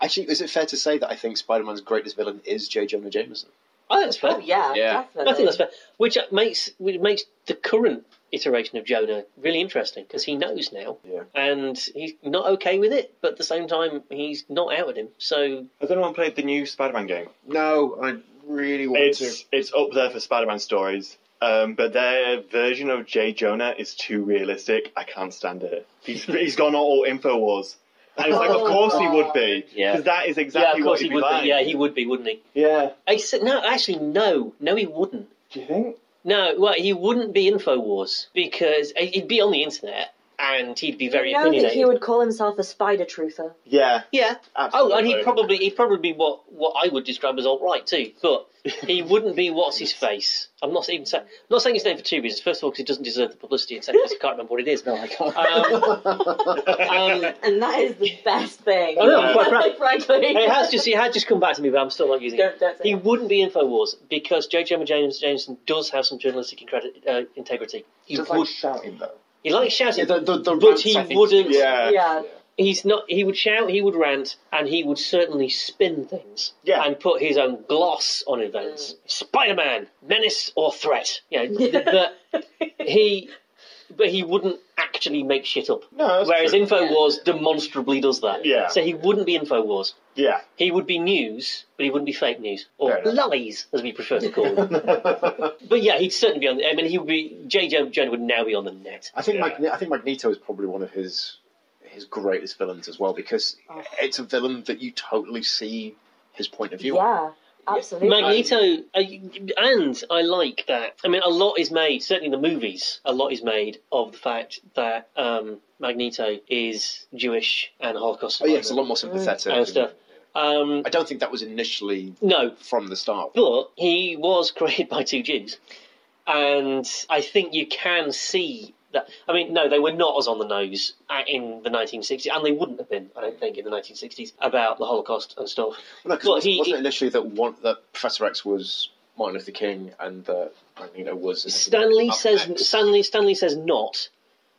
[SPEAKER 3] Actually, is it fair to say that I think Spider-Man's greatest villain is J. Jonah Jameson?
[SPEAKER 1] I think that's fair.
[SPEAKER 4] oh, yeah,
[SPEAKER 3] Yeah.
[SPEAKER 4] definitely.
[SPEAKER 1] I think that's fair, which uh, makes which makes the current iteration of Jonah really interesting because he knows now,
[SPEAKER 3] Yeah.
[SPEAKER 1] and he's not okay with it, but at the same time he's not out at him. So
[SPEAKER 2] Has anyone played the new Spider-Man game?
[SPEAKER 3] No, I really want
[SPEAKER 2] It's it's up there for Spider-Man stories, um, but their version of J. Jonah is too realistic. I can't stand it. He's he's gone all Infowars. And it's like, of
[SPEAKER 4] Oh,
[SPEAKER 2] course he
[SPEAKER 4] God.
[SPEAKER 2] would be,
[SPEAKER 3] Yeah.
[SPEAKER 2] because that is
[SPEAKER 1] yeah,
[SPEAKER 2] exactly
[SPEAKER 1] of
[SPEAKER 2] what
[SPEAKER 1] course
[SPEAKER 2] he'd
[SPEAKER 1] he
[SPEAKER 2] be
[SPEAKER 1] would.
[SPEAKER 2] like.
[SPEAKER 1] Be, yeah, he would be, wouldn't he?
[SPEAKER 2] yeah.
[SPEAKER 1] Except, no, actually, no, no, he wouldn't.
[SPEAKER 2] Do you think?
[SPEAKER 1] No, well, he wouldn't be Infowars because uh, he'd be on the internet and he'd be very
[SPEAKER 4] you know that
[SPEAKER 1] opinionated.
[SPEAKER 4] he would call himself a spider truther.
[SPEAKER 2] Yeah.
[SPEAKER 1] Yeah,
[SPEAKER 2] Absolutely.
[SPEAKER 1] Oh, and he'd probably he'd probably be what what I would describe as alt right too, but he wouldn't be what's his face. I'm not even saying not saying his name for two reasons. First of all, because he doesn't deserve the publicity, and second, because I can't remember what it is.
[SPEAKER 3] No, I can't.
[SPEAKER 1] Um,
[SPEAKER 4] And that is the best thing.
[SPEAKER 1] I know, I'm Oh, quite proud.
[SPEAKER 4] Frankly.
[SPEAKER 1] it has just it had just come back to me, but I'm still not using it.
[SPEAKER 4] Don't- don't say
[SPEAKER 1] He
[SPEAKER 4] that.
[SPEAKER 1] wouldn't be Infowars because J. Jonah James Jameson does have some journalistic incredi- uh, integrity. He
[SPEAKER 2] Just
[SPEAKER 1] would
[SPEAKER 2] like shouting though.
[SPEAKER 1] he likes shouting,
[SPEAKER 3] the, the, the
[SPEAKER 1] but
[SPEAKER 3] rants,
[SPEAKER 1] he
[SPEAKER 3] I think,
[SPEAKER 1] wouldn't.
[SPEAKER 2] Yeah.
[SPEAKER 4] Yeah.
[SPEAKER 1] He's not. He would shout. He would rant, and he would certainly spin things.
[SPEAKER 2] Yeah.
[SPEAKER 1] And put his own gloss on events. Spider-Man, menace or threat. Mm. Yeah. but he, but he wouldn't actually make shit up.
[SPEAKER 2] No, that's
[SPEAKER 1] Whereas
[SPEAKER 2] true.
[SPEAKER 1] Infowars demonstrably does that.
[SPEAKER 2] Yeah.
[SPEAKER 1] So he wouldn't be Infowars.
[SPEAKER 2] Yeah.
[SPEAKER 1] He would be news, but he wouldn't be fake news or
[SPEAKER 2] Fair enough.
[SPEAKER 1] lies, as we prefer to call them.
[SPEAKER 2] yeah.
[SPEAKER 1] but yeah, he'd certainly be on. The, I mean, he would be. J. Jonah would now be on the net.
[SPEAKER 3] I think
[SPEAKER 2] Yeah.
[SPEAKER 3] Magne- I think Magneto is probably one of his his greatest villains as well because
[SPEAKER 4] Oh.
[SPEAKER 3] it's a villain that you totally see his point of view. on.
[SPEAKER 4] Yeah, absolutely.
[SPEAKER 1] Magneto, uh, and I like that. I mean, a lot is made, certainly in the movies, a lot is made of the fact that um, Magneto is Jewish and Holocaust
[SPEAKER 3] Oh
[SPEAKER 1] survivor
[SPEAKER 3] yeah, it's a lot more sympathetic.
[SPEAKER 1] and stuff. Um,
[SPEAKER 3] I don't think that was initially
[SPEAKER 1] no,
[SPEAKER 3] from the start.
[SPEAKER 1] but he was created by two Jews, and I think you can see that. I mean, no, they were not as on the nose uh, in the 1960s, and they wouldn't have been, I don't think, in the 1960s about the Holocaust and stuff.
[SPEAKER 3] Well, no, 'cause
[SPEAKER 1] Well,
[SPEAKER 3] wasn't,
[SPEAKER 1] he-
[SPEAKER 3] wasn't it initially that one that Professor X was Martin Luther King and that Magneto was
[SPEAKER 1] Stanley
[SPEAKER 3] Malcolm
[SPEAKER 1] says
[SPEAKER 3] X?
[SPEAKER 1] Stanley Stanley says not,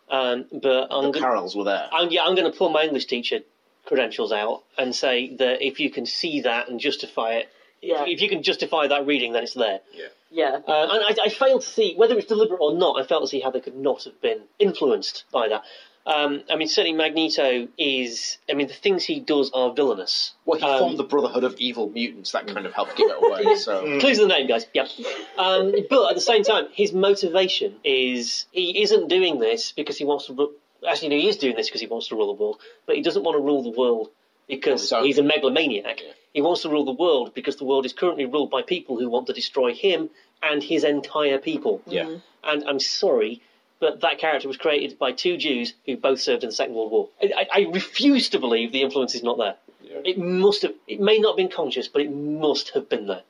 [SPEAKER 1] Um, but I'm
[SPEAKER 3] the
[SPEAKER 1] go-
[SPEAKER 3] parallels were there.
[SPEAKER 1] I'm, yeah, I'm going to pull my English teacher credentials out and say that if you can see that and justify it,
[SPEAKER 4] Yeah.
[SPEAKER 1] if you can justify that reading, then it's there.
[SPEAKER 4] Yeah.
[SPEAKER 1] Uh, and I, I failed to see whether it's deliberate or not. I failed to see how they could not have been influenced by that. Um, I mean, certainly Magneto is. I mean, the things he does are villainous.
[SPEAKER 3] Well, he
[SPEAKER 1] Um,
[SPEAKER 3] formed the Brotherhood of Evil Mutants. That kind of helped give it away. So
[SPEAKER 1] Clues in the name, guys. Yep. Um, but at the same time, his motivation is he isn't doing this because he wants to. Ru- Actually, no, he is doing this because he wants to rule the world, but he doesn't want to rule the world because
[SPEAKER 3] So-
[SPEAKER 1] he's a megalomaniac.
[SPEAKER 3] Yeah.
[SPEAKER 1] He wants to rule the world because the world is currently ruled by people who want to destroy him and his entire people. Mm-hmm.
[SPEAKER 3] yeah,
[SPEAKER 1] And I'm sorry, but that character was created by two Jews who both served in the Second World War. I, I I refuse to believe the influence is not there.
[SPEAKER 3] Yeah.
[SPEAKER 1] It must have. It may not have been conscious, but it must have been there.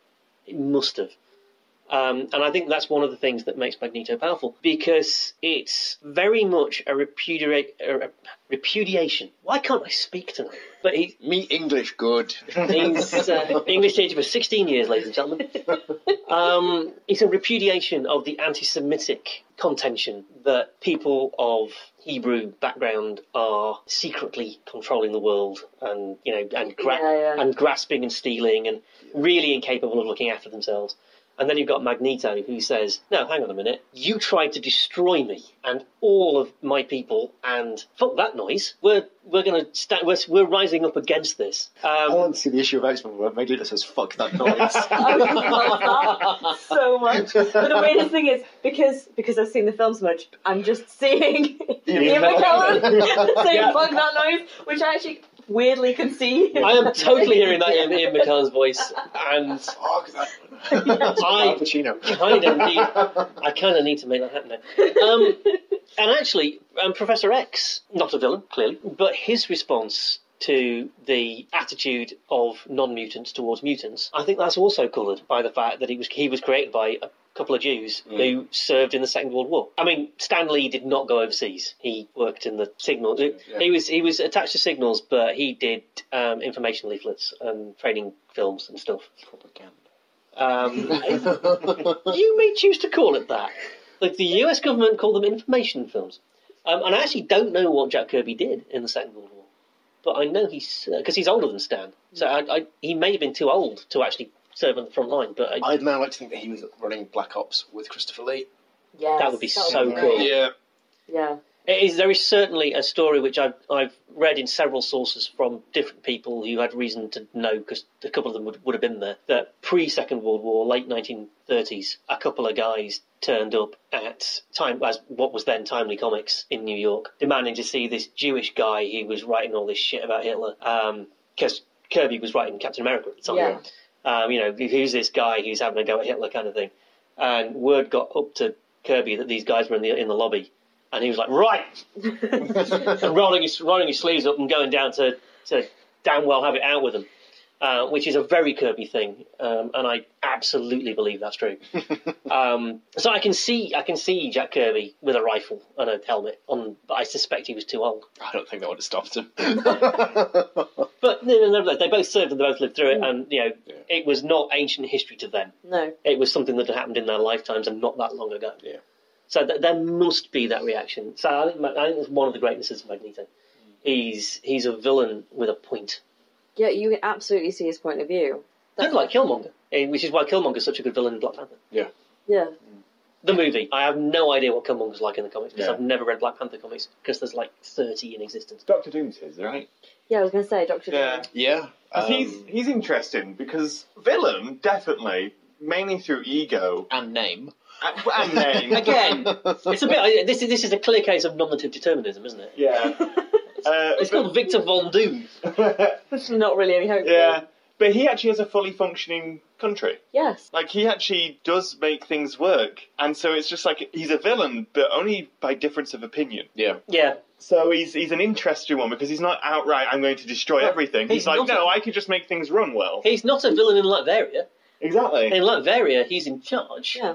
[SPEAKER 1] It must have. Um, and I think that's one of the things that makes Magneto powerful because it's very much a, repudiate, a repudiation. Why can't I speak tonight? But he,
[SPEAKER 3] me English good.
[SPEAKER 1] He's uh, English teacher for 16 years, ladies and gentlemen. Um, it's a repudiation of the anti Semitic contention that people of Hebrew background are secretly controlling the world and, you know, and, gra-
[SPEAKER 4] Yeah, yeah.
[SPEAKER 1] and grasping and stealing and really incapable of looking after themselves. And then you've got Magneto who says, No, hang on a minute. You tried to destroy me and all of my people, and fuck that noise. We're, we're going to stand, we're, we're rising up against this.
[SPEAKER 3] I
[SPEAKER 1] Um,
[SPEAKER 3] want to see the issue of X Men where Magneto says "fuck that noise."
[SPEAKER 4] Oh, you love that so much. But the weirdest thing is because because I've seen the film so much, I'm just seeing Ian McKellen saying
[SPEAKER 1] Yeah.
[SPEAKER 4] "fuck that noise," which I actually weirdly can see.
[SPEAKER 1] I am totally hearing that in Ian McKellen's voice, and
[SPEAKER 3] Fuck that.
[SPEAKER 1] I
[SPEAKER 3] Al Pacino.
[SPEAKER 1] kind of need, I kind of need to make that happen. Now. Um, and actually, um, Professor X, not a villain clearly, but his response to the attitude of non-mutants towards mutants, I think that's also coloured by the fact that he was he was created by a couple of Jews who served in the Second World War. I mean, Stan Lee did not go overseas. He worked in the signal. He was he was attached to signals, but he did um, information leaflets and training films and stuff. Um, you may choose to call it that. Like the US government called them information films. Um, and I actually don't know what Jack Kirby did in the Second World War, but I know he's because he's older than Stan, so I, I, he may have been too old to actually serve on the front line. But I,
[SPEAKER 3] I'd now like to think that he was running Black Ops with Christopher Lee.
[SPEAKER 4] Yes,
[SPEAKER 1] That would be so
[SPEAKER 4] great.
[SPEAKER 1] cool.
[SPEAKER 3] Yeah.
[SPEAKER 4] Yeah.
[SPEAKER 1] It is, there is certainly a story which I've, I've read in several sources from different people who had reason to know, because a couple of them would, would have been there, that pre Second World War, late 1930s, a couple of guys turned up at time as what was then Timely Comics in New York, demanding to see this Jewish guy who was writing all this shit about Hitler, because Kirby was writing Captain America at the time.
[SPEAKER 4] Yeah.
[SPEAKER 1] Um, you know, who's this guy who's having a go at Hitler kind of thing. And word got up to Kirby that these guys were in the in the lobby, and he was like, right, and rolling his rolling his sleeves up and going down to to damn well have it out with them, uh, which is a very Kirby thing, um, and I absolutely believe that's true. um, so I can see I can see Jack Kirby with a rifle and a helmet on, but I suspect he was too old.
[SPEAKER 3] I don't think that would have stopped him.
[SPEAKER 1] But no, no, nevertheless, they both served and they both lived through it, and you know
[SPEAKER 3] Yeah.
[SPEAKER 1] it was not ancient history to them.
[SPEAKER 4] No.
[SPEAKER 1] It was something that had happened in their lifetimes and not that long ago.
[SPEAKER 3] Yeah.
[SPEAKER 1] So th- there must be that reaction. So I think Ma- I think that's one of the greatnesses of Magneto. He's he's a villain with a point.
[SPEAKER 4] Yeah, you can absolutely see his point of view.
[SPEAKER 1] Kind of like Killmonger, eh, which is why Killmonger's such a good villain in Black Panther.
[SPEAKER 4] Yeah.
[SPEAKER 1] The movie. I have no idea what Killmonger's like in the comics because
[SPEAKER 2] Yeah.
[SPEAKER 1] I've never read Black Panther comics because there's like 30 in existence.
[SPEAKER 2] Doctor Doom's his, right?
[SPEAKER 4] Yeah, I was gonna say Doctor
[SPEAKER 2] Yeah.
[SPEAKER 4] Doom.
[SPEAKER 3] yeah.
[SPEAKER 2] 'Cause he's
[SPEAKER 3] um,
[SPEAKER 2] he's interesting because villain definitely mainly through ego
[SPEAKER 3] and name.
[SPEAKER 2] and, and name
[SPEAKER 1] Again, it's a bit. I- This is this is a clear case of nominative determinism, isn't it?
[SPEAKER 2] Yeah. Uh,
[SPEAKER 1] It's called Victor Von Doom.
[SPEAKER 2] but,
[SPEAKER 4] There's not really any hope.
[SPEAKER 2] yeah, but he actually has a fully functioning country.
[SPEAKER 4] Yes.
[SPEAKER 2] Like he actually does make things work, and so it's just like he's a villain, but only by difference of opinion.
[SPEAKER 3] Yeah.
[SPEAKER 1] Yeah,
[SPEAKER 2] So he's he's an interesting one because he's not outright "I'm going to destroy
[SPEAKER 1] Well,
[SPEAKER 2] everything."
[SPEAKER 1] he's
[SPEAKER 2] He's, like,
[SPEAKER 1] not a-
[SPEAKER 2] "No, I could just make things run well."
[SPEAKER 1] he's not a villain in Latveria.
[SPEAKER 2] Exactly.
[SPEAKER 1] In Latveria, he's in charge.
[SPEAKER 4] Yeah.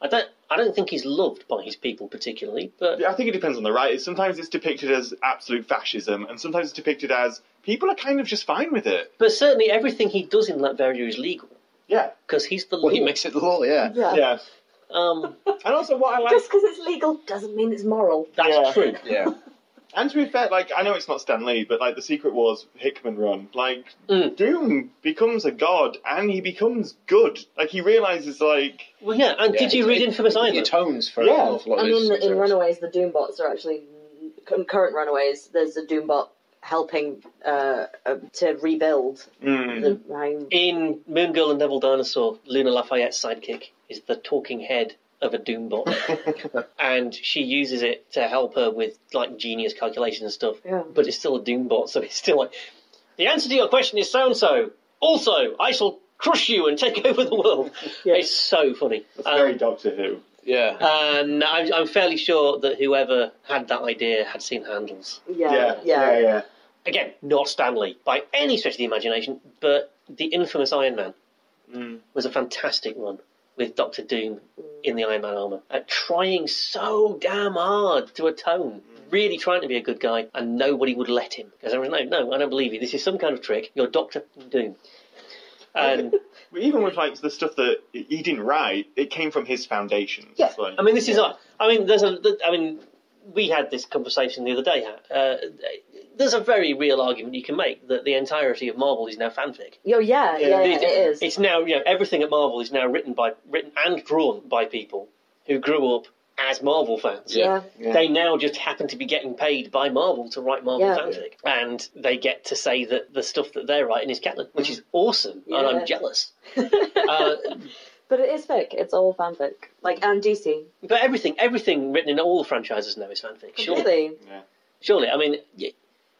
[SPEAKER 1] I don't. I don't think he's loved by his people particularly, but
[SPEAKER 2] I think it depends on the writers. Sometimes it's depicted as absolute fascism, and sometimes it's depicted as people are kind of just fine with it.
[SPEAKER 1] but certainly everything he does in Latveria is legal
[SPEAKER 2] Yeah.
[SPEAKER 1] because he's the
[SPEAKER 3] Well, he
[SPEAKER 1] law.
[SPEAKER 3] makes it the law. Yeah.
[SPEAKER 4] Yeah.
[SPEAKER 2] Yeah.
[SPEAKER 1] Um,
[SPEAKER 2] And also, what I like,
[SPEAKER 4] Just because it's legal doesn't mean it's moral.
[SPEAKER 1] that's
[SPEAKER 2] Yeah.
[SPEAKER 1] true.
[SPEAKER 3] Yeah.
[SPEAKER 2] and to be fair, like I know it's not Stan Lee, but like the Secret Wars Hickman run, like
[SPEAKER 1] Mm.
[SPEAKER 2] Doom becomes a god and he becomes good. Like he realizes, like
[SPEAKER 1] Well, yeah. And did
[SPEAKER 3] Yeah,
[SPEAKER 1] you
[SPEAKER 3] it-
[SPEAKER 1] read
[SPEAKER 3] it-
[SPEAKER 1] Infamous
[SPEAKER 3] it
[SPEAKER 1] Island?
[SPEAKER 3] atones for
[SPEAKER 2] Yeah.
[SPEAKER 3] an awful lot of
[SPEAKER 4] And
[SPEAKER 3] those
[SPEAKER 4] in, in
[SPEAKER 3] things.
[SPEAKER 4] Runaways, the Doombots are actually in current Runaways. There's a Doombot helping uh, uh, to rebuild
[SPEAKER 2] mm,
[SPEAKER 4] the hang-
[SPEAKER 1] In Moon Girl and Devil Dinosaur, Luna Lafayette's sidekick is the talking head of a Doombot, and she uses it to help her with like genius calculations and stuff.
[SPEAKER 4] Yeah.
[SPEAKER 1] But it's still a Doombot, so it's still like the answer to your question is so and so. Also, I shall crush you and take over the world.
[SPEAKER 4] Yeah.
[SPEAKER 1] It's so funny.
[SPEAKER 2] that's
[SPEAKER 1] Um,
[SPEAKER 2] very Doctor Who.
[SPEAKER 3] yeah.
[SPEAKER 1] and Um, I'm, I'm fairly sure that whoever had that idea had seen Handles.
[SPEAKER 4] Yeah,
[SPEAKER 2] yeah, yeah, yeah.
[SPEAKER 1] Again, not Stanley by any stretch of the imagination, but the infamous Iron Man
[SPEAKER 2] Mm.
[SPEAKER 1] was a fantastic one with Doctor Doom in the Iron Man armor, uh, trying so damn hard to atone, really trying to be a good guy, and nobody would let him because everyone, no, no, I don't believe you. This is some kind of trick. You're Doctor Doom, Um, and
[SPEAKER 2] But Even with like the stuff that he didn't write, it came from his foundations.
[SPEAKER 1] Yeah,
[SPEAKER 2] Like,
[SPEAKER 1] I mean, this is. a- I mean, there's a. th- I mean, we had this conversation the other day. Uh, there's a very real argument you can make that the entirety of Marvel is now fanfic.
[SPEAKER 4] Yo, yeah, yeah, yeah,
[SPEAKER 1] Indeed,
[SPEAKER 4] it is.
[SPEAKER 1] It's now you know everything at Marvel is now written by written and drawn by people who grew up as Marvel fans.
[SPEAKER 4] yeah.
[SPEAKER 3] Yeah.
[SPEAKER 1] They now just happen to be getting paid by Marvel to write Marvel
[SPEAKER 4] Yeah.
[SPEAKER 1] fanfic, and they get to say that the stuff that they're writing is canon, which is awesome, and
[SPEAKER 4] Yeah.
[SPEAKER 1] I'm jealous. Uh,
[SPEAKER 4] but it is fic. It's all fanfic. Like, and DC.
[SPEAKER 1] but everything, everything written in all franchises now is fanfic. Surely.
[SPEAKER 4] Completely.
[SPEAKER 1] Surely, I mean, y-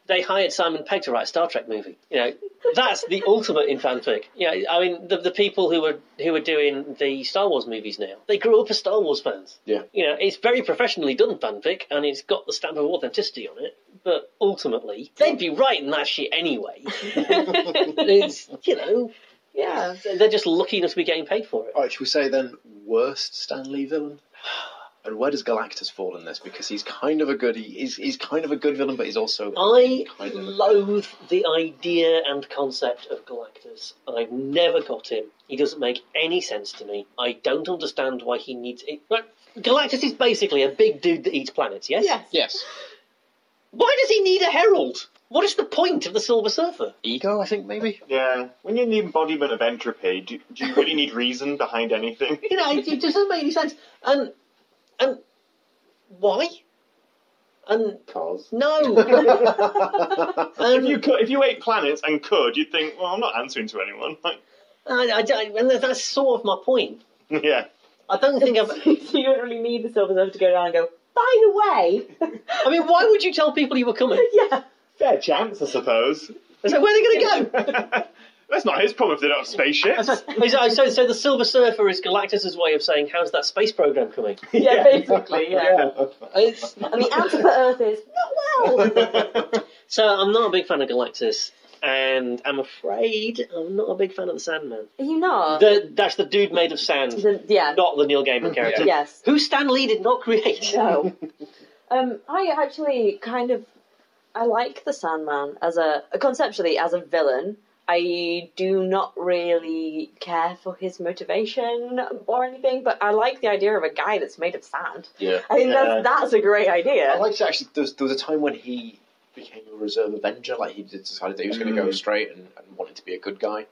[SPEAKER 1] they hired Simon Pegg to write a Star Trek movie. You know, that's the ultimate in fanfic. You know, I mean, the, the people who were who are doing the Star Wars movies now, they grew up as Star Wars fans.
[SPEAKER 3] Yeah.
[SPEAKER 1] You know, it's very professionally done fanfic, and it's got the stamp of authenticity on it. But ultimately, they'd be writing that shit anyway. it's you know,
[SPEAKER 4] yeah.
[SPEAKER 1] they're just lucky enough to be getting paid for it.
[SPEAKER 3] All right, should we say then worst Stanley villain? And where does Galactus fall in this? Because he's kind of a good he, he's he's kind of a good villain, but he's also
[SPEAKER 1] I
[SPEAKER 3] kind of
[SPEAKER 1] loathe the idea and concept of Galactus. I've never got him. He doesn't make any sense to me. I don't understand why he needs it. But Galactus is basically a big dude that eats planets, yes?
[SPEAKER 4] Yes.
[SPEAKER 3] yes
[SPEAKER 1] Why does he need a herald? What is the point of the Silver Surfer?
[SPEAKER 3] ego. I think maybe
[SPEAKER 2] yeah. When you're in the embodiment of entropy, do, do you really need reason behind anything?
[SPEAKER 1] You know, it, it doesn't make any sense. And and why? And
[SPEAKER 3] cars.
[SPEAKER 1] no.
[SPEAKER 2] If
[SPEAKER 1] and
[SPEAKER 2] you could, if you ate planets and could, you'd think, well, I'm not answering to anyone. Like,
[SPEAKER 1] I, I, don't- and that's sort of my point.
[SPEAKER 2] yeah.
[SPEAKER 1] I don't think I've.
[SPEAKER 4] so you don't really need the Silver Surfer to go down and go, by the way.
[SPEAKER 1] I mean, why would you tell people you were coming?
[SPEAKER 4] yeah.
[SPEAKER 2] Fair chance, I suppose.
[SPEAKER 1] So where are they going to go?
[SPEAKER 2] That's not his problem if they don't have spaceships.
[SPEAKER 1] So, so, so- so the Silver Surfer is Galactus's way of saying, "How's that space program coming?"
[SPEAKER 4] Yeah, basically, yeah.
[SPEAKER 1] It's-
[SPEAKER 4] And the answer for Earth is, not well.
[SPEAKER 1] so I'm not a big fan of Galactus, and I'm afraid I'm not a big fan of the Sandman.
[SPEAKER 4] Are you not?
[SPEAKER 1] The, that's the dude made of sand,
[SPEAKER 4] Uh, The- yeah.
[SPEAKER 1] not the Neil Gaiman character,
[SPEAKER 4] Yes.
[SPEAKER 1] who Stan Lee did not create.
[SPEAKER 4] No. um, I actually kind of I like the Sandman as a conceptually as a villain. I do not really care for his motivation or anything, but I like the idea of a guy that's made of sand.
[SPEAKER 3] Yeah,
[SPEAKER 4] I think
[SPEAKER 2] Yeah.
[SPEAKER 4] that's that's a great
[SPEAKER 3] I
[SPEAKER 4] idea.
[SPEAKER 3] liked it actually. There was, there was a time when he became a reserve Avenger. Like he did- decided that he was going to go
[SPEAKER 2] Mm.
[SPEAKER 3] straight and, and wanted to be a good guy,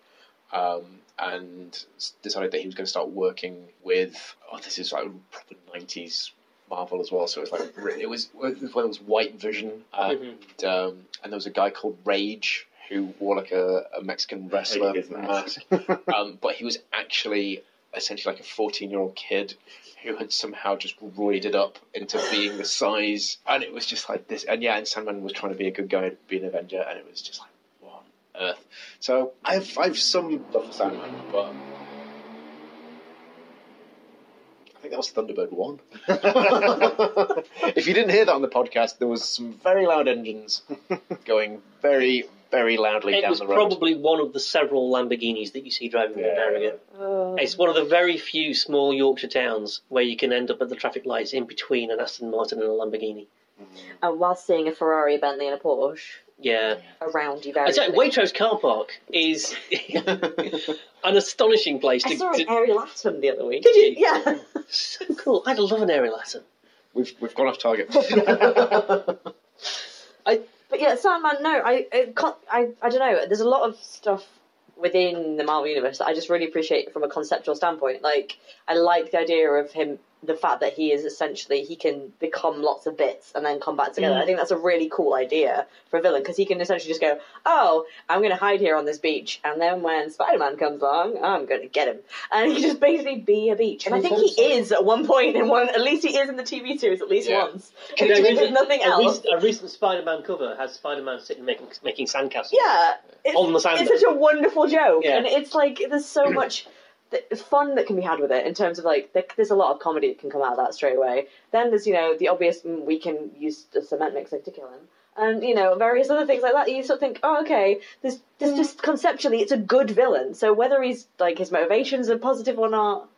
[SPEAKER 3] um, and s- decided that he was going to start working with. Oh, this is like proper nineties Marvel as well. So it's like re- it was when it was White Vision, uh,
[SPEAKER 1] Mhm.
[SPEAKER 3] and, um, and there was a guy called Rage who wore like a, a Mexican wrestler
[SPEAKER 2] his
[SPEAKER 3] mask
[SPEAKER 2] mask.
[SPEAKER 3] um, but he was actually essentially like a 14 year old kid who had somehow just roided up into being the size and it was just like this and yeah and sandman was trying to be a good guy and be an avenger and it was just like what on earth so i've i've some love for sandman but i think that was thunderbird 1 if you didn't hear that on the podcast there was some very loud engines going very very loudly
[SPEAKER 1] It
[SPEAKER 3] down
[SPEAKER 1] was
[SPEAKER 3] the road
[SPEAKER 1] probably one of the several Lamborghinis that you see driving around
[SPEAKER 2] Yeah.
[SPEAKER 1] Harrogate.
[SPEAKER 4] Oh.
[SPEAKER 1] It's one of the very few small Yorkshire towns where you can end up at the traffic lights in between an Aston Martin and a Lamborghini.
[SPEAKER 4] And while seeing a Ferrari, a Bentley, and a Porsche,
[SPEAKER 1] Yeah.
[SPEAKER 4] around you very
[SPEAKER 1] I tell you,
[SPEAKER 4] quickly.
[SPEAKER 1] Waitrose car park is
[SPEAKER 3] yeah.
[SPEAKER 1] an astonishing place to.
[SPEAKER 4] I saw an
[SPEAKER 1] to-
[SPEAKER 4] Airy Latin the other week.
[SPEAKER 1] Did you?
[SPEAKER 4] Yeah.
[SPEAKER 1] so cool. I'd love an Airy Latin.
[SPEAKER 3] we've we've gone off target.
[SPEAKER 4] But yeah, Sandman. No, I, I can't. I, I don't know. There's a lot of stuff within the Marvel universe that I just really appreciate from a conceptual standpoint. Like, I like the idea of him, the fact that he is essentially he can become lots of bits and then come back together.
[SPEAKER 1] Mm.
[SPEAKER 4] I think that's a really cool idea for a villain because he can essentially just go, "Oh, I'm going to hide here on this beach," and then when Spider-Man comes along, I'm going to get him, and he can just basically be a beach. And I think he is at one point in one. At least he is in the TV series at least
[SPEAKER 3] Yeah.
[SPEAKER 4] once. Which means nothing
[SPEAKER 1] a,
[SPEAKER 4] else.
[SPEAKER 1] recent, a recent Spider-Man cover has Spider-Man sitting making, making sandcastles.
[SPEAKER 4] Yeah, it's-
[SPEAKER 1] On the sand.
[SPEAKER 4] It's such a wonderful joke,
[SPEAKER 1] Yeah.
[SPEAKER 4] and it's like there's so much th- fun that can be had with it in terms of like there- there's a lot of comedy that can come out of that straight away. Then there's you know the obvious mm, we can use a cement mixer to kill him, and you know various other things like that. You sort of think, oh okay, there's, there's just conceptually it's a good villain. So whether he's like his motivations are positive or not,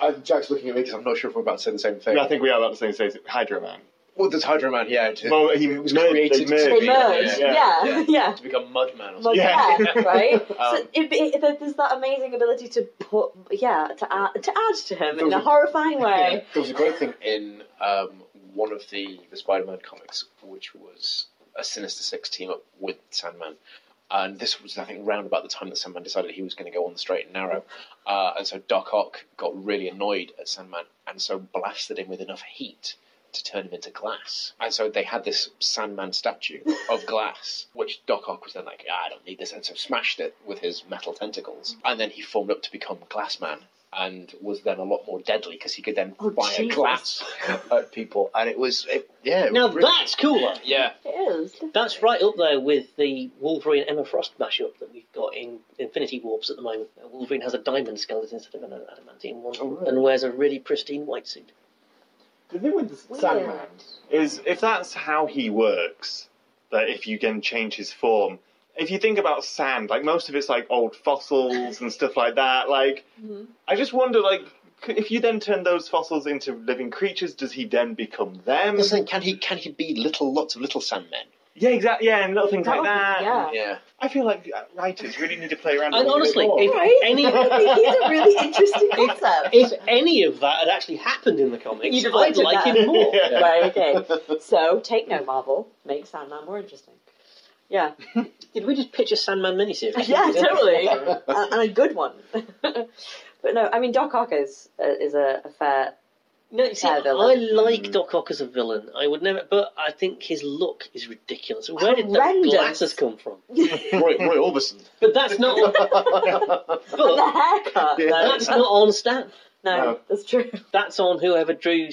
[SPEAKER 3] I'm, Jack's looking at me because I'm not sure if we're about to say the same thing.
[SPEAKER 2] I think we are about the same size. Hydra Man.
[SPEAKER 3] Well, there's Hydro Man, yeah, to,
[SPEAKER 2] Well, he
[SPEAKER 3] was
[SPEAKER 2] was
[SPEAKER 3] created
[SPEAKER 2] created.
[SPEAKER 3] to-
[SPEAKER 2] They merged.
[SPEAKER 4] they merge.
[SPEAKER 3] yeah,
[SPEAKER 4] Yeah,
[SPEAKER 3] yeah.
[SPEAKER 4] yeah.
[SPEAKER 3] to become Mud Man or
[SPEAKER 4] Well,
[SPEAKER 3] something.
[SPEAKER 4] yeah,
[SPEAKER 2] Yeah.
[SPEAKER 4] right. so
[SPEAKER 3] Um,
[SPEAKER 4] it, it, there- there's that amazing ability to put, yeah, to add to add to him in
[SPEAKER 3] Those
[SPEAKER 4] a
[SPEAKER 3] are-
[SPEAKER 4] horrifying way.
[SPEAKER 3] Yeah. There was a great thing in um, one of the, the Spider-Man comics, which was a Sinister Six team up with Sandman. And this was, I think, round about the time that Sandman decided he was going to go on the straight and narrow. Uh, and so Doc Ock got really annoyed at Sandman and so blasted him with enough heat to turn him into glass. And so they had this Sandman statue of glass, which Doc Ock was then like, "Ah, I don't need this, and so smashed it with his metal tentacles. And then he formed up to become Glassman. And was then a lot more deadly because he could then
[SPEAKER 4] Oh,
[SPEAKER 3] fire
[SPEAKER 4] Jesus.
[SPEAKER 3] glass at people, and it was it, yeah. it
[SPEAKER 1] Now
[SPEAKER 3] was really-
[SPEAKER 1] that's cooler.
[SPEAKER 3] yeah,
[SPEAKER 4] It is.
[SPEAKER 1] That's right up there with the Wolverine Emma Frost mashup that we've got in Infinity Warps at the moment. Uh, Wolverine has a diamond skeleton instead of an adamantine one,
[SPEAKER 3] Oh, really?
[SPEAKER 1] and wears a really pristine white suit.
[SPEAKER 2] The thing with the
[SPEAKER 4] Weird.
[SPEAKER 2] Sandman is if that's how he works, that if you can change his form. If you think about sand, like most of it's like old fossils and stuff like that. Like, I just wonder, like, c- if you then turn those fossils into living creatures, does he then become
[SPEAKER 3] I'm
[SPEAKER 2] them?
[SPEAKER 3] just saying, can he can he be little lots of little Sandmen?
[SPEAKER 2] Yeah, exactly. Yeah, and little things
[SPEAKER 4] That
[SPEAKER 2] like
[SPEAKER 4] would be- yeah.
[SPEAKER 2] that.
[SPEAKER 3] Yeah,
[SPEAKER 2] I feel like uh, writers really need to play around. a
[SPEAKER 1] And
[SPEAKER 2] little bit
[SPEAKER 1] honestly,
[SPEAKER 2] more.
[SPEAKER 1] if
[SPEAKER 4] Right?
[SPEAKER 1] any
[SPEAKER 4] I think it's a really interesting concept.
[SPEAKER 1] if any of that had actually happened in the comics,
[SPEAKER 4] You'd have
[SPEAKER 1] I'd
[SPEAKER 4] liked it
[SPEAKER 1] like
[SPEAKER 4] better.
[SPEAKER 1] it more.
[SPEAKER 2] Yeah.
[SPEAKER 4] Right, okay. So take note, Marvel. Make Sandman more interesting. Yeah.
[SPEAKER 1] Did we just pitch a Sandman miniseries?
[SPEAKER 4] Yeah, totally. and, and a good one. but no, I mean, Doc Ock is, uh, is a, a fair.
[SPEAKER 1] No, you see,
[SPEAKER 4] Fair
[SPEAKER 1] I
[SPEAKER 4] villain.
[SPEAKER 1] like Doc Ock as a villain. I would never, but I think his look is ridiculous. Where did the
[SPEAKER 4] Horrendous.
[SPEAKER 1] glasses come from?
[SPEAKER 3] Roy, Roy Orbison.
[SPEAKER 1] But that's not,
[SPEAKER 4] And the
[SPEAKER 1] but
[SPEAKER 4] haircut.
[SPEAKER 3] Yeah.
[SPEAKER 4] though.
[SPEAKER 1] that's not on Stan.
[SPEAKER 4] No,
[SPEAKER 3] No.
[SPEAKER 4] that's true.
[SPEAKER 1] That's on whoever drew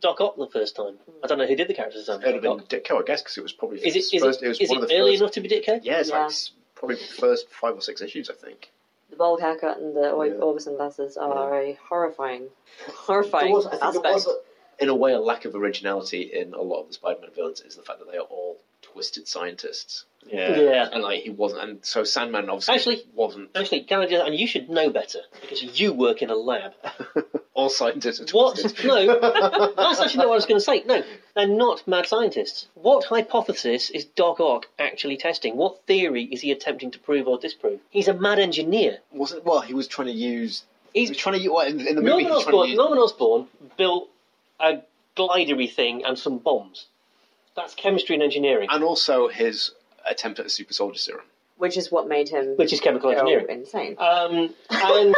[SPEAKER 1] Doc Ock the first time. I don't know who did the character design. for
[SPEAKER 3] It'd have
[SPEAKER 1] Doc
[SPEAKER 3] been Ditko, I guess, because it was probably
[SPEAKER 1] Is
[SPEAKER 3] his
[SPEAKER 1] it is
[SPEAKER 3] first.
[SPEAKER 1] it,
[SPEAKER 3] was
[SPEAKER 1] is
[SPEAKER 3] one
[SPEAKER 1] it
[SPEAKER 3] of the
[SPEAKER 1] early
[SPEAKER 3] first.
[SPEAKER 1] enough to be Ditko?
[SPEAKER 3] Yeah, it's
[SPEAKER 4] Yeah.
[SPEAKER 3] like s- probably the first five or six issues, I think.
[SPEAKER 4] The bald haircut and the Or-
[SPEAKER 3] Yeah.
[SPEAKER 4] Orbison glasses are a horrifying,
[SPEAKER 3] There
[SPEAKER 4] horrifying
[SPEAKER 3] was, I think
[SPEAKER 4] aspect.
[SPEAKER 3] there was a, in a way, a lack of originality in a lot of the Spider-Man villains is the fact that they are all twisted scientists,
[SPEAKER 2] yeah.
[SPEAKER 3] and like he wasn't, and so Sandman obviously
[SPEAKER 1] Actually-
[SPEAKER 3] wasn't.
[SPEAKER 1] Actually, can I do that? And you should know better because you work in a lab.
[SPEAKER 3] all scientists are
[SPEAKER 1] What?
[SPEAKER 3] twisted.
[SPEAKER 1] No. That's actually not what I was going to say. No, they're not mad scientists. What hypothesis is Doc Ock actually testing? What theory is he attempting to prove or disprove? He's a mad engineer.
[SPEAKER 3] wasn't well. He was trying to use. He
[SPEAKER 1] He's
[SPEAKER 3] was trying to use well, in, in the movie.
[SPEAKER 1] Norman
[SPEAKER 3] he was trying to
[SPEAKER 1] Osborn,
[SPEAKER 3] use,
[SPEAKER 1] Norman Osborn built a glidery thing and some bombs. That's chemistry and engineering,
[SPEAKER 3] and also his attempt at a super soldier serum.
[SPEAKER 4] which is what made him
[SPEAKER 1] which is chemical
[SPEAKER 4] go
[SPEAKER 1] engineering.
[SPEAKER 4] insane.
[SPEAKER 1] Um, and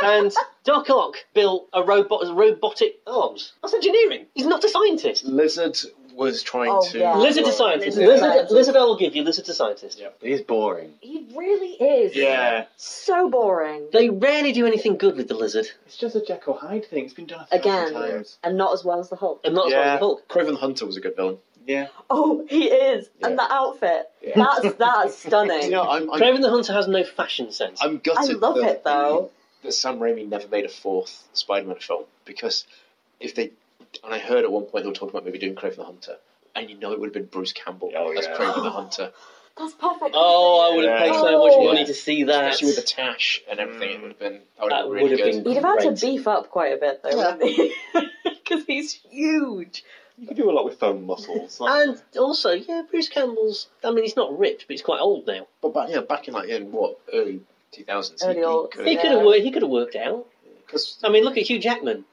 [SPEAKER 1] and Doc Ock built a robot, robotic arms. That's engineering. He's not a scientist.
[SPEAKER 3] Lizard was trying
[SPEAKER 4] Oh,
[SPEAKER 3] to.
[SPEAKER 4] yeah.
[SPEAKER 1] Lizard to
[SPEAKER 4] Well,
[SPEAKER 1] scientist.
[SPEAKER 4] lizard to
[SPEAKER 1] Lizard,
[SPEAKER 4] scientist.
[SPEAKER 1] lizard, I will give you. Lizard to scientist.
[SPEAKER 3] Yeah.
[SPEAKER 2] It is boring.
[SPEAKER 4] He really is.
[SPEAKER 2] Yeah.
[SPEAKER 4] So boring.
[SPEAKER 1] They rarely do anything good with the lizard,
[SPEAKER 2] It's just a Jekyll Hyde thing. It's been done a
[SPEAKER 4] Again.
[SPEAKER 2] thousand times.
[SPEAKER 4] And not as well as the Hulk.
[SPEAKER 1] and not as well
[SPEAKER 2] Yeah.
[SPEAKER 1] as the Hulk.
[SPEAKER 3] Craven the Hunter was a good villain.
[SPEAKER 2] Yeah.
[SPEAKER 4] Oh, he is.
[SPEAKER 3] Yeah.
[SPEAKER 4] And the outfit.
[SPEAKER 3] Yeah.
[SPEAKER 4] That's that's stunning.
[SPEAKER 3] You know, I'm, I'm,
[SPEAKER 1] Craven the Hunter has no fashion sense.
[SPEAKER 3] I'm
[SPEAKER 4] I
[SPEAKER 3] gutted.
[SPEAKER 4] love
[SPEAKER 3] that-
[SPEAKER 4] it though.
[SPEAKER 3] that Sam Raimi never made a fourth Spider-Man film because if they and I heard at one point they were talking about maybe doing Craven the Hunter, and you know it would have been Bruce Campbell
[SPEAKER 2] Oh,
[SPEAKER 3] as
[SPEAKER 2] yeah.
[SPEAKER 3] Craven the Hunter,
[SPEAKER 4] That's perfect.
[SPEAKER 1] Oh, I would have paid so much money to see that.
[SPEAKER 3] especially with the tash and everything.
[SPEAKER 2] Mm.
[SPEAKER 3] It would have been that would
[SPEAKER 1] That
[SPEAKER 3] have been really
[SPEAKER 1] would have
[SPEAKER 3] good.
[SPEAKER 1] been-
[SPEAKER 4] He'd have had
[SPEAKER 1] Great.
[SPEAKER 4] to beef up quite a bit though,
[SPEAKER 3] Yeah.
[SPEAKER 4] wouldn't he? Because he's huge.
[SPEAKER 2] You can do a lot with foam muscles. Like,
[SPEAKER 1] And also, yeah, Bruce Campbell's. I mean, he's not ripped, but he's quite old now.
[SPEAKER 3] But back, yeah, back in like in what early two thousands,
[SPEAKER 4] Early aughts,
[SPEAKER 1] He
[SPEAKER 4] yeah.
[SPEAKER 1] could have worked. He could have worked out.
[SPEAKER 3] Because
[SPEAKER 1] I mean, look at Hugh Jackman.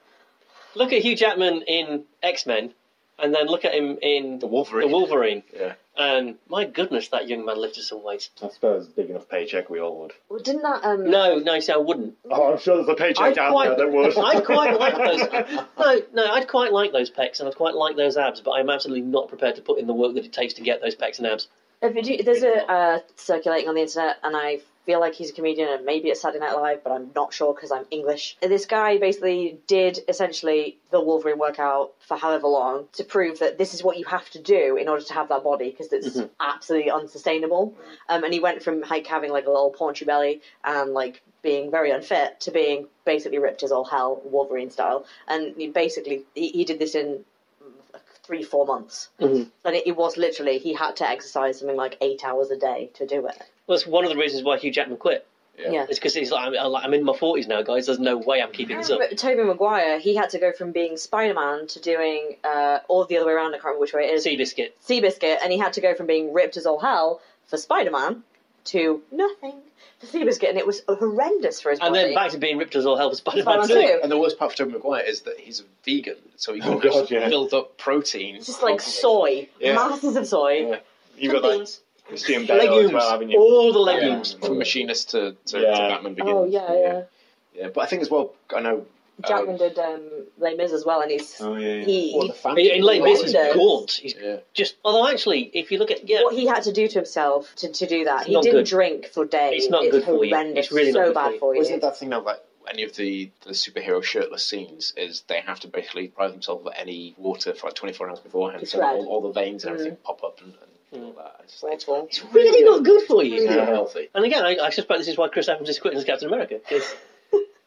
[SPEAKER 1] Look at Hugh Jackman in X Men, and then look at him in
[SPEAKER 3] the
[SPEAKER 1] the
[SPEAKER 3] Wolverine.
[SPEAKER 1] Wolverine.
[SPEAKER 3] Yeah.
[SPEAKER 1] And my goodness, that young man lifted some weight.
[SPEAKER 2] I suppose big enough paycheck we all would.
[SPEAKER 4] Well, didn't that um
[SPEAKER 1] No, no, so I wouldn't.
[SPEAKER 2] Oh, I'm sure there's a
[SPEAKER 1] I'd
[SPEAKER 2] paycheck out
[SPEAKER 1] quite-
[SPEAKER 2] there that would.
[SPEAKER 1] I'd quite like those. No, no, I'd quite like those pecs and I'd quite like those abs, but I'm absolutely not prepared to put in the work that it takes to get those pecs and abs.
[SPEAKER 4] If you do, there's a uh, circulating on the internet, and I feel like he's a comedian, and maybe it's Saturday Night Live, but I'm not sure because I'm English. This guy basically did essentially the Wolverine workout for however long to prove that this is what you have to do in order to have that body because it's absolutely unsustainable. Um, and he went from like having like a little paunchy belly and like being very unfit to being basically ripped as all hell, Wolverine style. And he basically he, he did this in three four months. And it, it was literally, he had to exercise something like eight hours a day to do it.
[SPEAKER 1] That's one of the reasons why Hugh Jackman quit.
[SPEAKER 3] Yeah.
[SPEAKER 4] Yeah.
[SPEAKER 1] It's because he's like, I'm, I'm in my 40s now, guys. There's no way I'm keeping this up.
[SPEAKER 4] But Toby Maguire, he had to go from being Spider Man to doing, uh, or the other way around, I can't remember which way it is,
[SPEAKER 1] Sea biscuit.
[SPEAKER 4] Seabiscuit, and he had to go from being ripped as all hell for Spider Man to nothing for Seabiscuit, and it was horrendous for his
[SPEAKER 1] And
[SPEAKER 4] body.
[SPEAKER 1] then back to being ripped as all hell for Spider Man
[SPEAKER 4] Spider-Man
[SPEAKER 1] 2.
[SPEAKER 4] two.
[SPEAKER 3] And the worst part for Tobey Maguire is that he's a vegan, so he
[SPEAKER 2] Oh,
[SPEAKER 3] can
[SPEAKER 2] God, yeah.
[SPEAKER 3] build up protein.
[SPEAKER 4] Just like
[SPEAKER 3] so.
[SPEAKER 4] soy,
[SPEAKER 3] Oh. Yeah.
[SPEAKER 4] masses of soy.
[SPEAKER 3] Yeah.
[SPEAKER 2] You've got like
[SPEAKER 4] beans.
[SPEAKER 2] Christian Bale
[SPEAKER 1] Legumes. Oh.
[SPEAKER 2] as well, haven't you?
[SPEAKER 1] all the
[SPEAKER 3] Yeah,
[SPEAKER 1] legumes.
[SPEAKER 3] from machinist to, to,
[SPEAKER 2] Yeah.
[SPEAKER 3] to Batman Begins.
[SPEAKER 4] Oh, yeah, yeah.
[SPEAKER 3] Yeah, but I think as well, I know.
[SPEAKER 4] Jackman
[SPEAKER 3] um,
[SPEAKER 4] did um, Les Mis as well, and he's.
[SPEAKER 2] Oh yeah. yeah.
[SPEAKER 4] He,
[SPEAKER 3] well, the family.
[SPEAKER 1] In late Miss, he's
[SPEAKER 4] Legumes.
[SPEAKER 1] gaunt. He's
[SPEAKER 3] Yeah.
[SPEAKER 1] just. Although, actually, if you look at. Yeah,
[SPEAKER 4] what he had to do to himself to, to do that.
[SPEAKER 1] It's
[SPEAKER 4] he
[SPEAKER 1] not
[SPEAKER 4] didn't
[SPEAKER 1] good.
[SPEAKER 4] drink for days.
[SPEAKER 1] It's not good for you.
[SPEAKER 4] horrendous.
[SPEAKER 1] It's really not
[SPEAKER 4] so
[SPEAKER 1] good
[SPEAKER 4] bad
[SPEAKER 1] for
[SPEAKER 4] for you.
[SPEAKER 3] Isn't that thing now like any of the, the superhero shirtless scenes is they have to basically deprive themselves of any water for like 24 hours beforehand,
[SPEAKER 4] It's
[SPEAKER 3] so
[SPEAKER 4] red.
[SPEAKER 3] all, all the veins
[SPEAKER 4] Mm-hmm.
[SPEAKER 3] and everything pop up and, and
[SPEAKER 4] Mm.
[SPEAKER 3] all that. It's, just like,
[SPEAKER 4] Awful.
[SPEAKER 3] it's
[SPEAKER 1] really not good for you.
[SPEAKER 3] really
[SPEAKER 2] Yeah.
[SPEAKER 3] unhealthy.
[SPEAKER 1] And again, I, I suspect this is why Chris Evans is quitting as Captain America. 'cause-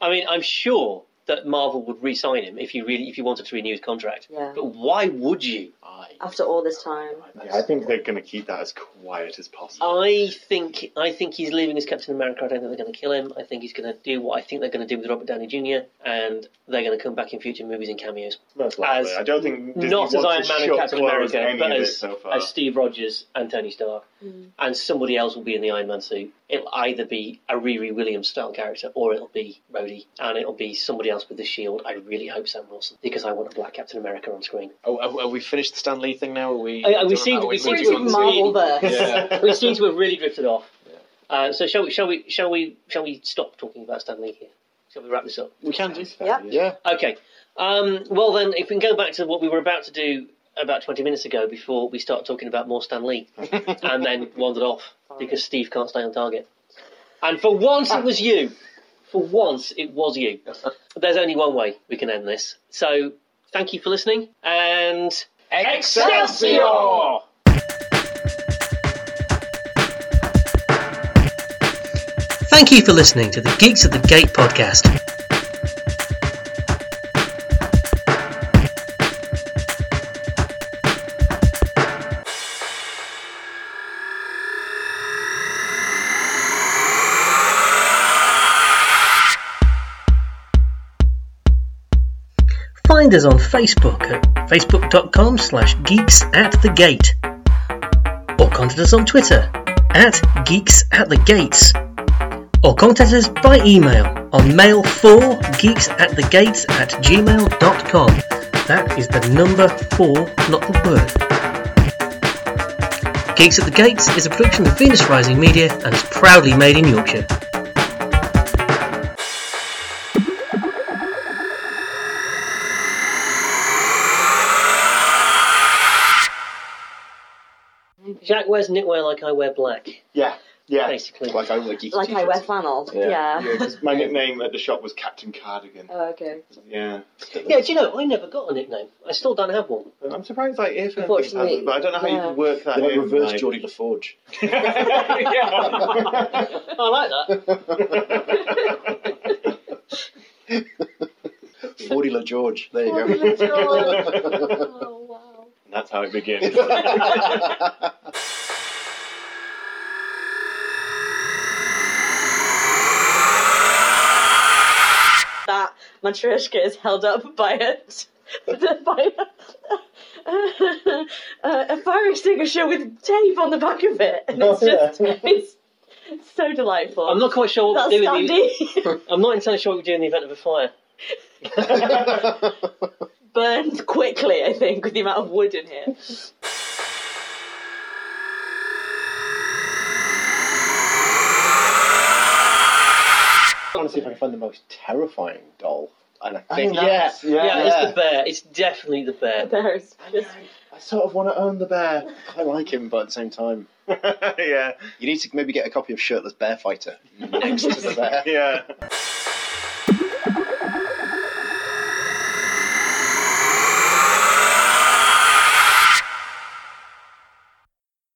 [SPEAKER 1] I mean, I'm sure that Marvel would re-sign him if you really, if you wanted to renew his contract.
[SPEAKER 4] Yeah.
[SPEAKER 1] But why would you?
[SPEAKER 3] I,
[SPEAKER 4] After all this time,
[SPEAKER 2] Yeah, I think they're going to keep that as quiet as possible.
[SPEAKER 1] I think I think he's leaving as Captain America. I don't think they're going to kill him. I think he's going to do what I think they're going to do with Robert Downey Jr. And they're going to come back in future movies in cameos,
[SPEAKER 2] Most likely.
[SPEAKER 1] as-
[SPEAKER 2] I don't think Disney
[SPEAKER 1] not as
[SPEAKER 2] wants
[SPEAKER 1] Iron
[SPEAKER 2] to
[SPEAKER 1] Man and
[SPEAKER 2] shut
[SPEAKER 1] Captain
[SPEAKER 2] close
[SPEAKER 1] America,
[SPEAKER 2] any
[SPEAKER 1] but
[SPEAKER 2] of it
[SPEAKER 1] as,
[SPEAKER 2] so far.
[SPEAKER 1] as Steve Rogers and Tony Stark,
[SPEAKER 4] Mm.
[SPEAKER 1] and somebody else will be in the Iron Man suit. It'll either be a Riri Williams style character, or it'll be Rhodey, and it'll be somebody else with the shield. I really hope Sam Wilson because I want a black Captain America on screen.
[SPEAKER 3] Oh, are, are we finished the Stan Lee thing now? Are we?
[SPEAKER 1] Uh, we
[SPEAKER 3] done
[SPEAKER 1] seem
[SPEAKER 3] that?
[SPEAKER 1] to- we
[SPEAKER 3] Are
[SPEAKER 1] seem
[SPEAKER 4] Where's
[SPEAKER 1] to
[SPEAKER 3] moving
[SPEAKER 1] be
[SPEAKER 4] the
[SPEAKER 3] on to-
[SPEAKER 4] Marvel verse?
[SPEAKER 3] Yeah.
[SPEAKER 1] We seem to have really drifted off.
[SPEAKER 3] Yeah.
[SPEAKER 1] Uh, so shall we? Shall we? Shall we? Shall we stop talking about Stan Lee here? Shall we wrap this up?
[SPEAKER 3] We can do.
[SPEAKER 4] Yep.
[SPEAKER 3] Yeah.
[SPEAKER 1] Okay. Um, well then, if we can go back to what we were about to do about 20 minutes ago before we start talking about more Stan Lee, and then wandered off because Steve can't stay on target. And for once, it was you. For once, it was you. There's only one way we can end this. So thank you for listening, and
[SPEAKER 3] Excelsior!
[SPEAKER 1] Thank you for listening to the Geeks at the Gate podcast. Find us on Facebook at facebook.com slash geeks at the gate or contact us on Twitter at geeks at the gates or contact us by email on mail4 geeks at the gates at gmail.com. That is the number four, not the word. Geeks at the Gates is a production of Venus Rising Media and is proudly made in Yorkshire. Jack wears knitwear like I wear black,
[SPEAKER 2] yeah, yeah.
[SPEAKER 1] basically.
[SPEAKER 3] Like I wear geeky
[SPEAKER 4] like I
[SPEAKER 3] t-shirts.
[SPEAKER 4] wear flannel.
[SPEAKER 3] Yeah.
[SPEAKER 4] Yeah.
[SPEAKER 2] Yeah, 'cause my nickname at the shop was Captain Cardigan.
[SPEAKER 4] Oh, okay.
[SPEAKER 2] Yeah,
[SPEAKER 1] Yeah, do you know, I never got a nickname. I still don't have one.
[SPEAKER 2] I'm surprised like if
[SPEAKER 4] Unfortunately,
[SPEAKER 2] but I don't know how you
[SPEAKER 4] yeah.
[SPEAKER 2] can work that.
[SPEAKER 3] They're like
[SPEAKER 2] in,
[SPEAKER 3] reverse
[SPEAKER 2] like-
[SPEAKER 3] Geordie LaForge.
[SPEAKER 2] yeah.
[SPEAKER 1] I like that.
[SPEAKER 3] Forty La George. There you go.
[SPEAKER 4] oh, wow.
[SPEAKER 2] That's how it begins.
[SPEAKER 4] That Matryoshka is held up by a, by a, uh, a fire extinguisher with tape on the back of it, and it's just it's so delightful.
[SPEAKER 1] I'm not quite sure what
[SPEAKER 4] That's
[SPEAKER 1] we do in the.
[SPEAKER 4] Sandy.
[SPEAKER 1] I'm not entirely sure what we do in the event of a fire.
[SPEAKER 4] Burned quickly, I think, with the amount of wood in here.
[SPEAKER 3] I want to see if I can find the most terrifying doll. And I
[SPEAKER 2] I
[SPEAKER 3] think,
[SPEAKER 2] think that's-
[SPEAKER 3] yeah,
[SPEAKER 1] yeah,
[SPEAKER 3] yeah.
[SPEAKER 1] it's the bear. It's definitely the bear.
[SPEAKER 4] There's just
[SPEAKER 3] I sort of want to own the bear. I like him, but at the same time,
[SPEAKER 2] yeah,
[SPEAKER 3] you need to maybe get a copy of Shirtless Bear Fighter next to the bear.
[SPEAKER 2] yeah.